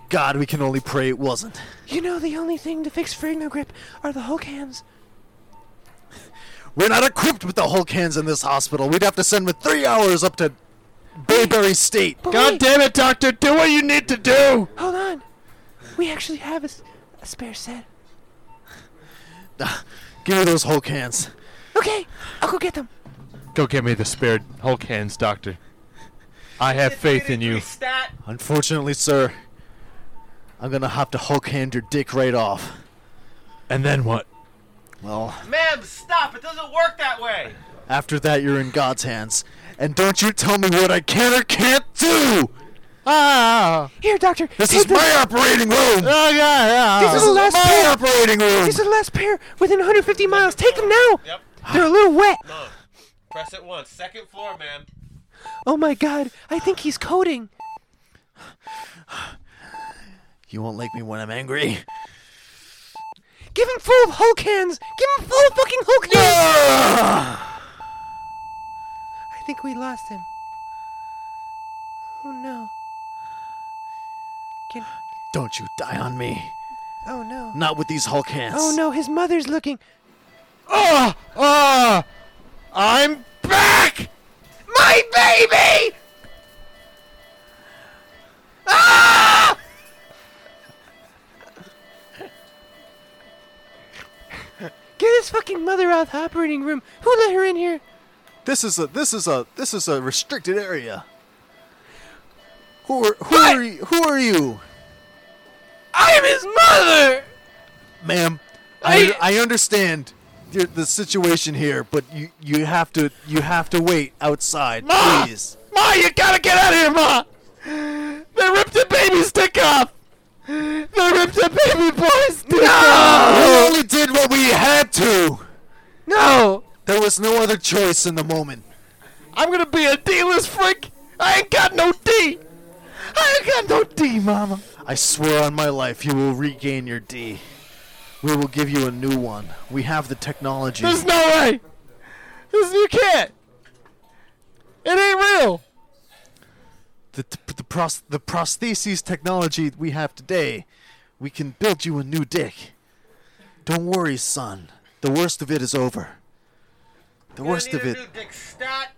Speaker 1: God, we can only pray it wasn't.
Speaker 2: You know the only thing to fix Ferrigno grip are the Hulk hands.
Speaker 1: We're not equipped with the Hulk hands in this hospital. We'd have to send them three hours up to Bayberry State.
Speaker 2: But
Speaker 3: God
Speaker 2: wait,
Speaker 3: damn it, Doctor! Do what you need to do!
Speaker 2: hold on. We actually have a, s- a spare set.
Speaker 1: Give me those Hulk hands.
Speaker 2: Okay, I'll go get them.
Speaker 3: Go get me the spared Hulk hands, Doctor. I have faith in you.
Speaker 1: Unfortunately, sir, I'm gonna have to Hulk hand your dick right off.
Speaker 3: And then what?
Speaker 1: Well,
Speaker 7: Ma'am, stop! It doesn't work that way.
Speaker 1: after that, you're in God's hands. And don't you tell me what I can or can't do!
Speaker 3: Ah!
Speaker 2: Here, doctor.
Speaker 1: This
Speaker 2: take
Speaker 1: is my operating room!
Speaker 7: Ah,
Speaker 3: Oh, God!
Speaker 2: This
Speaker 1: This
Speaker 2: is the
Speaker 1: is
Speaker 2: last
Speaker 1: my
Speaker 2: pair.
Speaker 1: operating
Speaker 2: These are
Speaker 1: room!
Speaker 2: the last pair within 150 miles. Take them now.
Speaker 4: Yep.
Speaker 2: They're a little wet.
Speaker 4: No. Press it once. Second floor, ma'am.
Speaker 2: Oh my god, I think he's coding.
Speaker 1: You won't like me when I'm angry.
Speaker 2: Give him full of Hulk hands. Give him full of fucking Hulk hands.
Speaker 7: Ah.
Speaker 2: I think we lost him. Oh no. Can,
Speaker 1: Don't you die on me.
Speaker 2: oh no.
Speaker 1: Not with these Hulk hands.
Speaker 2: Oh no, his mother's looking.
Speaker 3: Ah! Ah! I'm back!
Speaker 2: My baby! Ah! Get his fucking mother out of the operating room. Who let her in here?
Speaker 1: This is a this is a this is a restricted area. Who are who are you, who are you,
Speaker 2: I am his mother!
Speaker 1: ma'am? I
Speaker 2: I-
Speaker 1: I understand. your, the situation here, but you you have to you have to wait outside,
Speaker 3: Ma!
Speaker 1: please.
Speaker 3: Ma, you gotta get out of here, Ma! They ripped the baby's stick off! They ripped the baby boy's stick
Speaker 1: We
Speaker 3: off!
Speaker 1: only did what we had to.
Speaker 3: No!
Speaker 1: There was no other choice in the moment.
Speaker 3: I'm gonna be a D-list freak! I ain't got no D! I ain't got no D, Mama!
Speaker 1: I swear on my life, you will regain your D. We will give you a new one. We have the technology.
Speaker 3: There's no way! This, you can't! It ain't real!
Speaker 1: the the, the, pros- the prostheses technology that we have today, we can build you a new dick. Don't worry, son. The worst of it is over. The worst of it.
Speaker 4: Dick stat.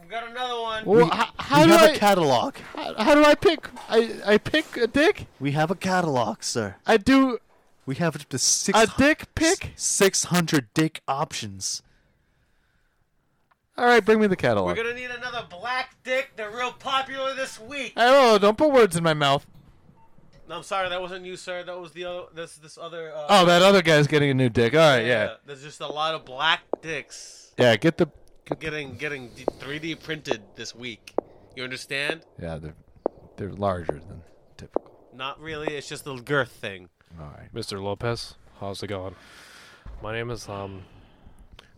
Speaker 4: We got another one.
Speaker 3: Well, h- how,
Speaker 1: we
Speaker 3: do
Speaker 1: have a
Speaker 3: I,
Speaker 1: catalog.
Speaker 3: how, how do I pick? I, I pick a dick?
Speaker 1: We have a catalog, sir.
Speaker 3: I do
Speaker 1: We have up to six
Speaker 3: a dick pick?
Speaker 1: Six hundred dick options.
Speaker 3: Alright, bring me the catalog.
Speaker 4: We're gonna need another black dick. They're real popular this week.
Speaker 3: I oh, don't know, don't put words in my mouth.
Speaker 4: No, I'm sorry, that wasn't you, sir. That was the other. This this other. Uh,
Speaker 3: Oh, that other guy's getting a new dick. All right, yeah,
Speaker 4: There's just a lot of black dicks
Speaker 3: yeah. get the, get
Speaker 4: getting getting d- 3D printed this week. You understand?
Speaker 3: yeah. They're they're larger than typical.
Speaker 4: Not really. It's just the girth thing.
Speaker 3: All right.
Speaker 5: Mr. Lopez, how's it going? My name is um,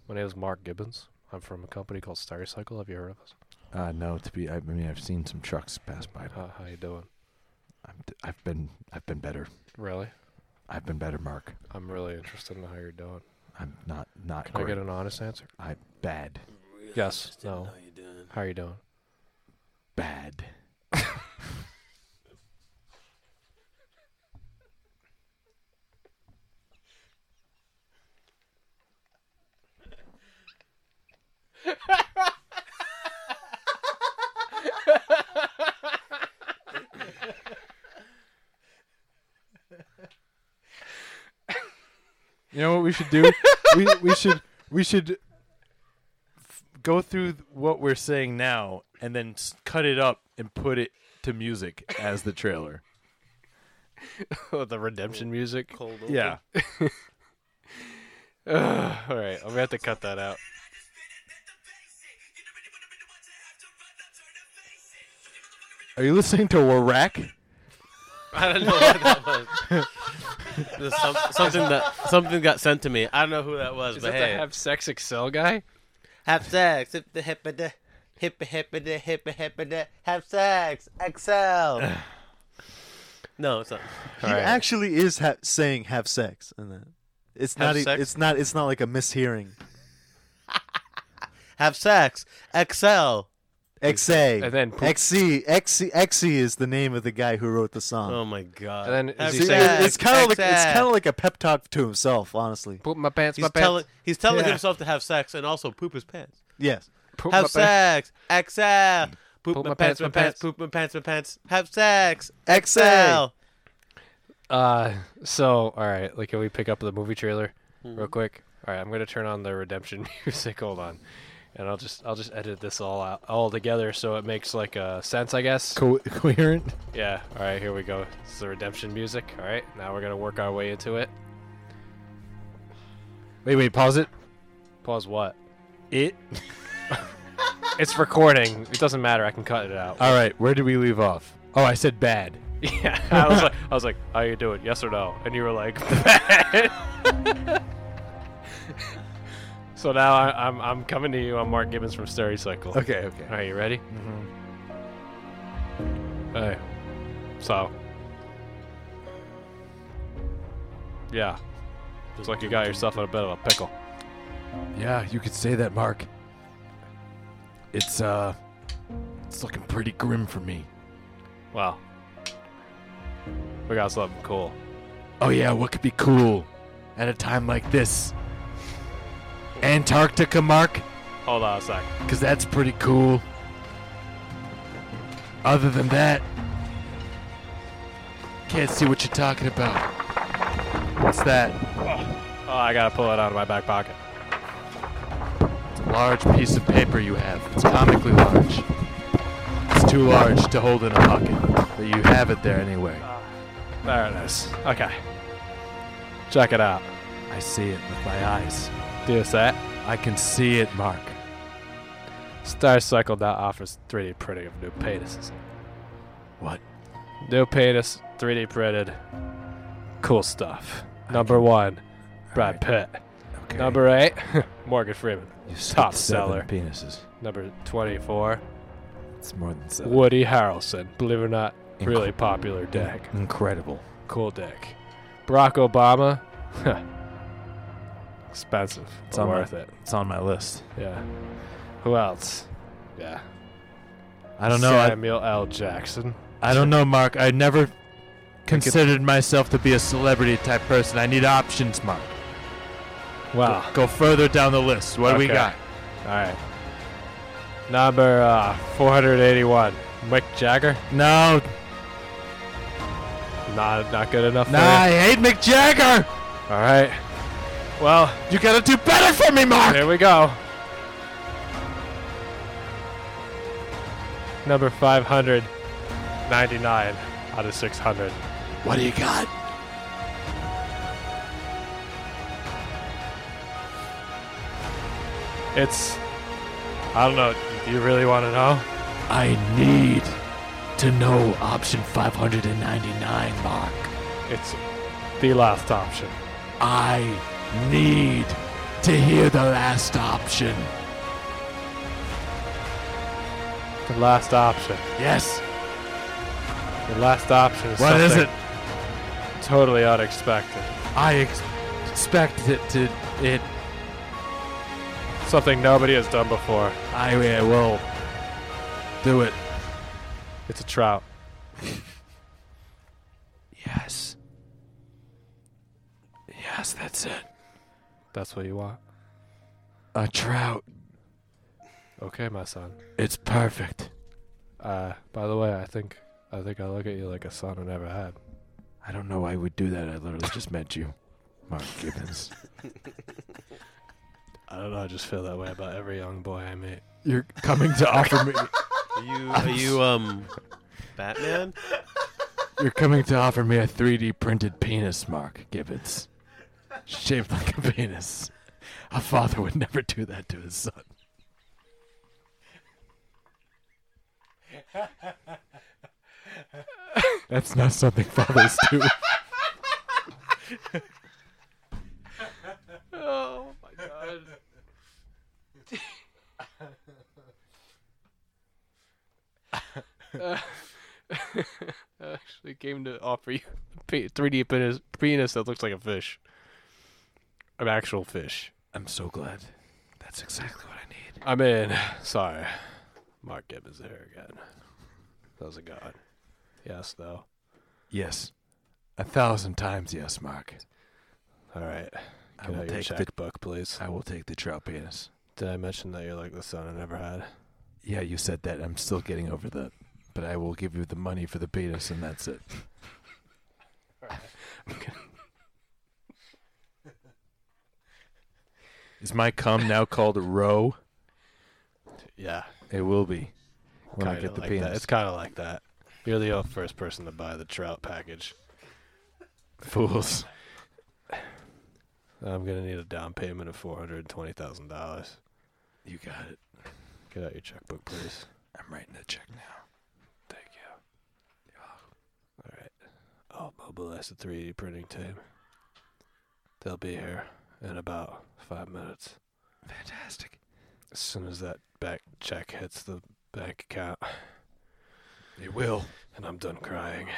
Speaker 5: my name is Mark Gibbons. I'm from a company called Cycle. Have you heard of us?
Speaker 3: Uh, no, to be. I mean, I've seen some trucks pass by.
Speaker 5: Uh, how you doing?
Speaker 3: I'm, I've been I've been better.
Speaker 5: Really?
Speaker 3: I've been better, Mark.
Speaker 5: I'm really interested in how you're doing.
Speaker 3: I'm not not
Speaker 5: Can I
Speaker 3: great.
Speaker 5: get an honest answer?
Speaker 3: I'm bad,
Speaker 5: Yes. No. How you doing? How you doing?
Speaker 3: bad. You know what we should do? we we should we should f- go through th- what we're saying now and then s- cut it up and put it to music as the trailer.
Speaker 5: the redemption music.
Speaker 4: Cold.
Speaker 3: Yeah.
Speaker 5: All right, I'm gonna have to cut that out.
Speaker 3: Are you listening to Warak?
Speaker 4: I don't know what that was. There's some, something that something got sent to me. I don't know who that was,
Speaker 5: Is
Speaker 4: but
Speaker 5: that
Speaker 4: hey,
Speaker 5: the have sex excel guy?
Speaker 4: have sex, hip the hip the hip the hip the hip the hip the have sex, excel. no, it's not.
Speaker 1: He actually is ha- saying have sex, and then it's not. e-
Speaker 4: sex?
Speaker 1: It's not. It's not like a mishearing.
Speaker 4: Have sex, excel.
Speaker 1: XA.
Speaker 5: And then poop.
Speaker 1: XC. XC. XC E, is the name of the guy who wrote the song.
Speaker 4: Oh E, my god.
Speaker 5: And then is
Speaker 4: Have
Speaker 5: he
Speaker 1: See,
Speaker 5: saying-
Speaker 1: it-
Speaker 4: sex,
Speaker 1: it's kind of like it's
Speaker 4: excel.
Speaker 1: kind of like a pep talk to himself, honestly.
Speaker 5: Poop my pants. my
Speaker 4: He's
Speaker 5: pants.
Speaker 4: telling he's telling
Speaker 1: Yeah.
Speaker 4: himself to have sex and also poop his pants.
Speaker 1: Yes.
Speaker 5: poop
Speaker 4: Have
Speaker 5: my pants.
Speaker 4: sex, excel. Poop, my, pants, my pants, poop my pants, my pants. Have sex, excel.
Speaker 5: Uh, so all right, like, can we pick up the movie trailer real quick? All right, I'm gonna turn on the redemption music. Hold on, and I'll just I'll just edit this all out all together so it makes like uh, sense, I guess.
Speaker 3: Co- coherent?
Speaker 5: Yeah. All right, here we go. This is the redemption music. All right, now we're gonna work our way into it.
Speaker 3: Wait, wait, pause it.
Speaker 5: Pause. What?
Speaker 3: It.
Speaker 5: It's recording. It doesn't matter. I can cut it out.
Speaker 3: All right, where do we leave off? Oh, I said bad.
Speaker 5: Yeah, I was like, I was like, how you doing? Yes or no? And you were like, so now I, I'm I'm coming to you. I'm Mark Gibbons from Stericycle.
Speaker 3: Okay, okay.
Speaker 5: All right, you ready? Mm-hmm.
Speaker 3: Mm-hmm.
Speaker 5: Hey, so yeah, just like you got yourself in a bit of a pickle.
Speaker 3: Yeah, you could say that, Mark. It's uh it's looking pretty grim for me.
Speaker 5: Wow, we got something cool.
Speaker 3: Oh yeah, what could be cool at a time like this? Antarctica, Mark,
Speaker 5: Hold on a sec.
Speaker 3: cuz that's pretty cool. Other than that, can't see what you're talking about. What's that?
Speaker 5: Oh, I gotta pull it out of my back pocket.
Speaker 3: It's a large piece of paper you have. It's comically large. It's too large to hold in a pocket, but you have it there anyway.
Speaker 5: There it is. Okay. Check it out.
Speaker 3: I see it with my eyes.
Speaker 5: Deus that.
Speaker 3: I can see it, Mark.
Speaker 5: StarCycle now offers 3D printing of new penises.
Speaker 3: What?
Speaker 5: New penis, 3D printed. Cool stuff. Number one, Brad Pitt.
Speaker 3: Okay.
Speaker 5: Number eight, Morgan Freeman.
Speaker 3: you
Speaker 5: top seller.
Speaker 3: penises.
Speaker 5: Number 24,
Speaker 3: It's more than seven.
Speaker 5: Woody Harrelson. Believe it or not,
Speaker 3: Inc-
Speaker 5: really popular dick.
Speaker 3: Incredible.
Speaker 5: Cool dick. Barack Obama. Expensive.
Speaker 3: It's
Speaker 5: It's
Speaker 3: on my-
Speaker 5: worth it.
Speaker 3: It's on my list.
Speaker 5: Yeah. Who else? Yeah.
Speaker 3: I don't know. I,
Speaker 5: Samuel L. Jackson.
Speaker 3: I don't know, Mark. I never considered myself to be a celebrity type person. I need options, Mark.
Speaker 5: Wow.
Speaker 3: Go further down the list. What do we
Speaker 5: Okay.
Speaker 3: got?
Speaker 5: All right. Number uh, 481, Mick Jagger.
Speaker 3: No,
Speaker 5: Not not good enough.
Speaker 3: nah, I hate Mick Jagger.
Speaker 5: For you? All right. Well,
Speaker 3: You gotta do better for me, Mark.
Speaker 5: here we go. Number 599 out of 600.
Speaker 3: What do you got?
Speaker 5: It's I don't know. Do you really want to know?
Speaker 3: I need to know option 599, Mark.
Speaker 5: It's the last option.
Speaker 3: I need to hear the last option.
Speaker 5: The last option.
Speaker 3: Yes.
Speaker 5: The last option is
Speaker 3: What is
Speaker 5: something
Speaker 3: it?
Speaker 5: Totally unexpected.
Speaker 3: I ex- expect it to it.
Speaker 5: Something nobody has done before.
Speaker 3: I uh, will do it.
Speaker 5: It's a trout.
Speaker 3: Yes. Yes, that's it.
Speaker 5: That's what you want.
Speaker 3: A trout.
Speaker 5: Okay, my son.
Speaker 3: It's perfect.
Speaker 5: Uh, by the way, I think I think I look at you like a son I never had.
Speaker 3: I don't know why I would do that. I literally just met you, Mark Gibbons.
Speaker 5: I don't know. I just feel that way about every young boy I meet.
Speaker 3: You're coming to offer me.
Speaker 4: Are you are you um Batman?
Speaker 3: You're coming to offer me a 3D printed penis, Mark Gibbons. Shaped like a penis. A father would never do that to his son. That's not something fathers do.
Speaker 5: I actually came to offer you a 3D penis, penis that looks like a fish. An actual fish.
Speaker 3: I'm so glad. That's exactly what I need.
Speaker 5: I mean, sorry. Mark Gibbons there again. That was a god. Yes, though.
Speaker 3: Yes. A thousand times yes, Mark.
Speaker 5: All right.
Speaker 3: I
Speaker 5: Can I
Speaker 3: will
Speaker 5: your
Speaker 3: take the
Speaker 5: checkbook, please?
Speaker 3: I will take the trout penis.
Speaker 5: Did I mention that you're like the son I never had?
Speaker 3: Yeah, you said that. I'm still getting over that. But I will give you the money for the penis and that's it. Is my cum now called row?
Speaker 5: Yeah.
Speaker 3: It will be when I
Speaker 5: Kinda
Speaker 3: get the
Speaker 5: like that.
Speaker 3: penis.
Speaker 5: It's kind of like that. You're the first person to buy the trout package.
Speaker 3: Fools.
Speaker 5: I'm gonna need a down payment of four hundred twenty thousand dollars.
Speaker 3: You got it.
Speaker 5: Get out your checkbook, please.
Speaker 3: I'm writing the check now.
Speaker 5: Thank you. All right. I'll mobilize the 3D printing team. They'll be here in about five minutes.
Speaker 3: Fantastic.
Speaker 5: As soon as that back check hits the bank account,
Speaker 3: It will.
Speaker 5: and I'm done crying.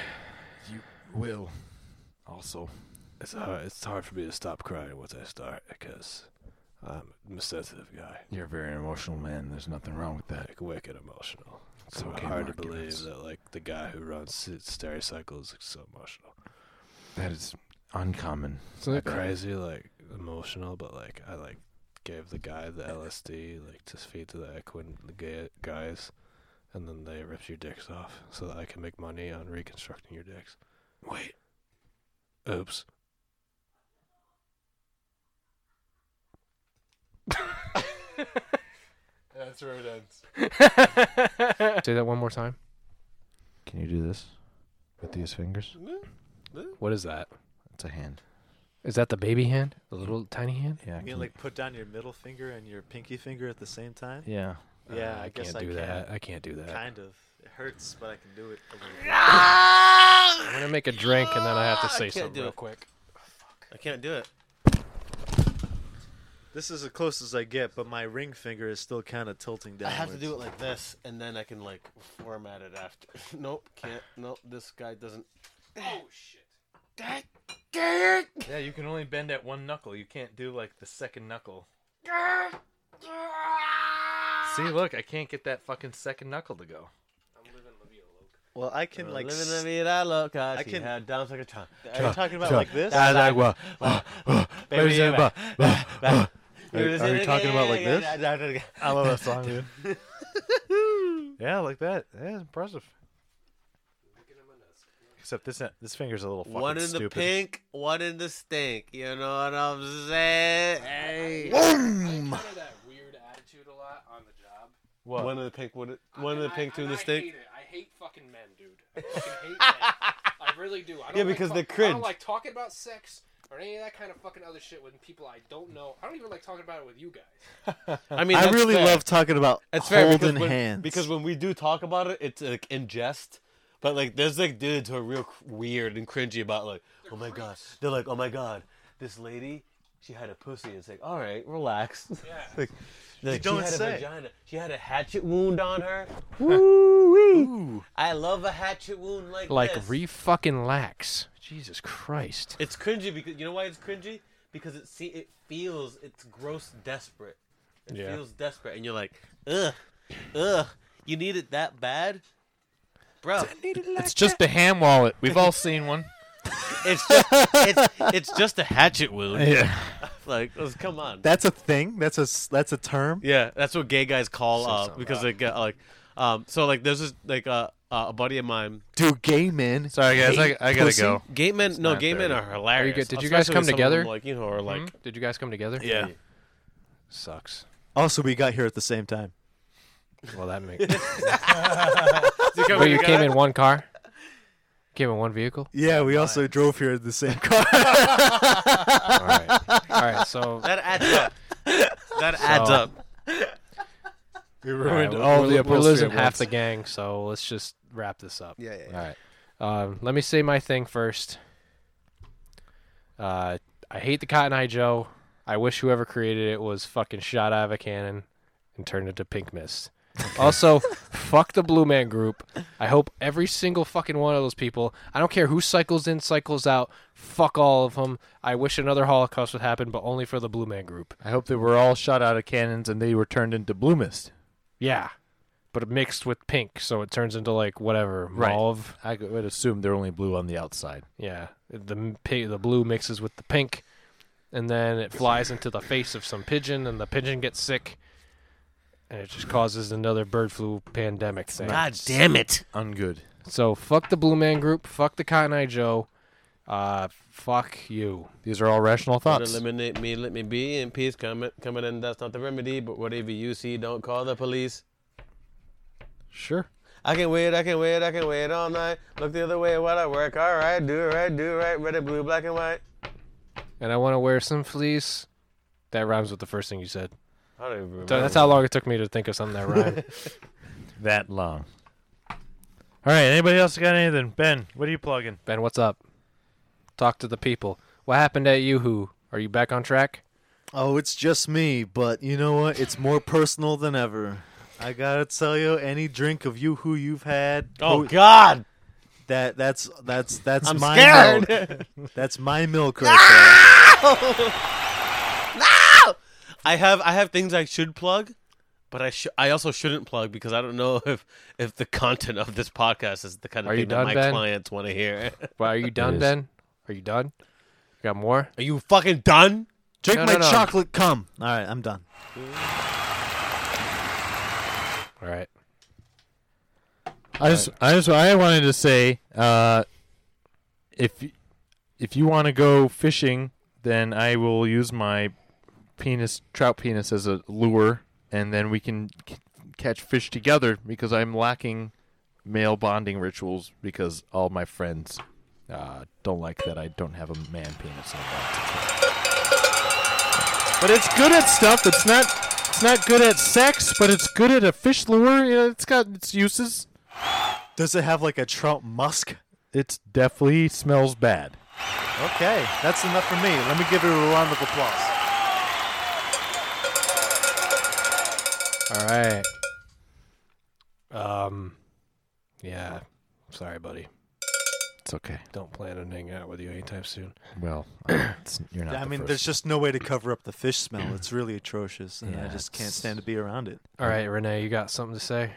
Speaker 3: Will. Also.
Speaker 5: It's hard. It's hard for me to stop crying once I start because I'm a sensitive guy.
Speaker 3: You're a very emotional man. There's nothing wrong with that.
Speaker 5: like wicked emotional.
Speaker 3: It's
Speaker 5: It's
Speaker 3: okay,
Speaker 5: hard
Speaker 3: Mark,
Speaker 5: to
Speaker 3: it
Speaker 5: believe
Speaker 3: is.
Speaker 5: that like the guy who runs Stericycle is like, so emotional.
Speaker 3: That is uncommon.
Speaker 5: Isn't
Speaker 3: it
Speaker 5: it crazy? Like emotional, but like I like gave the guy the LSD like to feed to the equine the gay guys, and then they ripped your dicks off so that I can make money on reconstructing your dicks.
Speaker 3: Wait.
Speaker 5: Oops. That's where it ends. Say that one more time.
Speaker 3: Can you do this with these fingers?
Speaker 5: What is that?
Speaker 3: It's a hand.
Speaker 5: Is that the baby hand? The little tiny hand?
Speaker 3: Yeah. I
Speaker 1: You
Speaker 3: can-
Speaker 1: can like put down your middle finger and your pinky finger at the same time.
Speaker 3: yeah.
Speaker 1: Yeah,
Speaker 5: Uh,
Speaker 1: I, guess
Speaker 5: can't
Speaker 1: I
Speaker 5: do
Speaker 1: can.
Speaker 5: that. I can't do that.
Speaker 1: Kind of. It hurts, but I can do it. A little bit.
Speaker 5: I'm gonna make a drink and then I have to say
Speaker 4: can't
Speaker 5: something
Speaker 4: do
Speaker 5: real
Speaker 4: it.
Speaker 5: quick.
Speaker 4: I can't do it.
Speaker 1: This is the closest I get, but my ring finger is still kind of tilting
Speaker 4: I
Speaker 1: down.
Speaker 4: have to do it like this, and then I can like format it after. nope, can't. Nope, this guy doesn't.
Speaker 3: Yeah, you can only bend at one knuckle. You can't do like the second knuckle. See, look, I can't get that fucking second knuckle to go.
Speaker 1: Well, I can like.
Speaker 4: Uh, Living
Speaker 1: s-
Speaker 4: la vida loca.
Speaker 1: I
Speaker 4: she
Speaker 1: can-
Speaker 4: had down like a charm.
Speaker 1: Are you talking about
Speaker 3: Sure.
Speaker 1: like this?
Speaker 4: That's like-
Speaker 3: uh, Are
Speaker 4: Baby,
Speaker 3: you
Speaker 4: back,
Speaker 3: uh,
Speaker 4: back.
Speaker 3: are you talking about like this?
Speaker 4: this?
Speaker 3: I love that song, dude. yeah, like that. Yeah, it's impressive. Except this uh, this finger's a little fucking
Speaker 4: One in the
Speaker 3: stupid.
Speaker 4: pink, one in the stink. You know what I'm saying? Hey.
Speaker 5: I encounter that weird attitude a lot on the job.
Speaker 3: What?
Speaker 4: One in the pink, one, one in the
Speaker 5: And I-
Speaker 4: pink, two in
Speaker 5: and
Speaker 4: the stink.
Speaker 5: I hate it. I hate fucking men, dude. I fucking hate men. I really do. I don't
Speaker 4: Yeah, because
Speaker 5: like
Speaker 4: they're
Speaker 5: fuck- I
Speaker 4: cringe.
Speaker 5: don't like talking about sex or any of that kind of fucking other shit with people I don't know. I don't even like talking about it with you guys.
Speaker 4: I mean,
Speaker 1: I
Speaker 4: that's
Speaker 1: really
Speaker 4: fair.
Speaker 1: love talking about
Speaker 4: It's fair
Speaker 1: holding
Speaker 4: because when,
Speaker 1: hands.
Speaker 4: because when we do talk about it, it's like in jest. But like, there's like dudes who are real cr- weird and cringy about like, oh my god, they're like, oh my god, this lady, she had a pussy. It's like, all right, relax. Yeah. like, like,
Speaker 1: don't
Speaker 4: she had
Speaker 1: say.
Speaker 4: a vagina. She had a hatchet wound on her. Woo I love a hatchet wound like
Speaker 5: Like
Speaker 4: this.
Speaker 5: re fucking lax. Jesus Christ.
Speaker 4: It's cringy because you know why it's cringy? Because it see it feels it's gross desperate. It
Speaker 5: Yeah.
Speaker 4: feels desperate, and you're like, ugh, ugh. You need it that bad, bro?
Speaker 3: It's just a ham wallet. We've all seen one.
Speaker 4: It's just it's it's just a hatchet wound.
Speaker 3: Yeah.
Speaker 4: Like, let's- come on.
Speaker 1: that's a thing. That's a s- that's a term.
Speaker 4: yeah, that's what gay guys call uh,
Speaker 5: something
Speaker 4: because they get like, um. So like, there's this like uh, uh, a buddy of mine.
Speaker 1: Do gay men?
Speaker 3: Sorry guys, I, I gotta
Speaker 1: pussy.
Speaker 3: go.
Speaker 4: Gay men, no,
Speaker 3: not
Speaker 4: gay men
Speaker 3: there.
Speaker 4: are hilarious.
Speaker 5: good? Did you guys
Speaker 4: especially
Speaker 5: come
Speaker 4: some of them,
Speaker 5: together?
Speaker 4: like you know, or like.
Speaker 5: Hmm? Did you guys come together?
Speaker 4: Yeah.
Speaker 5: Sucks.
Speaker 1: Also, we got here at the same time.
Speaker 5: Well, that makes.
Speaker 4: Did you come
Speaker 5: Wait, you
Speaker 4: together?
Speaker 5: came in one car? Came in one vehicle?
Speaker 1: Yeah, we also drove here in the same car.
Speaker 5: All right. All right. So
Speaker 4: That adds up. That adds
Speaker 5: So-
Speaker 4: up.
Speaker 3: We
Speaker 5: All right,
Speaker 3: ruined
Speaker 5: we're-
Speaker 3: all the
Speaker 5: we're, we're losing
Speaker 3: upholstery
Speaker 5: half the
Speaker 3: ones.
Speaker 5: gang, so let's just wrap this up.
Speaker 7: Yeah, yeah,
Speaker 5: All right. Um, let me say my thing first. Uh, I hate the Cotton Eye Joe. I wish whoever created it was fucking shot out of a cannon and turned into pink mist. Also, fuck the Blue Man Group. I hope every single fucking one of those people. I don't care who cycles in, cycles out. Fuck all of them. I wish another Holocaust would happen, but only for the Blue Man Group.
Speaker 3: I hope they were all shot out of cannons and they were turned into blue mist.
Speaker 5: Yeah, but mixed with pink, so it turns into like whatever
Speaker 3: Right.
Speaker 5: mauve.
Speaker 3: I would assume they're only blue on the outside.
Speaker 5: Yeah, the m- pi- the blue mixes with the pink, and then it flies into the face of some pigeon, and the pigeon gets sick, and it just causes another bird flu pandemic thing.
Speaker 4: God damn it.
Speaker 3: Ungood.
Speaker 5: So fuck the Blue Man Group, fuck the Cotton Eye Joe, uh, fuck you.
Speaker 3: These are all rational
Speaker 4: Don't
Speaker 3: thoughts.
Speaker 4: eliminate me, let me be in peace. Coming, coming in, that's not the remedy. But whatever you see, don't call the police.
Speaker 3: Sure.
Speaker 4: I can wait, I can wait, I can wait all night. Look the other way while I work. All right, do it right, do it right. Red and blue, black and white.
Speaker 5: And I want to wear some fleece. That rhymes with the first thing you said.
Speaker 4: I don't even remember.
Speaker 5: So that's how long it took me to think of something that rhymed.
Speaker 3: That long. All right. Anybody else got anything? Ben, what are you plugging?
Speaker 5: ben, what's up? Talk to the people. What happened at YooHoo? Are you back on track?
Speaker 1: Oh, it's just me, but you know what? It's more personal than ever. I gotta tell you, any drink of you who you've had,
Speaker 4: Oh
Speaker 1: po-
Speaker 4: God!
Speaker 1: that that's that's that's
Speaker 4: I'm
Speaker 1: my
Speaker 4: scared. Ah!
Speaker 1: milk. That's my milk right
Speaker 4: I have I have things I should plug, but I sh- I also shouldn't plug because I don't know if if the content of this podcast is the kind of
Speaker 5: Are you
Speaker 4: thing that
Speaker 5: done,
Speaker 4: my
Speaker 5: Ben?
Speaker 4: clients want to hear.
Speaker 5: Well, are you done,
Speaker 3: is.
Speaker 5: Ben? Are you done? You got more?
Speaker 4: Are you fucking done?
Speaker 1: there. Drink
Speaker 5: No,
Speaker 1: my
Speaker 5: no, no.
Speaker 1: chocolate cum. All right, I'm done.
Speaker 5: All right.
Speaker 3: I just, I just, I wanted to say, uh, if y- if you want to go fishing, then I will use my penis, trout penis, as a lure, and then we can c- catch fish together because I'm lacking male bonding rituals because all my friends Uh, don't like that I don't have a man penis. and I want to. But it's good at stuff. It's not. It's not good at sex, but it's good at a fish lure. Yeah, it's got its uses.
Speaker 1: Does it have like a Trump musk?
Speaker 3: It's definitely smells bad.
Speaker 1: Okay, that's enough for me. Let me give it a round of applause.
Speaker 5: All right. Um, yeah. Sorry, buddy.
Speaker 3: It's okay.
Speaker 5: Don't plan on hanging out with you anytime soon.
Speaker 3: Well, I- it's, you're not.
Speaker 1: I
Speaker 3: the
Speaker 1: mean,
Speaker 3: first.
Speaker 1: there's just no way to cover up the fish smell. It's really atrocious, and I
Speaker 3: Yeah,
Speaker 1: just can't
Speaker 3: it's-
Speaker 1: stand to be around it.
Speaker 5: All right, Renee, you got something to say?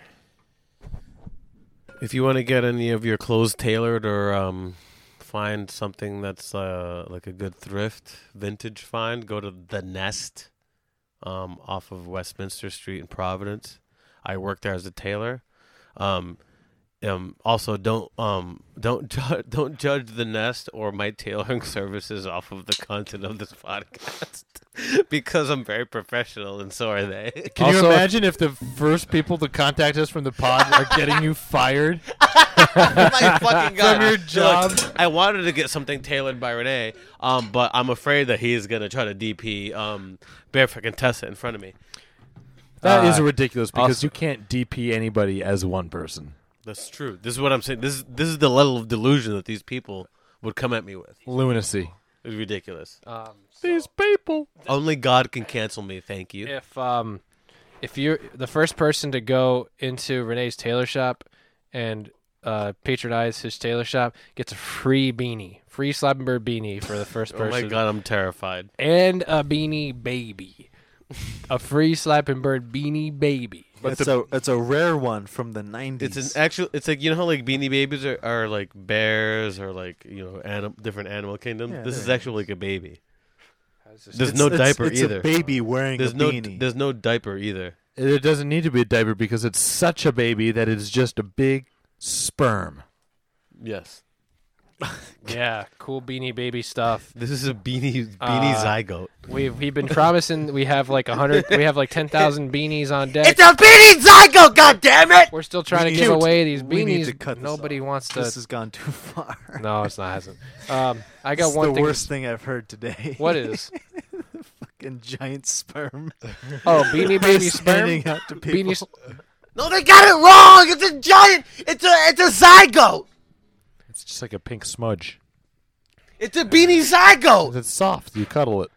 Speaker 4: If you want to get any of your clothes tailored or um, find something that's uh, like a good thrift vintage find, go to the Nest um, off of Westminster Street in Providence. I worked there as a tailor. Um, um, also, don't um, don't ju- don't judge the Nest or my tailoring services off of the content of this podcast because I'm very professional and so are they.
Speaker 3: Can you
Speaker 5: Also-
Speaker 3: imagine if the first people to contact us from the pod are getting you fired
Speaker 7: my fucking
Speaker 3: from your
Speaker 7: god.
Speaker 3: job?
Speaker 4: I wanted to get something tailored by Renee, um, but I'm afraid that he's gonna try to DP um, Barefoot Contessa in front of me.
Speaker 3: That is
Speaker 5: Uh,
Speaker 3: ridiculous because
Speaker 4: also-
Speaker 3: you can't DP anybody as one person.
Speaker 4: That's true. This is what I'm saying. This is this is the level of delusion that these people would come at me with. Uh,
Speaker 3: Lunacy.
Speaker 4: It's ridiculous.
Speaker 5: Um,
Speaker 3: These people.
Speaker 4: Only God can cancel me. Thank you.
Speaker 5: if um, if you're the first person to go into Renee's tailor shop and uh, patronize his tailor shop gets a free beanie, free Slappenberg beanie for the first
Speaker 4: Oh
Speaker 5: person.
Speaker 4: my God, I'm terrified.
Speaker 5: and a beanie baby. a free slapping bird beanie baby.
Speaker 1: But it's a it's a rare one from the '90s.
Speaker 4: It's an actual. It's like you know how like Beanie Babies are, are like bears or like you know anim, different animal kingdoms.
Speaker 1: Yeah,
Speaker 4: this
Speaker 1: they're
Speaker 4: is actually like a baby. There's
Speaker 1: It's-
Speaker 4: no
Speaker 1: it's-
Speaker 4: diaper
Speaker 1: it's
Speaker 4: either.
Speaker 1: A baby wearing
Speaker 4: there's
Speaker 1: a
Speaker 4: no.
Speaker 1: beanie.
Speaker 4: There's no diaper either.
Speaker 3: It doesn't need to be a diaper because it's such a baby that it is just a big sperm.
Speaker 4: Yes.
Speaker 5: Yeah, cool beanie baby stuff.
Speaker 4: This is a beanie beanie
Speaker 5: Uh,
Speaker 4: zygote.
Speaker 5: We've we've been promising we have like a hundred, we have like ten thousand beanies on deck.
Speaker 7: It's a beanie zygo, goddammit!
Speaker 5: We're still trying to
Speaker 1: We
Speaker 5: give
Speaker 1: need-
Speaker 5: away these beanies.
Speaker 1: we need to cut this
Speaker 5: Nobody wants to.
Speaker 1: this has gone too far.
Speaker 5: no, it's not hasn't. Um, I
Speaker 1: This
Speaker 5: got
Speaker 1: is
Speaker 5: one
Speaker 1: the
Speaker 5: thing.
Speaker 1: worst thing I've heard today.
Speaker 5: What is?
Speaker 1: Fucking giant sperm.
Speaker 5: Oh, beanie baby sperm.
Speaker 1: Standing out to people.
Speaker 5: Beanie. s-
Speaker 7: No, they got it wrong! It's a giant it's a it's a zygote!
Speaker 3: It's just like a pink smudge.
Speaker 7: It's a beanie zygote!
Speaker 3: It's soft. You cuddle it.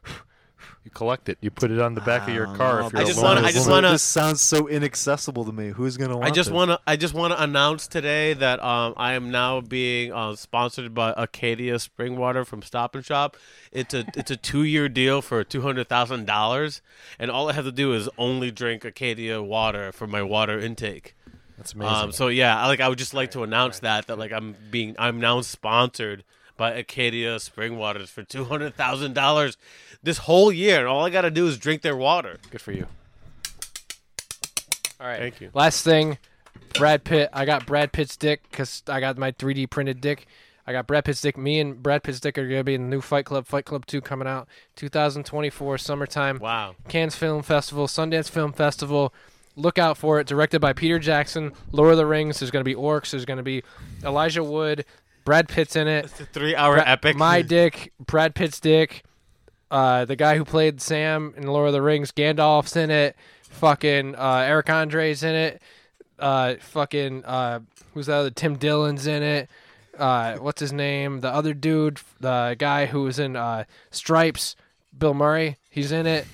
Speaker 3: You collect it. You put it on the back of your car if you're
Speaker 4: I just
Speaker 3: a
Speaker 4: wanna-
Speaker 3: lonely
Speaker 4: I just
Speaker 3: woman.
Speaker 4: wanna-
Speaker 1: This sounds so inaccessible to me. Who's gonna want
Speaker 4: I just
Speaker 1: this?
Speaker 4: want to. I just want to announce today that um, I am now being uh, sponsored by Acadia Spring Water from Stop and Shop. It's a it's a two year deal for two hundred thousand dollars, and all I have to do is only drink Acadia water for my water intake.
Speaker 3: That's amazing.
Speaker 4: Um, so yeah, I, like I would just like to announce that that like I'm being I'm now sponsored by Acadia Spring Waters for two hundred thousand dollars this whole year, and all I got to do is drink their water.
Speaker 5: Good for you. All right.
Speaker 4: Thank you.
Speaker 5: Last thing, Brad Pitt. I got Brad Pitt's dick because I got my 3D printed dick. I got Brad Pitt's dick. Me and Brad Pitt's dick are gonna be in the new Fight Club. Fight Club 2 coming out 2024 summertime.
Speaker 4: Wow.
Speaker 5: Cannes Film Festival, Sundance Film Festival. Look out for it. Directed by Peter Jackson. Lord of the Rings. There's gonna be orcs. There's gonna be Elijah Wood. Brad Pitt's in it.
Speaker 4: It's a three hour
Speaker 5: Bra-
Speaker 4: epic.
Speaker 5: My dick, Brad Pitt's dick, uh, the guy who played Sam in Lord of the Rings, Gandalf's in it. Fucking uh, Eric Andre's in it. Uh, fucking uh, who's the other? Tim Dillon's in it. Uh, what's his name? The other dude, the guy who was in uh, Stripes, Bill Murray. He's in it.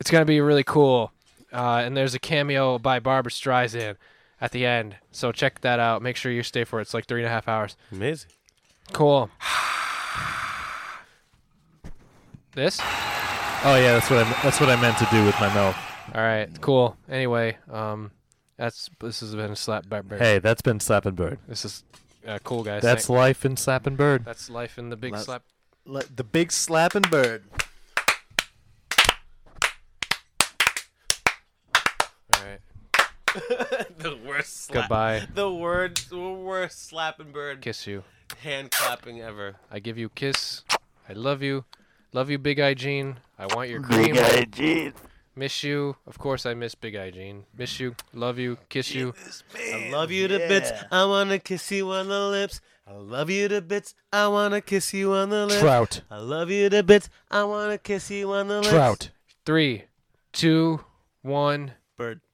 Speaker 5: It's gonna be really cool. Uh, and there's a cameo by Barbara Streisand at the end. So check that out. Make sure you stay for it. It's like three and a half hours.
Speaker 4: amazing.
Speaker 5: Cool. this? All
Speaker 3: oh yeah, that's what I that's what I meant to do with my mouth.
Speaker 5: right. Cool. Anyway, um, that's this has been slap by bird.
Speaker 3: Hey, that's been slapping bird.
Speaker 5: This is uh, cool, guys.
Speaker 3: That's
Speaker 5: Thank-
Speaker 3: life in slapping bird.
Speaker 5: that's life in the big
Speaker 1: That's-
Speaker 5: slap.
Speaker 1: Let the big slapping bird.
Speaker 5: All right.
Speaker 4: The worst. Slap.
Speaker 5: Goodbye.
Speaker 4: The word, the worst slapping bird
Speaker 5: Kiss you.
Speaker 4: hand clapping ever.
Speaker 5: I give you a kiss. I love you. Love you, Big Eye Gene. I want your cream.
Speaker 6: Big Eye Gene.
Speaker 5: Miss you. Of course, I miss Big Eye Gene. Miss you. Love you. Kiss you.
Speaker 4: I love you to bits. I wanna kiss you on the lips. I love you to bits. I wanna kiss you on the lips.
Speaker 3: Trout.
Speaker 4: I love you to bits. I wanna kiss you on the lips.
Speaker 3: Trout.
Speaker 5: Three, two, one.
Speaker 4: Bird.